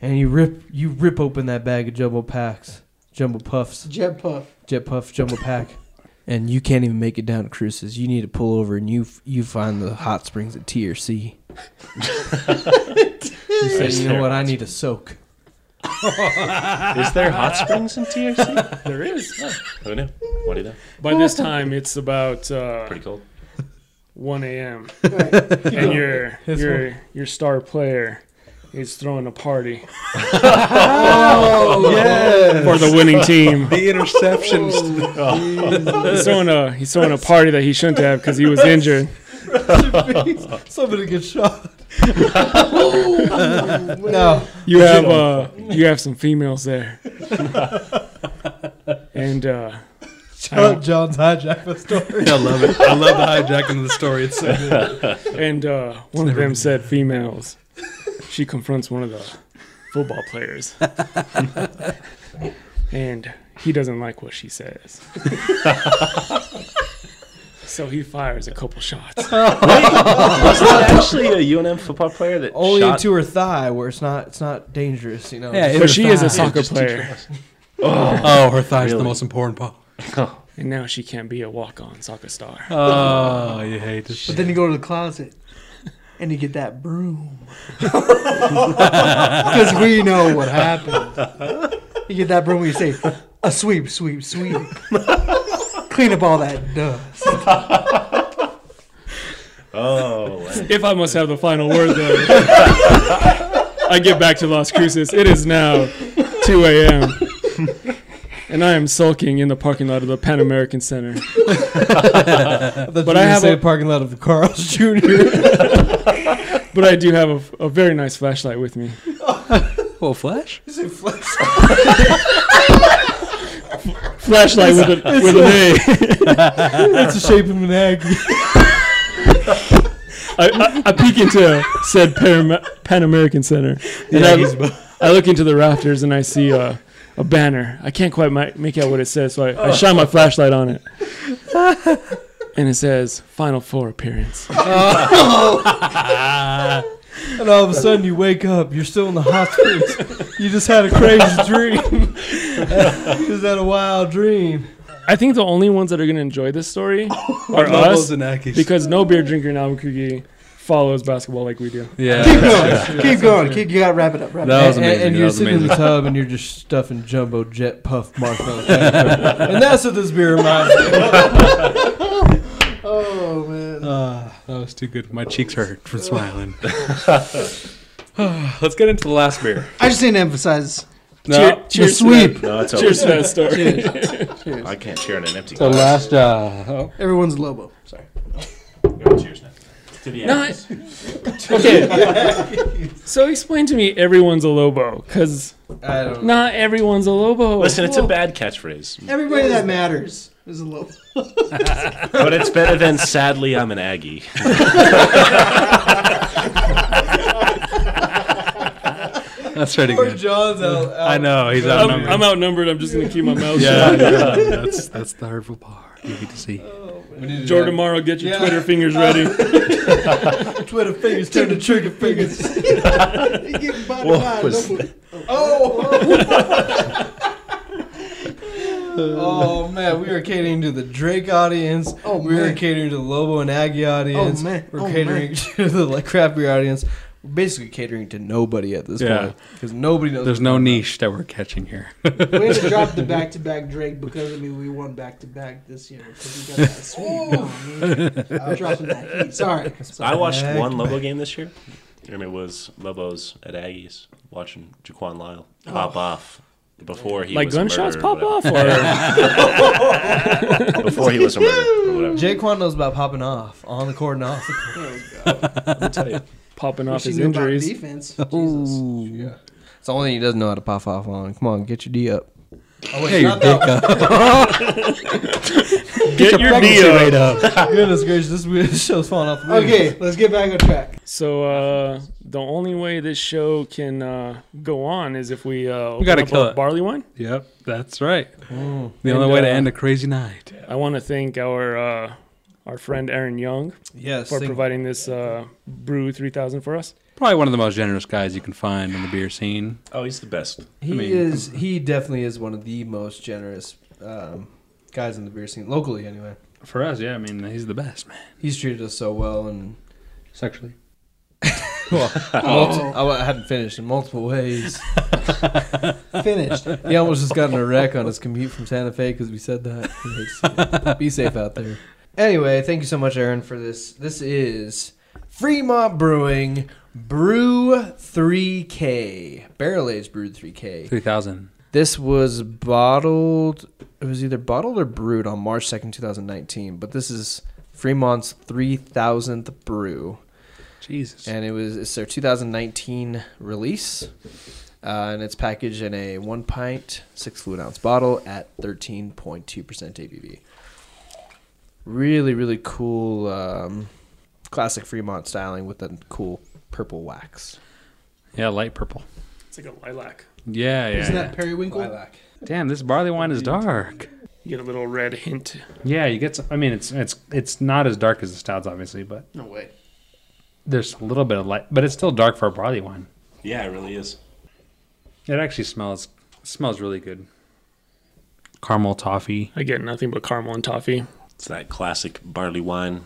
Speaker 4: And you rip you rip open that bag of jumbo packs, jumbo puffs,
Speaker 5: Jet puff.
Speaker 4: jet puff, jumbo pack. And you can't even make it down to Cruces. You need to pull over and you you find the hot springs at TRC. you say, you know what? I need a soak.
Speaker 1: Is there hot springs in TRC?
Speaker 6: There is.
Speaker 1: Who knew? What do you know?
Speaker 6: By this time, it's about uh,
Speaker 1: Pretty cold.
Speaker 6: 1 a.m.
Speaker 5: Right.
Speaker 6: and your
Speaker 4: His
Speaker 6: your your star player is throwing a party
Speaker 4: Oh yeah.
Speaker 6: for the winning team.
Speaker 2: The interceptions.
Speaker 6: he's throwing a he's throwing a party that he shouldn't have because he was injured.
Speaker 4: Somebody get shot. no.
Speaker 6: You have uh you have some females there, and uh,
Speaker 4: John, John's hijack the story.
Speaker 2: I love it. I love the hijacking of the story. It's so good.
Speaker 6: and uh, one of them said females. She confronts one of the football players, and he doesn't like what she says. So he fires a couple shots.
Speaker 1: Was that actually a UNM football player that
Speaker 4: Only
Speaker 1: shot?
Speaker 4: to her thigh, where it's not it's not dangerous, you know.
Speaker 2: Yeah,
Speaker 6: But she is a
Speaker 2: soccer.
Speaker 6: soccer player,
Speaker 2: Oh, her thigh's the
Speaker 1: Really?
Speaker 2: most important part.
Speaker 6: and now she can't be a walk-on soccer star.
Speaker 2: Oh, you hate this.
Speaker 5: But then you go to the closet and you get that broom. Because we know what happened. You get that broom where you say, a sweep, sweep, sweep. Clean up all that dust.
Speaker 1: Oh, wow.
Speaker 6: If I must have the final word, though, I get back to Las Cruces. It is now 2 a.m. And I am sulking in the parking lot of the Pan American Center.
Speaker 4: but
Speaker 6: I have
Speaker 4: say
Speaker 6: a-
Speaker 4: the parking lot of the Carl's Jr.
Speaker 6: But I do have a, a very nice flashlight with me. Oh,
Speaker 2: Well, Flash?
Speaker 6: Flashlight with a, with a
Speaker 4: it's the shape of an egg.
Speaker 6: I, I, I peek into said Pan, Pan American Center. And I, I look into the rafters and I see a, a banner. I can't quite ma- make out what it says, so
Speaker 4: Oh.
Speaker 6: I, I shine my flashlight on it. And it says, Final Four appearance.
Speaker 4: And all of a sudden, you wake up. You're still in the hospitals. you just had a crazy dream. just had a wild dream.
Speaker 6: I think the only ones that are going to enjoy this story are
Speaker 2: Lobos
Speaker 6: us
Speaker 2: and Ackies.
Speaker 6: because no beer drinker in Albuquerque follows basketball like we do.
Speaker 5: Keep
Speaker 2: yeah.
Speaker 5: going. Keep going. Keep, you got to wrap it up. Wrap it
Speaker 2: That
Speaker 5: up.
Speaker 2: was
Speaker 4: and,
Speaker 2: amazing.
Speaker 4: and
Speaker 2: That
Speaker 4: you're
Speaker 2: was
Speaker 4: sitting in the
Speaker 2: amazing.
Speaker 4: tub and you're just stuffing jumbo jet puff marshmallows. and that's what this beer reminds me. of.
Speaker 5: Oh, man.
Speaker 4: Uh,
Speaker 2: That was too good. My cheeks hurt from smiling. Let's get into the last beer.
Speaker 5: I just didn't emphasize
Speaker 2: No,
Speaker 5: the sweep.
Speaker 1: No, it's
Speaker 6: Cheers
Speaker 1: over.
Speaker 6: to that story.
Speaker 1: I can't cheer in an empty
Speaker 2: the
Speaker 1: glass.
Speaker 2: last. Uh, oh.
Speaker 5: Everyone's Lobo. Sorry.
Speaker 1: No, cheers now. To the
Speaker 6: No, I- okay. So explain to me everyone's a Lobo because
Speaker 4: I don't.
Speaker 6: not everyone's a Lobo.
Speaker 1: Listen, it's a bad catchphrase,
Speaker 5: Everybody that matters is a Lobo.
Speaker 1: but it's better than "Sadly, I'm an Aggie."
Speaker 2: That's pretty
Speaker 4: Poor
Speaker 2: good.
Speaker 4: John's out.
Speaker 2: I know. He's
Speaker 6: I'm,
Speaker 2: outnumbered.
Speaker 6: I'm outnumbered. I'm just going to keep my mouth
Speaker 2: yeah,
Speaker 6: shut.
Speaker 2: yeah, that's that's the hurtful part. You get to see.
Speaker 6: Jordan Morrow, get your
Speaker 4: Yeah.
Speaker 6: Twitter fingers ready.
Speaker 4: Twitter fingers turn to trigger fingers.
Speaker 5: You get body
Speaker 1: What
Speaker 5: by a
Speaker 1: was
Speaker 5: Lobo.
Speaker 4: oh. oh man, we are catering to the Drake audience.
Speaker 5: Oh,
Speaker 4: we are
Speaker 5: man.
Speaker 4: catering to the Lobo and Aggie audience.
Speaker 5: Oh, man.
Speaker 4: We're
Speaker 5: Oh,
Speaker 4: catering
Speaker 5: man.
Speaker 4: to the like craft beer audience. We're basically catering to nobody at this
Speaker 2: Yeah.
Speaker 4: point because nobody knows.
Speaker 2: There's no niche that we're catching here.
Speaker 5: We had to drop the back to back Drake because I mean we won back to back this year because we got that sweep. You know what I mean? I'm dropping that heat. Sorry.
Speaker 1: I watched
Speaker 4: Back
Speaker 1: one Lobo game this year, and it was Lobos at Aggies watching Jaquan Lyle pop off before he
Speaker 6: like
Speaker 1: was
Speaker 6: gunshots
Speaker 1: murdered or
Speaker 6: pop
Speaker 1: whatever.
Speaker 6: off, or
Speaker 1: before he was a murderer or whatever.
Speaker 4: Jaquan knows about popping off on the court and off. the court.
Speaker 6: popping off
Speaker 5: She
Speaker 6: his
Speaker 5: knew about
Speaker 6: injuries.
Speaker 5: defense. Jesus.
Speaker 4: It's the only thing he doesn't know how to pop off on. Come on, get your D up.
Speaker 5: Oh, wait,
Speaker 2: Get your
Speaker 5: not that
Speaker 2: dick
Speaker 5: one.
Speaker 2: up.
Speaker 6: Get your
Speaker 2: pregnancy
Speaker 6: D
Speaker 2: rate up.
Speaker 4: Goodness gracious, this we- this show's falling off the wheels.
Speaker 5: Okay, let's get back on track.
Speaker 6: So uh, the only way this show can uh, go on is if we uh, open
Speaker 2: gotta
Speaker 6: up
Speaker 2: kill
Speaker 6: a
Speaker 2: it.
Speaker 6: barley wine.
Speaker 2: Yep, that's right. The
Speaker 6: And,
Speaker 2: only way to
Speaker 6: uh,
Speaker 2: Mm. end a crazy night.
Speaker 6: I want to thank our uh, our friend Aaron Young
Speaker 4: Yes.
Speaker 6: for
Speaker 4: thank-
Speaker 6: providing this uh, brew 3000 for us.
Speaker 2: Probably one of the most generous guys you can find in the beer scene.
Speaker 1: Oh, he's the best.
Speaker 4: he
Speaker 2: I mean-
Speaker 4: is. He definitely is one of the most generous um, guys in the beer scene locally. Anyway,
Speaker 2: For us, yeah, I mean, he's the best, man.
Speaker 4: he's treated us so well, and
Speaker 2: Sexually.
Speaker 4: well,
Speaker 5: Oh.
Speaker 4: multi- I hadn't finished in multiple ways.
Speaker 5: Finished.
Speaker 4: He almost just got in a wreck on his commute from Santa Fe because we said that. Be safe out there. Anyway, thank you so much, Aaron, for this. This is Fremont Brewing Brew 3K. Barrel aged brewed 3K.
Speaker 2: 3,000.
Speaker 4: This was bottled. It was either bottled or brewed on March 2nd, 2019. But this is Fremont's 3000th brew
Speaker 2: Jesus.
Speaker 4: and it was it's their 2019 release, uh, and it's packaged in a one pint, six fluid ounce bottle at 13.2% ABV. Really, really cool, um, classic Fremont styling with a cool purple wax.
Speaker 2: yeah, light purple.
Speaker 6: It's like a lilac.
Speaker 2: Yeah, yeah.
Speaker 5: Isn't
Speaker 2: yeah.
Speaker 5: that periwinkle?
Speaker 2: Damn, this barley wine is dark.
Speaker 6: You get a little red hint.
Speaker 2: Yeah, you get. Some, I mean, it's it's it's not as dark as the stouts, obviously, but
Speaker 5: No way.
Speaker 2: there's a little bit of light, but it's still dark for a barley wine.
Speaker 1: Yeah, it really is.
Speaker 2: It actually smells smells really good. Caramel toffee.
Speaker 6: I get nothing but caramel and toffee.
Speaker 1: It's that classic barley wine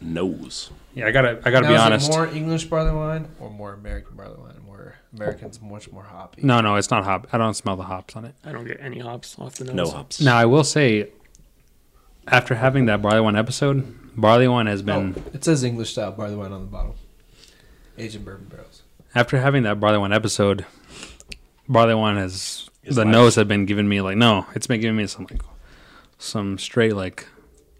Speaker 1: nose.
Speaker 2: Yeah, I gotta I gotta be honest.
Speaker 4: more English barley wine or more American barley wine? More Americans, much more hoppy.
Speaker 2: No, no, it's not hop. I don't smell the hops on it.
Speaker 6: I don't get any hops off the nose.
Speaker 1: No hops.
Speaker 2: Now I will say, after having that barley wine episode, barley wine has been
Speaker 4: Oh, it says English style barley wine on the bottle. Aged in bourbon barrels.
Speaker 2: after having that barley wine episode. Barley wine has
Speaker 1: It's
Speaker 2: the
Speaker 1: light.
Speaker 2: nose had been giving me like no, it's been giving me some like some straight like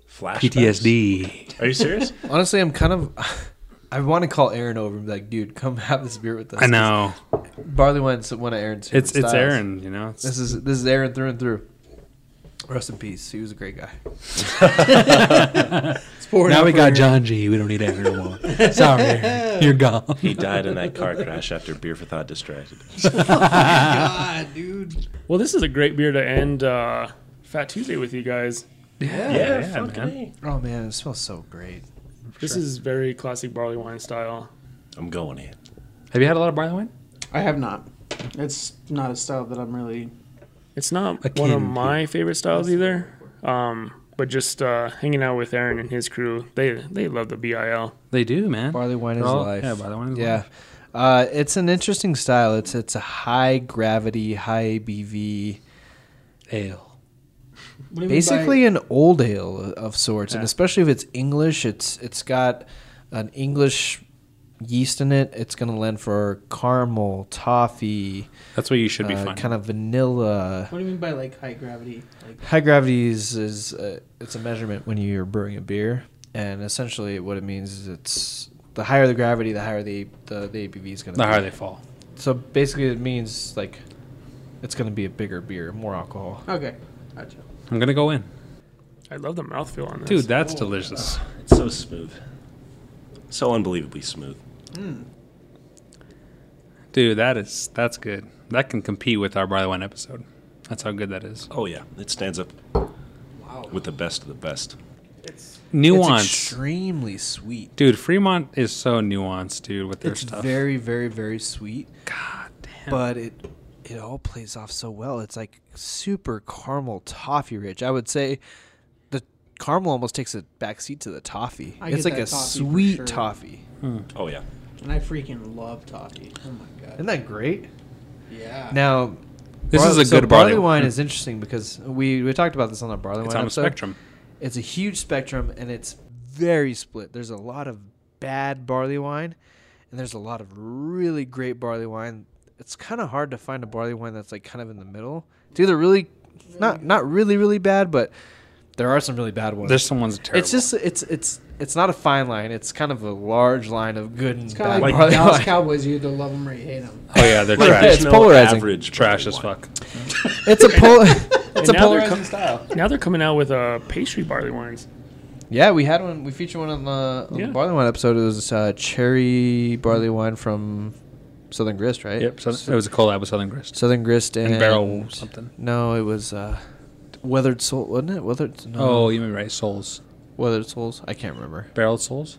Speaker 1: Flashbacks.
Speaker 2: PTSD.
Speaker 1: Are you serious?
Speaker 4: Honestly, I'm kind of. I want to call Aaron over and be like, dude, come have this beer with us.
Speaker 2: I know.
Speaker 4: Barley wine's one of Aaron's. favorite
Speaker 2: It's it's
Speaker 4: styles.
Speaker 2: Aaron, you know. It's,
Speaker 4: This is this is Aaron through and through. Rest in peace. He was a great guy.
Speaker 2: now we got John G. We don't need Aaron no more. Sorry, Aaron. you're gone.
Speaker 1: he died in that car crash after beer for thought distracted.
Speaker 5: God, dude.
Speaker 6: Well, this is a great beer to end uh, Fat Tuesday with you guys.
Speaker 2: Yeah,
Speaker 4: Oh man, it smells so great.
Speaker 6: This is very classic barley wine style.
Speaker 1: I'm going in.
Speaker 2: Have you had a lot of barley wine?
Speaker 5: I have not. It's not a style that I'm really.
Speaker 6: It's not one of
Speaker 2: Akin.
Speaker 6: my favorite styles either. Um, but just uh, hanging out with Aaron and his crew, they they love the BIL.
Speaker 2: They do, man.
Speaker 4: Barley wine is
Speaker 2: They're all-
Speaker 4: life.
Speaker 2: Oh, Yeah, barley wine is
Speaker 4: Yeah.
Speaker 2: life.
Speaker 4: Uh, it's an interesting style. It's it's a high gravity, high ABV,
Speaker 2: Ale.
Speaker 5: What do you mean by-
Speaker 4: basically an old ale of sorts. And
Speaker 2: Yeah.
Speaker 4: especially if it's English, it's it's got an English yeast in it. It's gonna lend for caramel, toffee,
Speaker 2: That's what you should be
Speaker 4: uh,
Speaker 2: finding.
Speaker 4: kind of vanilla.
Speaker 5: What do you mean by like high gravity? Like
Speaker 4: High gravity is, is uh, it's a measurement when you're brewing a beer, and essentially what it means is it's the higher the gravity, the higher the the, the ABV is going to.
Speaker 2: the
Speaker 4: be.
Speaker 2: higher they fall.
Speaker 4: So basically, it means like it's going to be a bigger beer, more alcohol.
Speaker 5: okay, gotcha.
Speaker 2: I'm gonna go in,
Speaker 6: I love the mouthfeel on this.
Speaker 2: dude. That's delicious.
Speaker 1: It's so smooth. So unbelievably smooth.
Speaker 2: Dude, that is that's good. That can compete with our barley wine episode. That's how good that is.
Speaker 1: Oh yeah, it stands up with the best of the best.
Speaker 2: Nuance,
Speaker 4: It's extremely sweet.
Speaker 2: dude. Fremont is so nuanced, dude, with their
Speaker 4: It's
Speaker 2: stuff.
Speaker 4: very, very, very sweet,
Speaker 2: God damn.
Speaker 4: but it it all plays off so well. It's like super caramel toffee rich. I would say the caramel almost takes a backseat to the toffee.
Speaker 5: I
Speaker 4: it's
Speaker 5: get
Speaker 4: like
Speaker 5: that
Speaker 4: a
Speaker 5: toffee for
Speaker 4: sweet
Speaker 5: sure.
Speaker 4: toffee.
Speaker 1: Oh yeah.
Speaker 5: And I freaking love toffee. Oh my god.
Speaker 4: Isn't that great?
Speaker 5: Yeah.
Speaker 4: Now,
Speaker 2: This
Speaker 4: bar-
Speaker 2: is a
Speaker 4: so
Speaker 2: good
Speaker 4: barley,
Speaker 2: barley
Speaker 4: wine.
Speaker 2: wine.
Speaker 4: Is interesting because we we talked about this on the barley
Speaker 2: it's
Speaker 4: wine
Speaker 2: on the
Speaker 4: episode.
Speaker 2: spectrum.
Speaker 4: It's a huge spectrum, and it's very split. There's a lot of bad barley wine, and there's a lot of really great barley wine. It's kind of hard to find a barley wine that's like kind of in the middle. It's either really not not really really bad, but There are some really bad ones.
Speaker 2: There's some ones that are terrible.
Speaker 4: It's just it's it's it's not a fine line. It's kind of a large line of good and
Speaker 5: It's kind
Speaker 4: bad.
Speaker 5: of like,
Speaker 4: Like-
Speaker 5: Dallas Cowboys. You either love them or you hate them.
Speaker 2: oh yeah, they're
Speaker 4: Like,
Speaker 2: trash.
Speaker 4: it's
Speaker 1: Traditional
Speaker 4: polarizing.
Speaker 1: Average
Speaker 2: trash
Speaker 1: bourbon
Speaker 2: as
Speaker 1: wine.
Speaker 2: fuck.
Speaker 4: it's a pol-
Speaker 6: And
Speaker 4: it's a
Speaker 6: now they're
Speaker 4: polarizing
Speaker 6: com-
Speaker 4: style.
Speaker 6: Now they're coming out with uh, pastry barley wines.
Speaker 4: Yeah, we had one. We featured one on the, on
Speaker 6: Yeah.
Speaker 4: the barley wine episode. It was uh, cherry barley wine from Southern Grist, right?
Speaker 2: Yep,
Speaker 4: S-
Speaker 2: so, it was a collab with Southern Grist
Speaker 4: Southern Grist and,
Speaker 2: and, Barrel something.
Speaker 4: No, it was uh, Weathered Soul, wasn't it? Weathered. No,
Speaker 2: Oh, you mean right? Souls,
Speaker 4: Weathered Souls. I can't remember.
Speaker 2: barreled souls,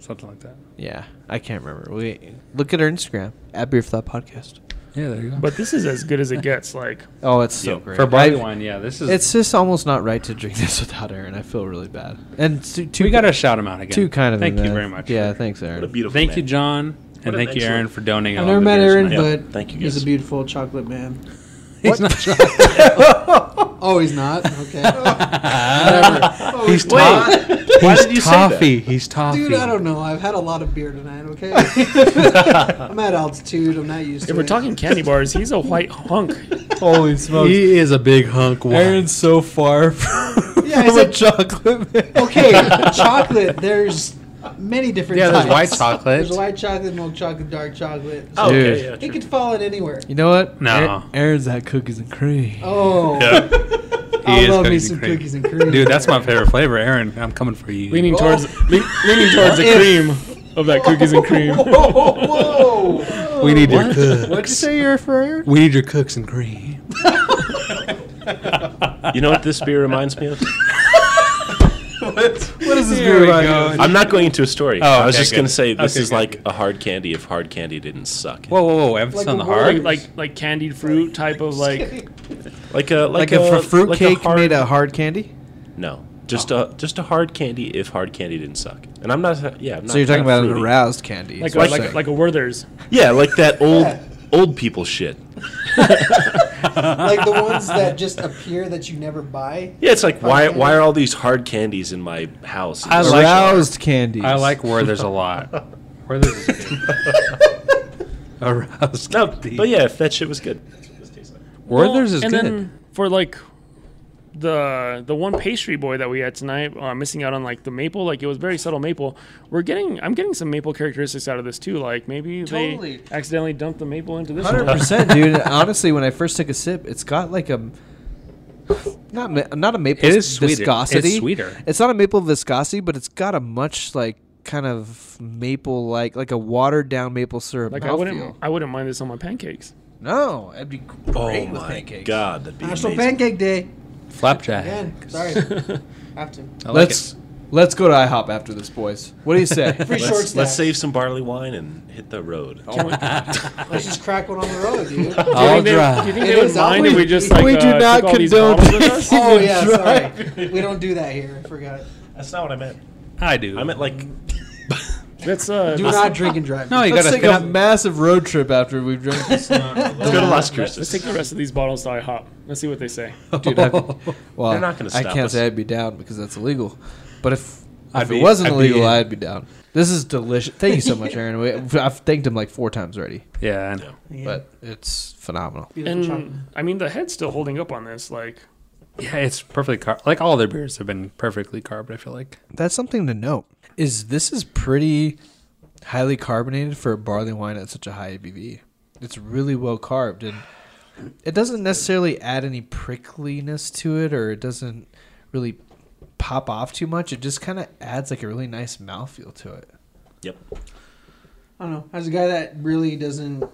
Speaker 2: something like that.
Speaker 4: Yeah, I can't remember. We look at our Instagram at Beer for Thought Podcast.
Speaker 2: Yeah, there you go.
Speaker 6: But this is as good as it gets. Like
Speaker 4: Oh, it's so
Speaker 1: Yeah,
Speaker 4: great.
Speaker 2: for barley
Speaker 4: I-
Speaker 2: wine, yeah, this is.
Speaker 4: It's just almost not right to drink this without Aaron. I feel really bad. And too, too
Speaker 2: we got to shout him out again.
Speaker 4: too kind of.
Speaker 2: Thank
Speaker 4: him,
Speaker 2: you
Speaker 4: man.
Speaker 2: very much.
Speaker 4: Yeah, thanks,
Speaker 1: What a
Speaker 4: Aaron.
Speaker 1: beautiful
Speaker 2: Thank
Speaker 1: man.
Speaker 2: you, John,
Speaker 1: What
Speaker 2: and
Speaker 1: an
Speaker 2: thank you, Aaron,
Speaker 1: excellent-
Speaker 2: for donating. all
Speaker 5: I've never
Speaker 2: the
Speaker 5: met
Speaker 2: beers
Speaker 5: Aaron,
Speaker 1: Yeah,
Speaker 2: tonight.
Speaker 5: but
Speaker 1: thank you,
Speaker 5: he's
Speaker 1: guys.
Speaker 5: a beautiful chocolate man.
Speaker 2: he's not.
Speaker 5: Oh, he's not. Okay. Whatever.
Speaker 2: he's toffee. He's toffee. He's toffee.
Speaker 5: Dude, I don't know. I've had a lot of beer tonight. Okay. I'm at altitude. I'm not used to
Speaker 6: if we're
Speaker 5: it.
Speaker 6: talking candy bars, he's a white hunk.
Speaker 4: Holy smokes!
Speaker 2: He is a big hunk. Wine.
Speaker 4: Aaron's so far from,
Speaker 5: Yeah, I
Speaker 4: from a
Speaker 5: said-
Speaker 4: chocolate man.
Speaker 5: okay, chocolate. There's many different.
Speaker 2: Yeah, there's
Speaker 5: types.
Speaker 2: white chocolate.
Speaker 5: There's white chocolate, milk chocolate, dark chocolate.
Speaker 1: Oh,
Speaker 4: Dude.
Speaker 1: okay, yeah,
Speaker 5: It
Speaker 1: true.
Speaker 5: could fall in anywhere.
Speaker 4: You know what?
Speaker 2: No.
Speaker 4: Aar- Aaron's at cookies and cream.
Speaker 5: Oh,
Speaker 2: He
Speaker 5: I
Speaker 2: is
Speaker 5: love me
Speaker 2: cookies
Speaker 5: some
Speaker 2: and cream.
Speaker 5: cookies and cream.
Speaker 2: Dude, that's my favorite flavor, Aaron. I'm coming for you.
Speaker 6: leaning towards lean, leaning towards the cream of that cookies and cream.
Speaker 2: we need your cooks.
Speaker 4: What'd you say you're for Aaron?
Speaker 2: We need your cooks and cream.
Speaker 1: You know what this beer reminds me of?
Speaker 4: What is this beer about?
Speaker 1: I'm not going into a
Speaker 4: Oh,
Speaker 1: story. I was
Speaker 2: okay,
Speaker 1: just going
Speaker 2: good.
Speaker 1: to say this
Speaker 2: Okay,
Speaker 1: is
Speaker 2: good,
Speaker 1: like a hard candy if hard candy didn't suck.
Speaker 2: Whoa, whoa, whoa! Emphasis
Speaker 5: Like
Speaker 2: on
Speaker 5: a
Speaker 2: the
Speaker 5: roll.
Speaker 2: hard.
Speaker 6: Like like candied fruit type of like
Speaker 1: Like a
Speaker 4: Like,
Speaker 1: like,
Speaker 4: a, fr- fruit
Speaker 1: like a
Speaker 4: cake
Speaker 1: hard-
Speaker 4: made of hard candy?
Speaker 1: No, just a just a hard candy if hard candy didn't suck. And I'm not. Yeah, I'm not
Speaker 4: So you're talking
Speaker 1: not
Speaker 4: about an
Speaker 1: fruity.
Speaker 4: aroused candy. is
Speaker 6: like a, like,
Speaker 4: what you're
Speaker 6: like,
Speaker 4: saying.
Speaker 6: a Werther's.
Speaker 1: Yeah, like that old old people shit.
Speaker 5: like the ones that just appear that you never buy.
Speaker 1: Yeah, it's like why
Speaker 5: candy?
Speaker 1: why are all these hard candies in my house?
Speaker 2: I like-
Speaker 4: aroused candies.
Speaker 2: I like Werther's a lot. Werther's is good. Aroused.
Speaker 1: no, but yeah, if that shit was good.
Speaker 2: Werther's is
Speaker 6: and
Speaker 2: good.
Speaker 6: then for like the the one pastry boy that we had tonight, uh, missing out on like the maple, like it was very subtle maple. We're getting I'm getting some maple characteristics out of this too. Like maybe
Speaker 5: Totally.
Speaker 6: they accidentally dumped the maple into this
Speaker 4: Hundred
Speaker 6: one.
Speaker 4: percent, dude. Honestly, when I first took a sip, it's got like a not ma- not a maple.
Speaker 2: It is sweeter.
Speaker 4: viscosity.
Speaker 2: It's sweeter.
Speaker 4: It's not a maple viscosity, but it's got a much like kind of maple like like a watered down maple syrup.
Speaker 6: Like I
Speaker 4: mouthfeel.
Speaker 6: wouldn't I wouldn't mind this on my pancakes.
Speaker 4: No, it'd be great
Speaker 1: Oh
Speaker 4: with
Speaker 1: my
Speaker 4: pancakes.
Speaker 1: god, that'd be
Speaker 5: National
Speaker 1: amazing.
Speaker 5: Pancake Day.
Speaker 2: Flapjack.
Speaker 5: Again, sorry. Have to.
Speaker 2: I like
Speaker 4: Let's let's go to IHOP after this, boys. What do you say?
Speaker 5: Free
Speaker 1: Let's,
Speaker 5: short stack.
Speaker 1: let's save some barley wine and hit the road.
Speaker 6: Oh
Speaker 5: Let's just crack one on the road, dude.
Speaker 2: it.
Speaker 6: Do you
Speaker 2: I'll
Speaker 6: think they-
Speaker 2: drive.
Speaker 6: Do you think
Speaker 5: It
Speaker 6: they would
Speaker 5: is all
Speaker 6: mind
Speaker 5: we-
Speaker 6: if we just like
Speaker 4: we do
Speaker 6: uh,
Speaker 4: not
Speaker 6: took all these
Speaker 4: condone
Speaker 6: bottles with us?
Speaker 5: Oh yeah, sorry. We don't do that here. I forgot.
Speaker 1: That's not what I meant.
Speaker 2: I do.
Speaker 1: I meant like
Speaker 6: That's uh,
Speaker 5: Do not drink and drive.
Speaker 2: no, you
Speaker 4: Let's
Speaker 2: gotta
Speaker 4: take
Speaker 2: think.
Speaker 4: a massive road trip after we've drank this.
Speaker 1: let's go to Las
Speaker 6: Let's
Speaker 1: Cruces.
Speaker 6: take the rest of these bottles to IHOP. Let's see what they say.
Speaker 4: Dude, I, well,
Speaker 1: They're not gonna
Speaker 4: I
Speaker 1: stop
Speaker 4: can't
Speaker 1: us.
Speaker 4: say I'd be down because that's illegal. But if,
Speaker 2: I'd
Speaker 4: if
Speaker 2: be-
Speaker 4: it wasn't
Speaker 2: I'd be
Speaker 4: illegal,
Speaker 2: in.
Speaker 4: I'd be down. This is delicious. Thank you so much, Aaron. We, I've thanked him like four times already,
Speaker 2: Yeah, I know.
Speaker 5: Yeah.
Speaker 4: but it's phenomenal.
Speaker 5: Beautiful chocolate.
Speaker 6: And I mean, the head's still holding up on this. Like,
Speaker 2: Yeah, it's perfectly carb. Like all their beers have been perfectly carb. I feel like.
Speaker 4: That's something to note. Is this is pretty highly carbonated for a barley wine at such a high ABV. It's really well carved and it doesn't necessarily add any prickliness to it or it doesn't really pop off too much. It just kind of adds like a really nice mouthfeel to it.
Speaker 1: Yep.
Speaker 5: I don't know. As a guy that really doesn't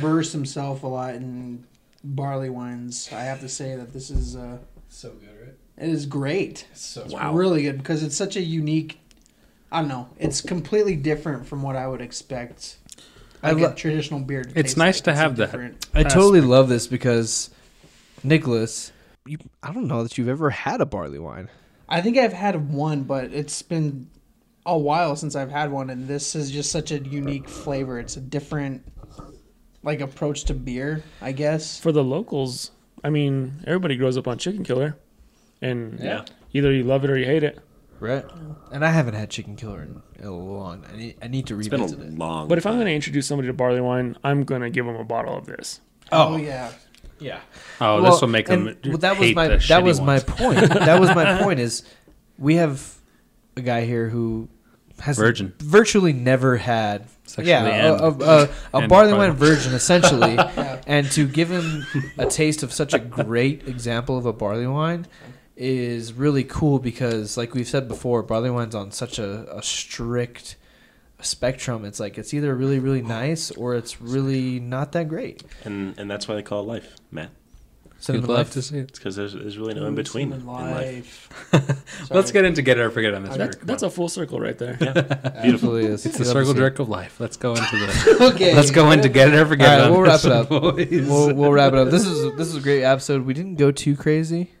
Speaker 5: verse himself a lot in barley wines, I have to say that this is uh,
Speaker 4: So good, right?
Speaker 5: it is great.
Speaker 4: So
Speaker 5: It's
Speaker 1: Wow.
Speaker 5: really good because it's such a unique. I don't know. It's completely different from what I would expect.
Speaker 4: I
Speaker 5: Like
Speaker 4: lo-
Speaker 5: a traditional beer. To
Speaker 2: It's
Speaker 5: taste
Speaker 2: nice
Speaker 5: like.
Speaker 2: to
Speaker 5: It's
Speaker 2: have that.
Speaker 5: different-
Speaker 4: I totally love this because Nicholas, you, I don't know that you've ever had a barley wine.
Speaker 5: I think I've had one, but it's been a while since I've had one, and this is just such a unique flavor. It's a different like approach to beer, I guess.
Speaker 6: for the locals, I mean, everybody grows up on Chicken Killer. And
Speaker 1: Yeah.
Speaker 6: either you love it or you hate it.
Speaker 4: Right. And I haven't had chicken killer in a long. I need, I need to
Speaker 1: It's been a
Speaker 4: revisit it.
Speaker 1: long
Speaker 6: But if I'm going to introduce somebody to barley wine, I'm going to give them a bottle of this.
Speaker 5: Oh, yeah.
Speaker 4: Yeah.
Speaker 2: Oh,
Speaker 4: Well,
Speaker 2: this will make them.
Speaker 4: and- well, that was
Speaker 2: hate
Speaker 4: my
Speaker 2: the
Speaker 4: that
Speaker 2: shitty
Speaker 4: was my
Speaker 2: ones.
Speaker 4: point. that was my point. Is we have a guy here who has
Speaker 2: Virgin.
Speaker 4: virtually never had
Speaker 2: Sexually
Speaker 4: yeah a,
Speaker 2: and-
Speaker 4: a, a, a
Speaker 2: and
Speaker 4: barley
Speaker 2: by-
Speaker 4: wine virgin essentially, and to give him a taste of such a great example of a barley wine is really cool because like we've said before barley wine's on such a, a strict spectrum it's like it's either really really nice or it's really not that great
Speaker 1: And and that's why they call it life, Matt.
Speaker 2: You'd
Speaker 4: Cinnamon
Speaker 2: love
Speaker 4: Life-
Speaker 2: to see it.
Speaker 1: It's because there's there's really no in between in life.
Speaker 2: Let's get into get it or forget it on this.
Speaker 6: That's,
Speaker 2: Eric.
Speaker 6: that's a full circle right there.
Speaker 1: Beautiful.
Speaker 4: Absolutely is.
Speaker 2: it's the
Speaker 4: You'd love to
Speaker 2: circle
Speaker 4: see it.
Speaker 2: jerk of life. Let's go into the.
Speaker 5: Okay.
Speaker 2: let's go into get it or
Speaker 4: All
Speaker 2: forget
Speaker 4: right,
Speaker 2: it.
Speaker 4: we'll
Speaker 2: on
Speaker 4: wrap
Speaker 2: this
Speaker 4: it up.
Speaker 2: one, boys.
Speaker 4: We'll, we'll wrap it up. This is this is a great episode. We didn't go too crazy.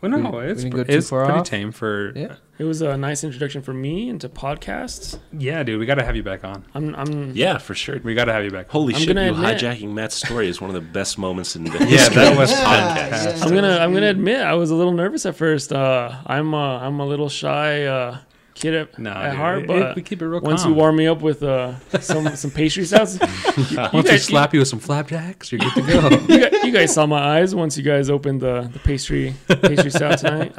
Speaker 2: Well,
Speaker 4: we-
Speaker 2: no,
Speaker 4: we
Speaker 2: it's,
Speaker 4: didn't
Speaker 2: pr-
Speaker 4: go too
Speaker 2: it's
Speaker 4: far
Speaker 2: pretty
Speaker 4: off.
Speaker 2: tame for. Yeah.
Speaker 4: Yeah.
Speaker 6: It was a nice introduction for me into podcasts.
Speaker 2: dude, we got to have you back on.
Speaker 6: I'm I'm
Speaker 1: Yeah, for sure.
Speaker 2: We got to have you back.
Speaker 1: Holy
Speaker 6: I'm
Speaker 1: shit! You
Speaker 6: gonna admit-
Speaker 1: hijacking Matt's story is one of the best moments in the
Speaker 2: Yeah,
Speaker 1: history
Speaker 2: that
Speaker 1: of
Speaker 2: was
Speaker 1: this
Speaker 5: Yeah,
Speaker 1: podcast.
Speaker 5: yeah.
Speaker 6: I'm gonna I'm gonna admit I was a little nervous at first. Uh, I'm uh, I'm a little shy uh, kid at,
Speaker 2: No,
Speaker 6: at
Speaker 2: dude,
Speaker 6: heart,
Speaker 2: it-
Speaker 6: but
Speaker 2: it- we keep it real
Speaker 6: once
Speaker 2: calm.
Speaker 6: you warm me up with uh, some some pastry sauce,
Speaker 2: Once we
Speaker 6: guys-
Speaker 2: slap you with some flapjacks, you're good to go.
Speaker 6: you, guys, you guys saw my eyes once you guys opened the, the pastry pastry sauce tonight.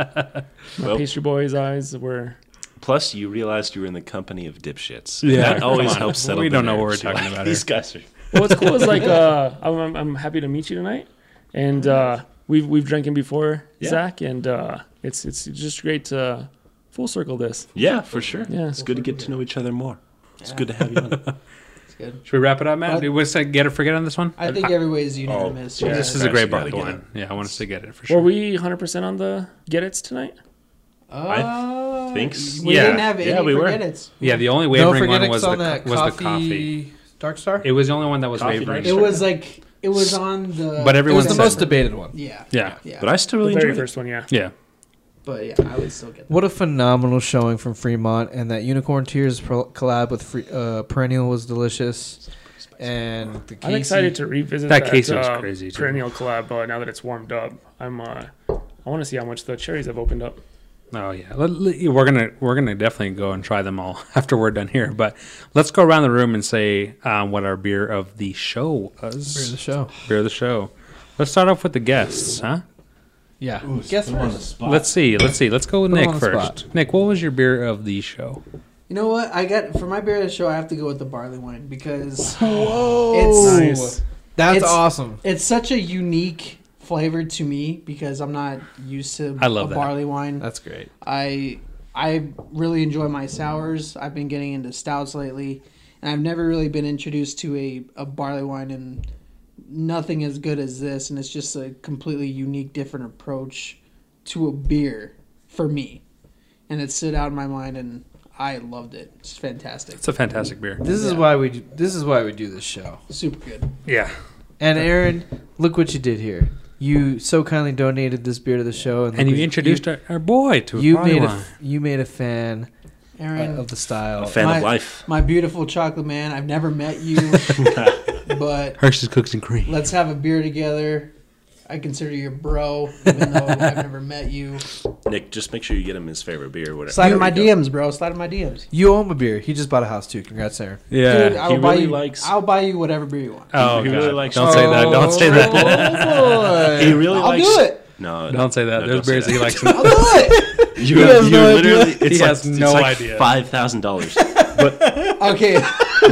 Speaker 6: My
Speaker 1: Well.
Speaker 6: pastry boy's eyes were
Speaker 1: Plus, you realized you were in the company of dipshits.
Speaker 2: Yeah,
Speaker 1: that
Speaker 2: come
Speaker 1: always
Speaker 2: on.
Speaker 1: helps settle.
Speaker 2: We
Speaker 1: the
Speaker 2: don't know what
Speaker 1: nerves.
Speaker 2: we're talking
Speaker 1: Like,
Speaker 2: about
Speaker 1: These guys are.
Speaker 6: Well, what's cool is like uh, I'm, I'm, I'm happy to meet you tonight, and uh, we've we've drinking before
Speaker 1: Yeah.
Speaker 6: Zach, and uh, it's it's just great to full circle this.
Speaker 1: Yeah, for sure.
Speaker 6: Yeah.
Speaker 1: it's good to get to know each other more. It's good to have you on.
Speaker 2: Should we wrap it up,
Speaker 5: Uh,
Speaker 2: Matt? Do we say get it forget it on this one?
Speaker 5: I think everybody's unanimous.
Speaker 1: Oh, yeah.
Speaker 5: yeah.
Speaker 2: This is a great
Speaker 1: Christ, we
Speaker 2: barley
Speaker 1: gotta get
Speaker 2: wine. Yeah, I want us to get it for
Speaker 6: Were
Speaker 2: sure.
Speaker 6: we 100 percent on the get it's tonight?
Speaker 5: Uh,
Speaker 1: Thanks.
Speaker 5: We
Speaker 2: Yeah.
Speaker 5: didn't have any
Speaker 1: Yeah, we were.
Speaker 5: forget it's.
Speaker 2: Yeah, the only
Speaker 4: No
Speaker 2: wavering
Speaker 4: forget
Speaker 2: one
Speaker 4: it
Speaker 2: was
Speaker 4: was
Speaker 2: the,
Speaker 4: on that
Speaker 2: was
Speaker 4: coffee,
Speaker 2: the coffee.
Speaker 4: Dark Star.
Speaker 2: It was the only one that was
Speaker 1: Coffee,
Speaker 2: wavering.
Speaker 1: right?
Speaker 5: It was like it was on the.
Speaker 2: But
Speaker 4: It was
Speaker 2: everyone
Speaker 4: the
Speaker 2: said-
Speaker 4: most debated one.
Speaker 5: Yeah.
Speaker 2: Yeah.
Speaker 5: Yeah.
Speaker 1: But I still
Speaker 6: The
Speaker 1: really
Speaker 6: very
Speaker 1: enjoyed it.
Speaker 6: first one, yeah.
Speaker 2: Yeah.
Speaker 5: But yeah, I would still get that.
Speaker 4: What a phenomenal showing from Fremont, and that Unicorn Tears pro- collab with Fre- uh, Perennial was delicious. And the
Speaker 6: I'm excited to revisit
Speaker 2: That
Speaker 6: that,
Speaker 2: Casey was
Speaker 6: uh,
Speaker 2: crazy, too.
Speaker 6: perennial collab uh, now that it's warmed up. I'm uh, I want to see how much the cherries have opened up.
Speaker 2: Oh yeah, Let- let- we're gonna we're gonna definitely go and try them all after we're done here. But let's go around the room and say um, what our beer of the show was.
Speaker 4: the show.
Speaker 2: Beer of the show. Let's start off with the guests, huh?
Speaker 4: Yeah. Guess first.
Speaker 2: Let's see. Let's see. Let's go with
Speaker 4: Put 'em
Speaker 2: Nick
Speaker 4: on the
Speaker 2: first. Nick, what was your beer of the show?
Speaker 5: You know what? I got for my beer of the show. I have to go with the barley wine because
Speaker 4: Whoa.
Speaker 5: it's
Speaker 6: Nice.
Speaker 4: That's
Speaker 5: It's-
Speaker 4: awesome.
Speaker 5: it's such a unique flavor to me because I'm not used to
Speaker 2: I love
Speaker 5: a
Speaker 2: that.
Speaker 5: barley wine.
Speaker 4: That's great.
Speaker 5: I I really enjoy my sours. I've been getting into stouts lately, and I've never really been introduced to a, a barley wine and nothing as good as this. And it's just a completely unique, different approach to a beer for me, and it stood out in my mind, and I loved it. It's fantastic,
Speaker 2: It's a fantastic beer.
Speaker 4: This is
Speaker 5: Yeah.
Speaker 4: why we do, this is why we do this show.
Speaker 5: super good.
Speaker 2: Yeah.
Speaker 4: And Aaron, look what you did here. You so kindly donated this beer to the show, and,
Speaker 2: And
Speaker 4: look
Speaker 2: you
Speaker 4: what-
Speaker 2: introduced our, our boy to
Speaker 4: You,
Speaker 2: a
Speaker 4: you
Speaker 2: barley
Speaker 4: made a
Speaker 2: wine.
Speaker 4: f- you made a fan uh,
Speaker 5: Aaron,
Speaker 4: of the style.
Speaker 1: A fan
Speaker 5: My-
Speaker 1: of life.
Speaker 5: my beautiful chocolate man. I've never met you, but
Speaker 2: Hershey's Cooks and Cream.
Speaker 5: let's have a beer together. I consider you a bro, even though I've never met you.
Speaker 1: Nick, just make sure you get him his favorite beer or whatever.
Speaker 5: Slide in
Speaker 1: There
Speaker 5: my
Speaker 1: you go.
Speaker 5: DMs, bro. Slide in my DMs.
Speaker 4: You owe him a beer. He just bought a house too. Congrats, Aaron.
Speaker 2: Yeah.
Speaker 5: Dude, I
Speaker 1: he
Speaker 5: will buy
Speaker 1: really
Speaker 5: you.
Speaker 1: likes-
Speaker 5: I'll buy you whatever beer you want.
Speaker 2: oh,
Speaker 1: he
Speaker 2: God.
Speaker 1: really likes-
Speaker 2: don't say that. Don't say that.
Speaker 4: that.
Speaker 1: Oh, He really
Speaker 5: I'll
Speaker 1: likes.
Speaker 5: do it.
Speaker 1: No,
Speaker 2: Don't say that.
Speaker 1: No,
Speaker 2: There's
Speaker 1: don't
Speaker 2: beers
Speaker 1: say
Speaker 2: he
Speaker 1: that.
Speaker 2: likes.
Speaker 5: I'll do it.
Speaker 1: you,
Speaker 4: has
Speaker 1: you
Speaker 4: no
Speaker 1: literally. It's
Speaker 2: He
Speaker 1: like,
Speaker 2: has no
Speaker 1: it's like
Speaker 2: idea.
Speaker 1: Five thousand dollars.
Speaker 5: Okay.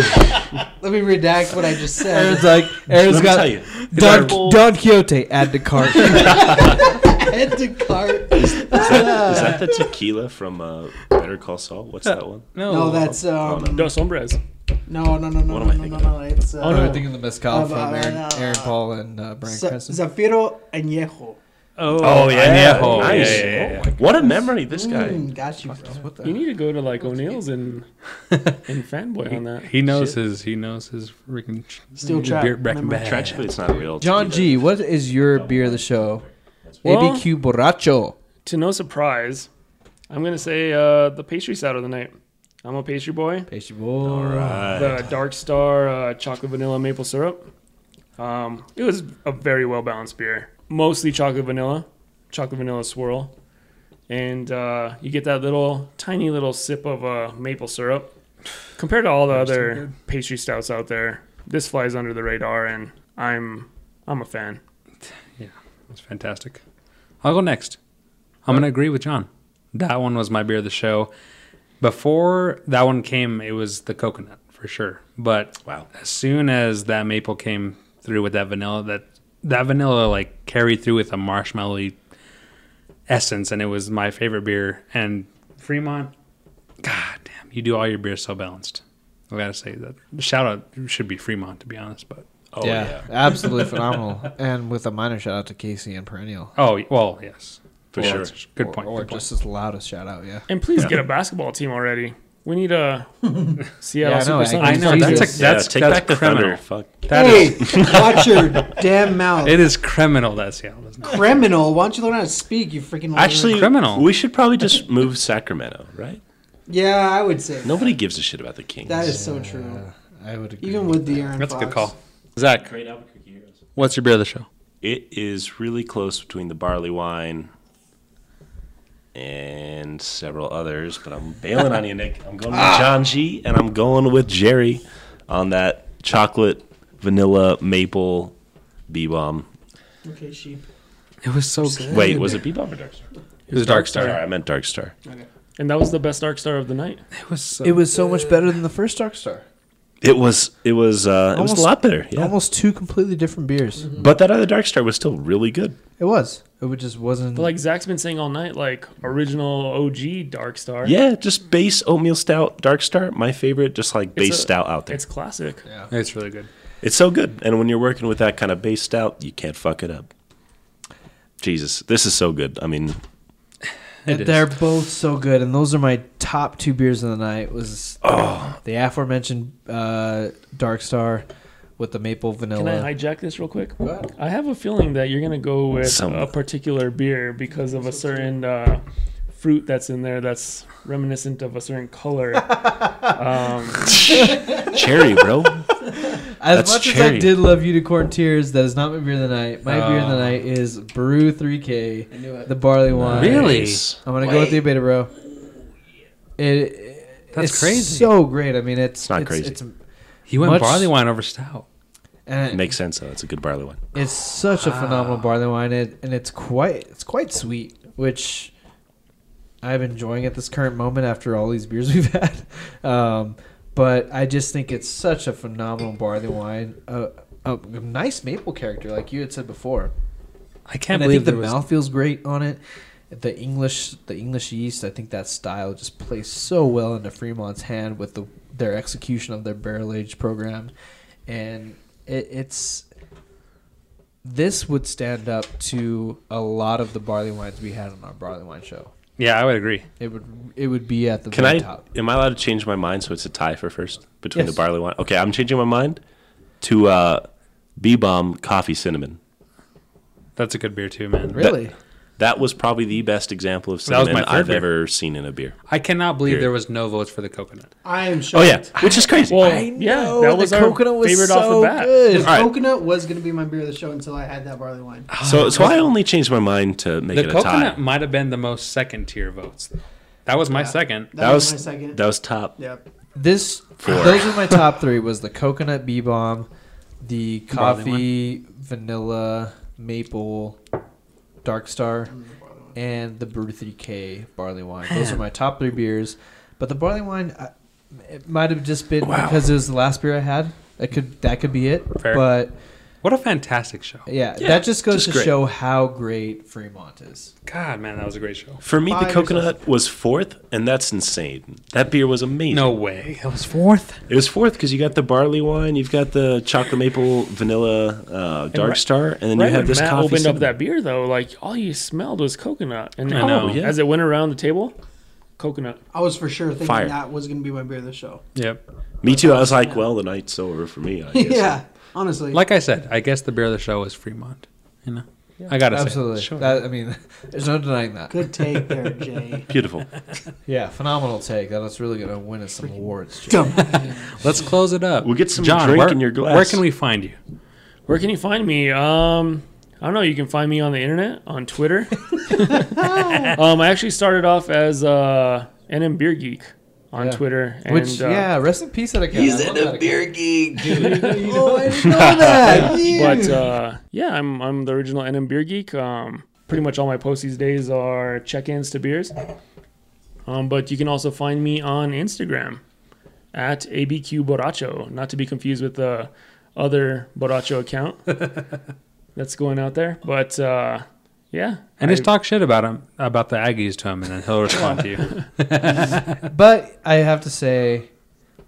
Speaker 5: Let me redact what I just said.
Speaker 4: Aaron's like Aaron's
Speaker 1: Let me tell
Speaker 4: got
Speaker 1: you,
Speaker 4: Don, Don Quixote. Add to cart.
Speaker 5: Add to cart.
Speaker 1: is that the tequila from uh, Better Call Saul? What's that one?
Speaker 5: No, that's um.
Speaker 6: Dos Hombres.
Speaker 5: No, no, no, no,
Speaker 1: oh, What
Speaker 5: no,
Speaker 1: am I
Speaker 5: no, no,
Speaker 1: thinking
Speaker 5: no. It's uh,
Speaker 4: Oh, no, I'm thinking of the mezcal
Speaker 5: Uh,
Speaker 4: from Aaron,
Speaker 5: uh,
Speaker 4: Aaron Paul and uh, Brian
Speaker 5: Za-
Speaker 4: Creston.
Speaker 5: Zafiro Añejo.
Speaker 2: Oh,
Speaker 1: yeah.
Speaker 2: añejo.
Speaker 1: Nice. Oh,
Speaker 2: Yeah, yeah, yeah, yeah.
Speaker 1: What a memory this guy.
Speaker 5: Mm, got you, bro.
Speaker 4: What the?
Speaker 6: You need to go to like O'Neill's and and fanboy on that.
Speaker 2: He knows his. He knows his freaking ch-
Speaker 5: Steel
Speaker 2: his
Speaker 5: trap,
Speaker 2: beer back
Speaker 5: remember?
Speaker 2: bag.
Speaker 1: Tragic, but it's not real.
Speaker 4: John
Speaker 1: tequila.
Speaker 4: G. What is your beer of the show?
Speaker 6: Well-
Speaker 4: ABQ Borracho.
Speaker 6: To no surprise, I'm gonna say uh, the pastry side of the night. I'm a pastry boy.
Speaker 4: Pastry boy.
Speaker 6: The Dark Star uh, chocolate vanilla maple syrup. Um, it was a very well balanced beer. Mostly chocolate vanilla, chocolate vanilla swirl, and uh, you get that little tiny little sip of uh, maple syrup. Compared to all the other pastry stouts out there, this flies under the radar, and I'm I'm a fan.
Speaker 2: Yeah, It's fantastic. I'll go next. I'm going to agree with John. That one was my beer of the show. Before that one came, it was the coconut for sure. But
Speaker 1: Wow.
Speaker 2: as soon as that maple came through with that vanilla, that that vanilla like carried through with a marshmallowy essence, and it was my favorite beer. And Fremont, god damn, you do all your beers so balanced. I gotta say that shout out should be Fremont to be honest, but
Speaker 1: Oh
Speaker 4: yeah, absolutely phenomenal. And with a minor shout out to Casey and Perennial.
Speaker 2: oh well, yes,
Speaker 1: For
Speaker 2: Well,
Speaker 1: sure.
Speaker 2: that's- Good
Speaker 4: Or-
Speaker 2: point.
Speaker 4: Or
Speaker 2: good point.
Speaker 4: just as loud a shout out, yeah.
Speaker 6: And please get a basketball team already. We need a Seattle
Speaker 4: Yeah, I know,
Speaker 6: Supersonics.
Speaker 2: I know
Speaker 4: Jesus.
Speaker 2: that's a,
Speaker 4: Yeah,
Speaker 2: that's
Speaker 1: take
Speaker 2: that's
Speaker 1: back the thunder.
Speaker 2: criminal.
Speaker 1: Fuck.
Speaker 2: That is
Speaker 5: hey, watch your damn mouth.
Speaker 2: it is criminal. That's yeah. that's not-
Speaker 5: Criminal. Why don't you learn how to speak? You freaking loser.
Speaker 1: Actually,
Speaker 2: criminal.
Speaker 1: We should probably just move Sacramento, right?
Speaker 5: yeah, I would say
Speaker 1: Nobody gives a shit about the Kings.
Speaker 5: that is so true.
Speaker 4: I would agree.
Speaker 5: Even with the Aaron
Speaker 2: That's a good
Speaker 5: Fox.
Speaker 2: call. Zach,
Speaker 1: Great Albuquerque Heroes.
Speaker 2: what's your beer of the show?
Speaker 1: It is really close between the barley wine and several others, but I'm bailing on you, Nick. I'm going with John G, and I'm going with Jerry on that chocolate, vanilla, maple bee bomb.
Speaker 5: Okay, sheep.
Speaker 2: It was so good.
Speaker 1: Wait, was it bee bomb or Dark Star?
Speaker 2: It was Dark Star.
Speaker 1: Sorry, I meant Dark Star.
Speaker 6: And that was the best Dark Star of the night.
Speaker 2: It was so
Speaker 4: It was so much better than the first Dark Star.
Speaker 1: It was it was uh, it was a
Speaker 4: Almost-
Speaker 1: lot better. Yeah.
Speaker 4: Almost two completely different
Speaker 5: Mm-hmm.
Speaker 4: beers.
Speaker 1: But that other Dark Star was still really good.
Speaker 4: It was. It would- just wasn't.
Speaker 6: But like Zach's been saying all night, like original OG Dark Star.
Speaker 1: Yeah, just base oatmeal stout Dark Star, my favorite, just like base
Speaker 6: a-
Speaker 1: stout out there.
Speaker 6: It's classic.
Speaker 2: It's really good.
Speaker 1: It's so good. And when you're working with that kind of base stout, you can't fuck it up. Jesus, this is so good. I mean,
Speaker 2: It is.
Speaker 4: They're both so good, and those are my top two beers of the night. Was the aforementioned uh, Dark Star with the maple
Speaker 6: Can
Speaker 4: vanilla?
Speaker 6: I hijack this real quick?
Speaker 4: uh, Go ahead.
Speaker 6: I have a feeling that you're gonna go with
Speaker 1: Some-
Speaker 6: a particular beer because of a certain uh, fruit that's in there that's reminiscent of a certain color. um,
Speaker 1: cherry, bro.
Speaker 4: as
Speaker 1: That's
Speaker 4: much as I
Speaker 1: cherry. Oh.
Speaker 4: did love Unicorn Tears, that is not my beer of the night. My beer of the night is Brew 3K,
Speaker 5: I knew it.
Speaker 4: the barley wine.
Speaker 2: Really?
Speaker 1: Nice.
Speaker 4: I'm gonna go with the beta, bro. It
Speaker 2: That's
Speaker 4: it's
Speaker 2: crazy.
Speaker 4: So great. I mean, it's,
Speaker 1: It's not crazy.
Speaker 4: It's,
Speaker 2: He went
Speaker 4: Much-
Speaker 2: barley wine over stout.
Speaker 4: and
Speaker 1: Makes sense, though. It's a good barley one.
Speaker 4: It's such a phenomenal barley wine, it, and it's quite it's quite sweet, which I'm enjoying at this current moment after all these beers we've had. Um, but I just think it's such a phenomenal barley wine, a, a nice maple character, like you had said before.
Speaker 2: I can't
Speaker 4: And I
Speaker 2: believe
Speaker 4: think the
Speaker 2: there was-
Speaker 4: mouth feels great on it. The English, the English yeast, I think that style just plays so well into Fremont's hand with the their execution of their barrel age program, and it, it's this would stand up to a lot of the barley wines we had on our barley wine show.
Speaker 2: Yeah, I would agree.
Speaker 4: It would it would be at the
Speaker 1: Can
Speaker 4: very
Speaker 1: I?
Speaker 4: top.
Speaker 1: Am I allowed to change my mind so it's a tie for first between
Speaker 4: Yes.
Speaker 1: the barley wine? Okay, I'm changing my mind to uh, Bee Bomb Coffee Cinnamon.
Speaker 2: That's a good beer too, man.
Speaker 4: Really,
Speaker 1: That was probably the best example of
Speaker 2: That was
Speaker 1: cinnamon
Speaker 2: my third
Speaker 1: I've
Speaker 2: beer.
Speaker 1: ever seen in a beer.
Speaker 2: I cannot believe
Speaker 1: Period.
Speaker 2: there was no votes for the coconut.
Speaker 5: I am sure.
Speaker 1: Oh, yeah, which is crazy.
Speaker 6: well, yeah, that was our favorite off the bat.
Speaker 5: The
Speaker 1: All right.
Speaker 5: coconut was going to be my beer of the show until I had that barley wine.
Speaker 1: so, so I only changed my mind to make
Speaker 2: the
Speaker 1: it a
Speaker 2: coconut
Speaker 1: tie.
Speaker 2: might have been the most second tier votes. though. That was my second.
Speaker 5: That,
Speaker 1: That
Speaker 5: was,
Speaker 1: was-
Speaker 5: my second.
Speaker 1: That was top.
Speaker 5: yep.
Speaker 4: This those are my top three was the coconut bee bomb, the
Speaker 2: Barley
Speaker 4: coffee vanilla maple dark star, and the brew 3K barley wine. Those are my top three beers. But the barley wine, I, it might have just been
Speaker 1: Wow.
Speaker 4: because it was the last beer I had. That could that could be it.
Speaker 2: Fair.
Speaker 4: But
Speaker 2: What a fantastic show.
Speaker 4: yeah,
Speaker 1: Yeah,
Speaker 4: that just goes
Speaker 1: just
Speaker 4: to
Speaker 1: great.
Speaker 4: show how great Fremont is.
Speaker 2: God, man, that was a great show.
Speaker 1: For me,
Speaker 5: Buy
Speaker 1: the coconut was fourth, and that's insane. That beer was amazing.
Speaker 2: No way. That was fourth.
Speaker 1: It was fourth because you got the barley wine, you've got the chocolate maple vanilla uh, dark
Speaker 6: right-
Speaker 1: star, and then
Speaker 6: right
Speaker 1: you have
Speaker 6: when
Speaker 1: this
Speaker 6: Matt
Speaker 1: coffee.
Speaker 6: opened up
Speaker 1: cinnamon.
Speaker 6: that beer though, like all you smelled was coconut, and
Speaker 2: I know.
Speaker 1: yeah.
Speaker 6: as it went around the table, coconut.
Speaker 5: I was for sure thinking
Speaker 1: Fire.
Speaker 5: that was going to be my beer of the show.
Speaker 2: Yep.
Speaker 1: Me too. I was like, well, the night's over for me. I guess.
Speaker 5: yeah, honestly.
Speaker 2: Like I said, I guess the beer of the show was Fremont. You know, I gotta
Speaker 4: Absolutely.
Speaker 2: say, Sure.
Speaker 4: That, I mean, there's no denying that.
Speaker 5: Good take there, Jay.
Speaker 1: Beautiful.
Speaker 4: Yeah, phenomenal take. That was really going to win us some awards. Jay.
Speaker 5: Dumb.
Speaker 2: Let's close it up.
Speaker 1: We'll get some drink
Speaker 2: where,
Speaker 1: in your glass.
Speaker 2: Where can we find you?
Speaker 6: Where can you find me? Um, I don't know. You can find me on the internet on Twitter. um, I actually started off as uh, NM Beer Geek on
Speaker 4: Yeah.
Speaker 6: Twitter. And,
Speaker 4: Which
Speaker 6: uh,
Speaker 4: yeah, rest in peace, that account. He's in a beer
Speaker 8: oh, I didn't know that.
Speaker 6: But uh, yeah, I'm I'm the original NM beer geek. Um, pretty much all my posts these days are check-ins to beers. Um, but you can also find me on Instagram at abq borracho, not to be confused with the other borracho account that's going out there. But uh, yeah,
Speaker 2: And
Speaker 6: I-
Speaker 2: just talk shit about him, about the Aggies to him, and then he'll respond to you.
Speaker 4: But I have to say,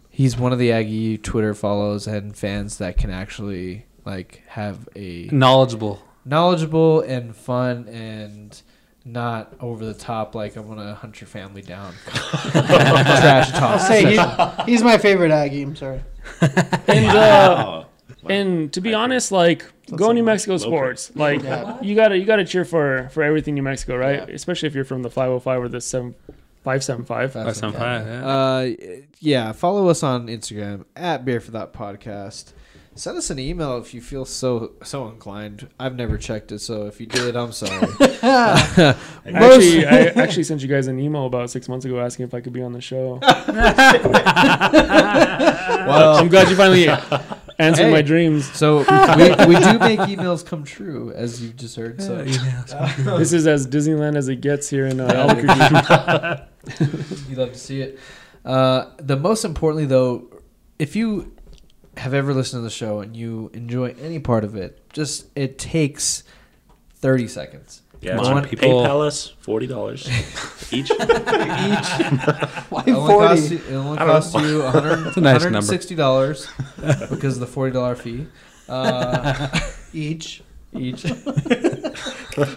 Speaker 4: he's one of the Aggie Twitter follows and fans that can actually like have a
Speaker 2: Knowledgeable.
Speaker 4: knowledgeable and fun and not over the top like I'm gonna hunt your family down trash talk.
Speaker 5: Say, he's, he's my favorite Aggie. I'm sorry.
Speaker 6: and uh,
Speaker 1: Oh,
Speaker 6: and to be honest, like go New Mexico sports. Like
Speaker 5: Yeah.
Speaker 6: you gotta you gotta cheer for for everything New Mexico, right? Especially if you're from the 505 or the seven five seven five.
Speaker 2: That's on fire, yeah.
Speaker 4: Uh, yeah. Follow us on Instagram at Beer for That Podcast. Send us an email if you feel so so inclined. I've never checked it, so if you did, I'm sorry.
Speaker 6: Actually, I actually sent you guys an email about six months ago asking if I could be on the show.
Speaker 4: well,
Speaker 6: I'm glad you finally answered
Speaker 4: Hey.
Speaker 6: my dreams.
Speaker 4: So we, we do make emails come true, as you've just heard. So
Speaker 6: This is as Disneyland as it gets here in uh, Albuquerque.
Speaker 4: you love to see it. Uh, the most importantly, though, if you have ever listened to the show and you enjoy any part of it, just it takes thirty seconds.
Speaker 1: yeah,
Speaker 2: Come
Speaker 1: it's
Speaker 2: on,
Speaker 1: on
Speaker 2: people.
Speaker 1: PayPal us forty dollars each.
Speaker 5: Why
Speaker 4: It only costs
Speaker 5: 40?
Speaker 4: you, it only
Speaker 1: I don't
Speaker 4: costs you a hundred-
Speaker 2: a nice number.
Speaker 4: $160 because of the forty dollar fee. Uh,
Speaker 5: Each.
Speaker 4: each.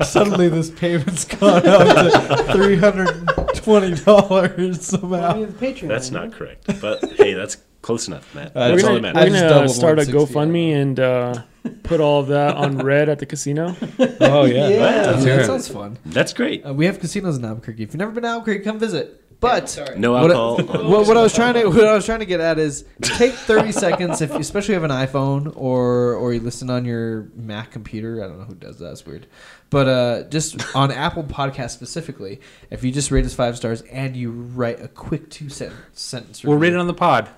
Speaker 4: Suddenly, this payment's gone up to three hundred and twenty dollars
Speaker 5: Well, I
Speaker 4: somehow.
Speaker 5: mean, the Patreon.
Speaker 1: That's not correct, but hey, that's close enough, Matt.
Speaker 4: Uh,
Speaker 1: That's
Speaker 6: we're
Speaker 1: all that
Speaker 6: gonna,
Speaker 1: matters.
Speaker 6: we're
Speaker 4: I just
Speaker 6: gonna
Speaker 4: doubled
Speaker 6: start a
Speaker 4: 160
Speaker 6: GoFundMe and uh, put all of that on red at the casino.
Speaker 4: Oh yeah,
Speaker 1: That's
Speaker 4: that
Speaker 2: good.
Speaker 4: sounds fun.
Speaker 1: That's great.
Speaker 4: Uh, we have casinos in Albuquerque. If you've never been to Albuquerque, come visit. But
Speaker 1: No
Speaker 4: What-
Speaker 1: alcohol. on
Speaker 4: what, what I was trying to what I was trying to get at is take thirty seconds, if especially if you have an iPhone or or you listen on your Mac computer. I don't know who does that. It's weird. But uh, just on Apple Podcast specifically, if you just rate us five stars and you write a quick two sentence sentence,
Speaker 2: We'll read it
Speaker 4: review,
Speaker 2: on the pod.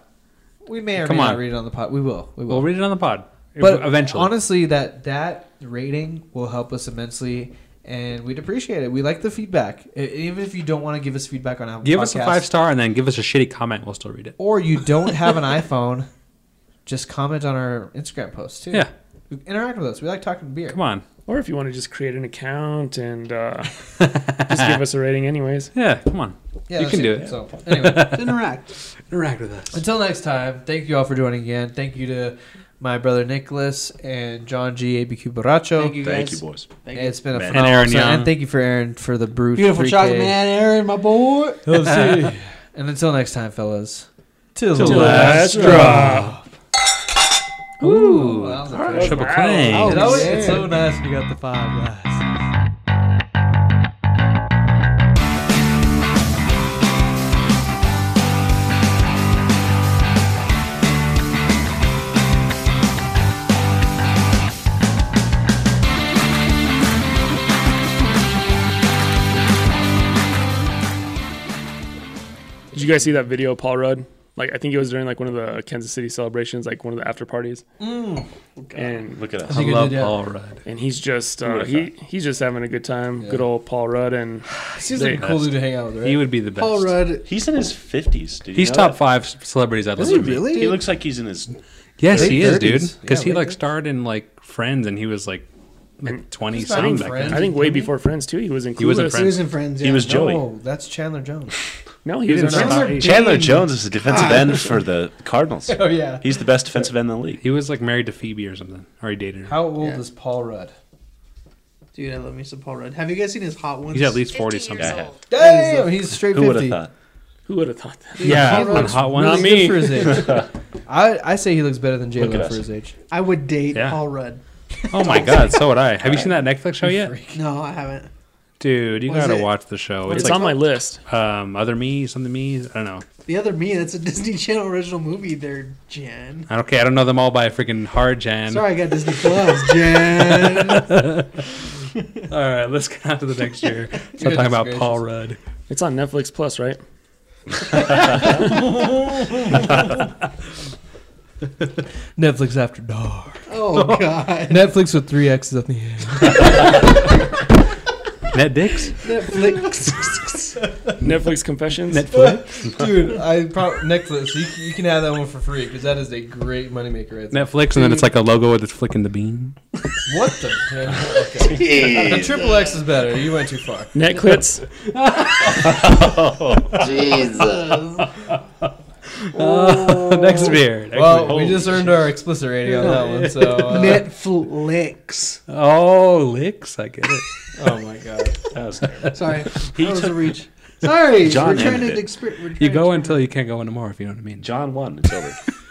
Speaker 4: We may or
Speaker 2: Come
Speaker 4: may
Speaker 2: on.
Speaker 4: not read it on the pod. We will. We will.
Speaker 2: We'll read it on the pod.
Speaker 4: But
Speaker 2: eventually.
Speaker 4: honestly, that that rating will help us immensely, and we'd appreciate it. We like the feedback, E- even if you don't want to give us feedback on Apple.
Speaker 2: give us a
Speaker 4: Podcasts,
Speaker 2: five star and then give us a shitty comment. We'll still read it.
Speaker 4: or you don't have an iPhone. Just comment on our Instagram posts too.
Speaker 2: Yeah.
Speaker 4: interact with us. We like talking beer.
Speaker 2: Come on.
Speaker 6: Or if you want to just create an account and uh, just give us a rating, anyways.
Speaker 2: Yeah, come on.
Speaker 4: Yeah,
Speaker 2: You
Speaker 4: that's
Speaker 2: can do it.
Speaker 4: So anyway,
Speaker 5: Interact.
Speaker 2: Interact with us.
Speaker 4: until next time, thank you all for joining again. Thank you to my brother Nicholas and John G. ABQ Baracho.
Speaker 5: Thank you guys.
Speaker 1: Thank you, boys.
Speaker 5: Thank you.
Speaker 4: It's been a
Speaker 1: Man.
Speaker 4: fun
Speaker 1: And
Speaker 2: Aaron Young.
Speaker 4: and thank you for Aaron for the brew.
Speaker 5: Beautiful
Speaker 4: 3K.
Speaker 5: chocolate man, Aaron, my boy.
Speaker 4: And until next time, fellas. Till,
Speaker 2: Till
Speaker 6: last drop.
Speaker 4: Ooh.
Speaker 2: Triple
Speaker 6: Wow.
Speaker 2: clang.
Speaker 5: Oh,
Speaker 4: It always-
Speaker 5: yeah.
Speaker 4: it's so nice when you got the five guys.
Speaker 6: Did you guys see that video of Paul Rudd? Like I think it was during like one of the Kansas City celebrations, like one of the after parties. And
Speaker 1: Look at us.
Speaker 2: I love
Speaker 4: did, yeah.
Speaker 2: Paul Rudd.
Speaker 6: and he's just
Speaker 1: Who
Speaker 6: uh,
Speaker 1: would've
Speaker 6: he he's just having a good time.
Speaker 4: Yeah.
Speaker 6: Good old Paul Rudd and
Speaker 4: Seems
Speaker 6: They-
Speaker 4: like a cool dude to hang out with, right?
Speaker 2: He would be the best.
Speaker 5: Paul Rudd.
Speaker 1: He's in his fifties, dude.
Speaker 2: He's top five celebrities I'd love
Speaker 4: Is he
Speaker 2: to meet.
Speaker 4: really?
Speaker 1: He looks like he's in his.
Speaker 2: Yes,
Speaker 4: Late
Speaker 2: he is,
Speaker 4: 30s.
Speaker 2: dude. Because
Speaker 4: Yeah,
Speaker 2: he
Speaker 4: late
Speaker 2: like
Speaker 4: 30s.
Speaker 2: starred in like Friends, and he was like twenty
Speaker 4: He's not in
Speaker 2: something back
Speaker 4: Friends.
Speaker 2: then.
Speaker 6: I think way before Friends too. He was in Clueless.
Speaker 2: He was in Friends.
Speaker 5: He was in Friends.
Speaker 1: He
Speaker 5: yeah. Oh.
Speaker 1: was Joey.
Speaker 4: No, Oh, that's Chandler Jones.
Speaker 6: No, he,
Speaker 2: He
Speaker 6: was in
Speaker 2: didn't
Speaker 6: Friends.
Speaker 2: stop.
Speaker 1: Chandler Jones is the defensive end for the Cardinals.
Speaker 4: oh yeah.
Speaker 1: He's the best defensive end in the league.
Speaker 2: He was like married to Phoebe or something, or he dated her.
Speaker 4: How old
Speaker 5: Yeah.
Speaker 4: is Paul Rudd?
Speaker 5: Dude, I love me some Paul Rudd. Have you guys seen his hot ones?
Speaker 2: He's at least forty
Speaker 9: 50 years
Speaker 2: something.
Speaker 1: Yeah.
Speaker 9: old.
Speaker 4: Damn, he's straight
Speaker 1: Who would have
Speaker 4: fifty.
Speaker 1: thought?
Speaker 6: Who would have thought that?
Speaker 2: Yeah,
Speaker 4: Paul
Speaker 2: on
Speaker 4: Rudd's
Speaker 2: hot ones.
Speaker 4: really
Speaker 6: Not
Speaker 4: good
Speaker 6: me.
Speaker 4: for his age. I, I say he looks better than J
Speaker 1: Look
Speaker 4: Lo
Speaker 1: at
Speaker 4: for
Speaker 1: us.
Speaker 4: his age.
Speaker 5: I would date
Speaker 2: Yeah.
Speaker 5: Paul Rudd.
Speaker 2: Oh my god, so would I. Have you seen that Netflix show yet,
Speaker 5: No, I haven't.
Speaker 2: dude? You
Speaker 5: What is
Speaker 2: gotta
Speaker 5: it?
Speaker 2: watch the show.
Speaker 6: It's,
Speaker 2: It's like
Speaker 6: on my list.
Speaker 2: um, other me, something me. I don't know.
Speaker 5: The other me, that's a Disney Channel original movie there, Jen.
Speaker 2: I don't care. I don't know them all by freaking hard, Jan.
Speaker 5: Sorry, I got Disney Plus, Jen.
Speaker 2: All right, let's get on to the next year. Stop
Speaker 4: Goodness
Speaker 2: talking about
Speaker 4: gracious.
Speaker 2: Paul Rudd.
Speaker 6: It's on Netflix Plus, right?
Speaker 4: Netflix after dark.
Speaker 5: Oh God.
Speaker 4: Netflix with three X's on the end.
Speaker 2: Net dicks.
Speaker 6: Netflix confessions.
Speaker 2: Netflix.
Speaker 4: Dude, I probably Netflix. You, you can have that one for free because that is a great moneymaker. Right there.
Speaker 2: Netflix, and then it's like a logo that's flicking the beam.
Speaker 4: What the? Okay. The triple X is better. You went too far.
Speaker 6: Netclits.
Speaker 10: Jesus.
Speaker 4: Oh.
Speaker 2: next beer. Next
Speaker 4: Well,
Speaker 2: beer.
Speaker 4: we just earned our explicit rating on that one. So, uh,
Speaker 5: Netflix.
Speaker 2: Oh, licks. I get it.
Speaker 4: oh my god,
Speaker 1: That was terrible.
Speaker 5: Sorry, that was a reach. Sorry,
Speaker 1: John
Speaker 5: we're trying to
Speaker 1: ended it.
Speaker 5: exper- we're trying
Speaker 2: You go
Speaker 5: to-
Speaker 2: until you can't go anymore, if you know what I mean.
Speaker 1: John won. It's over.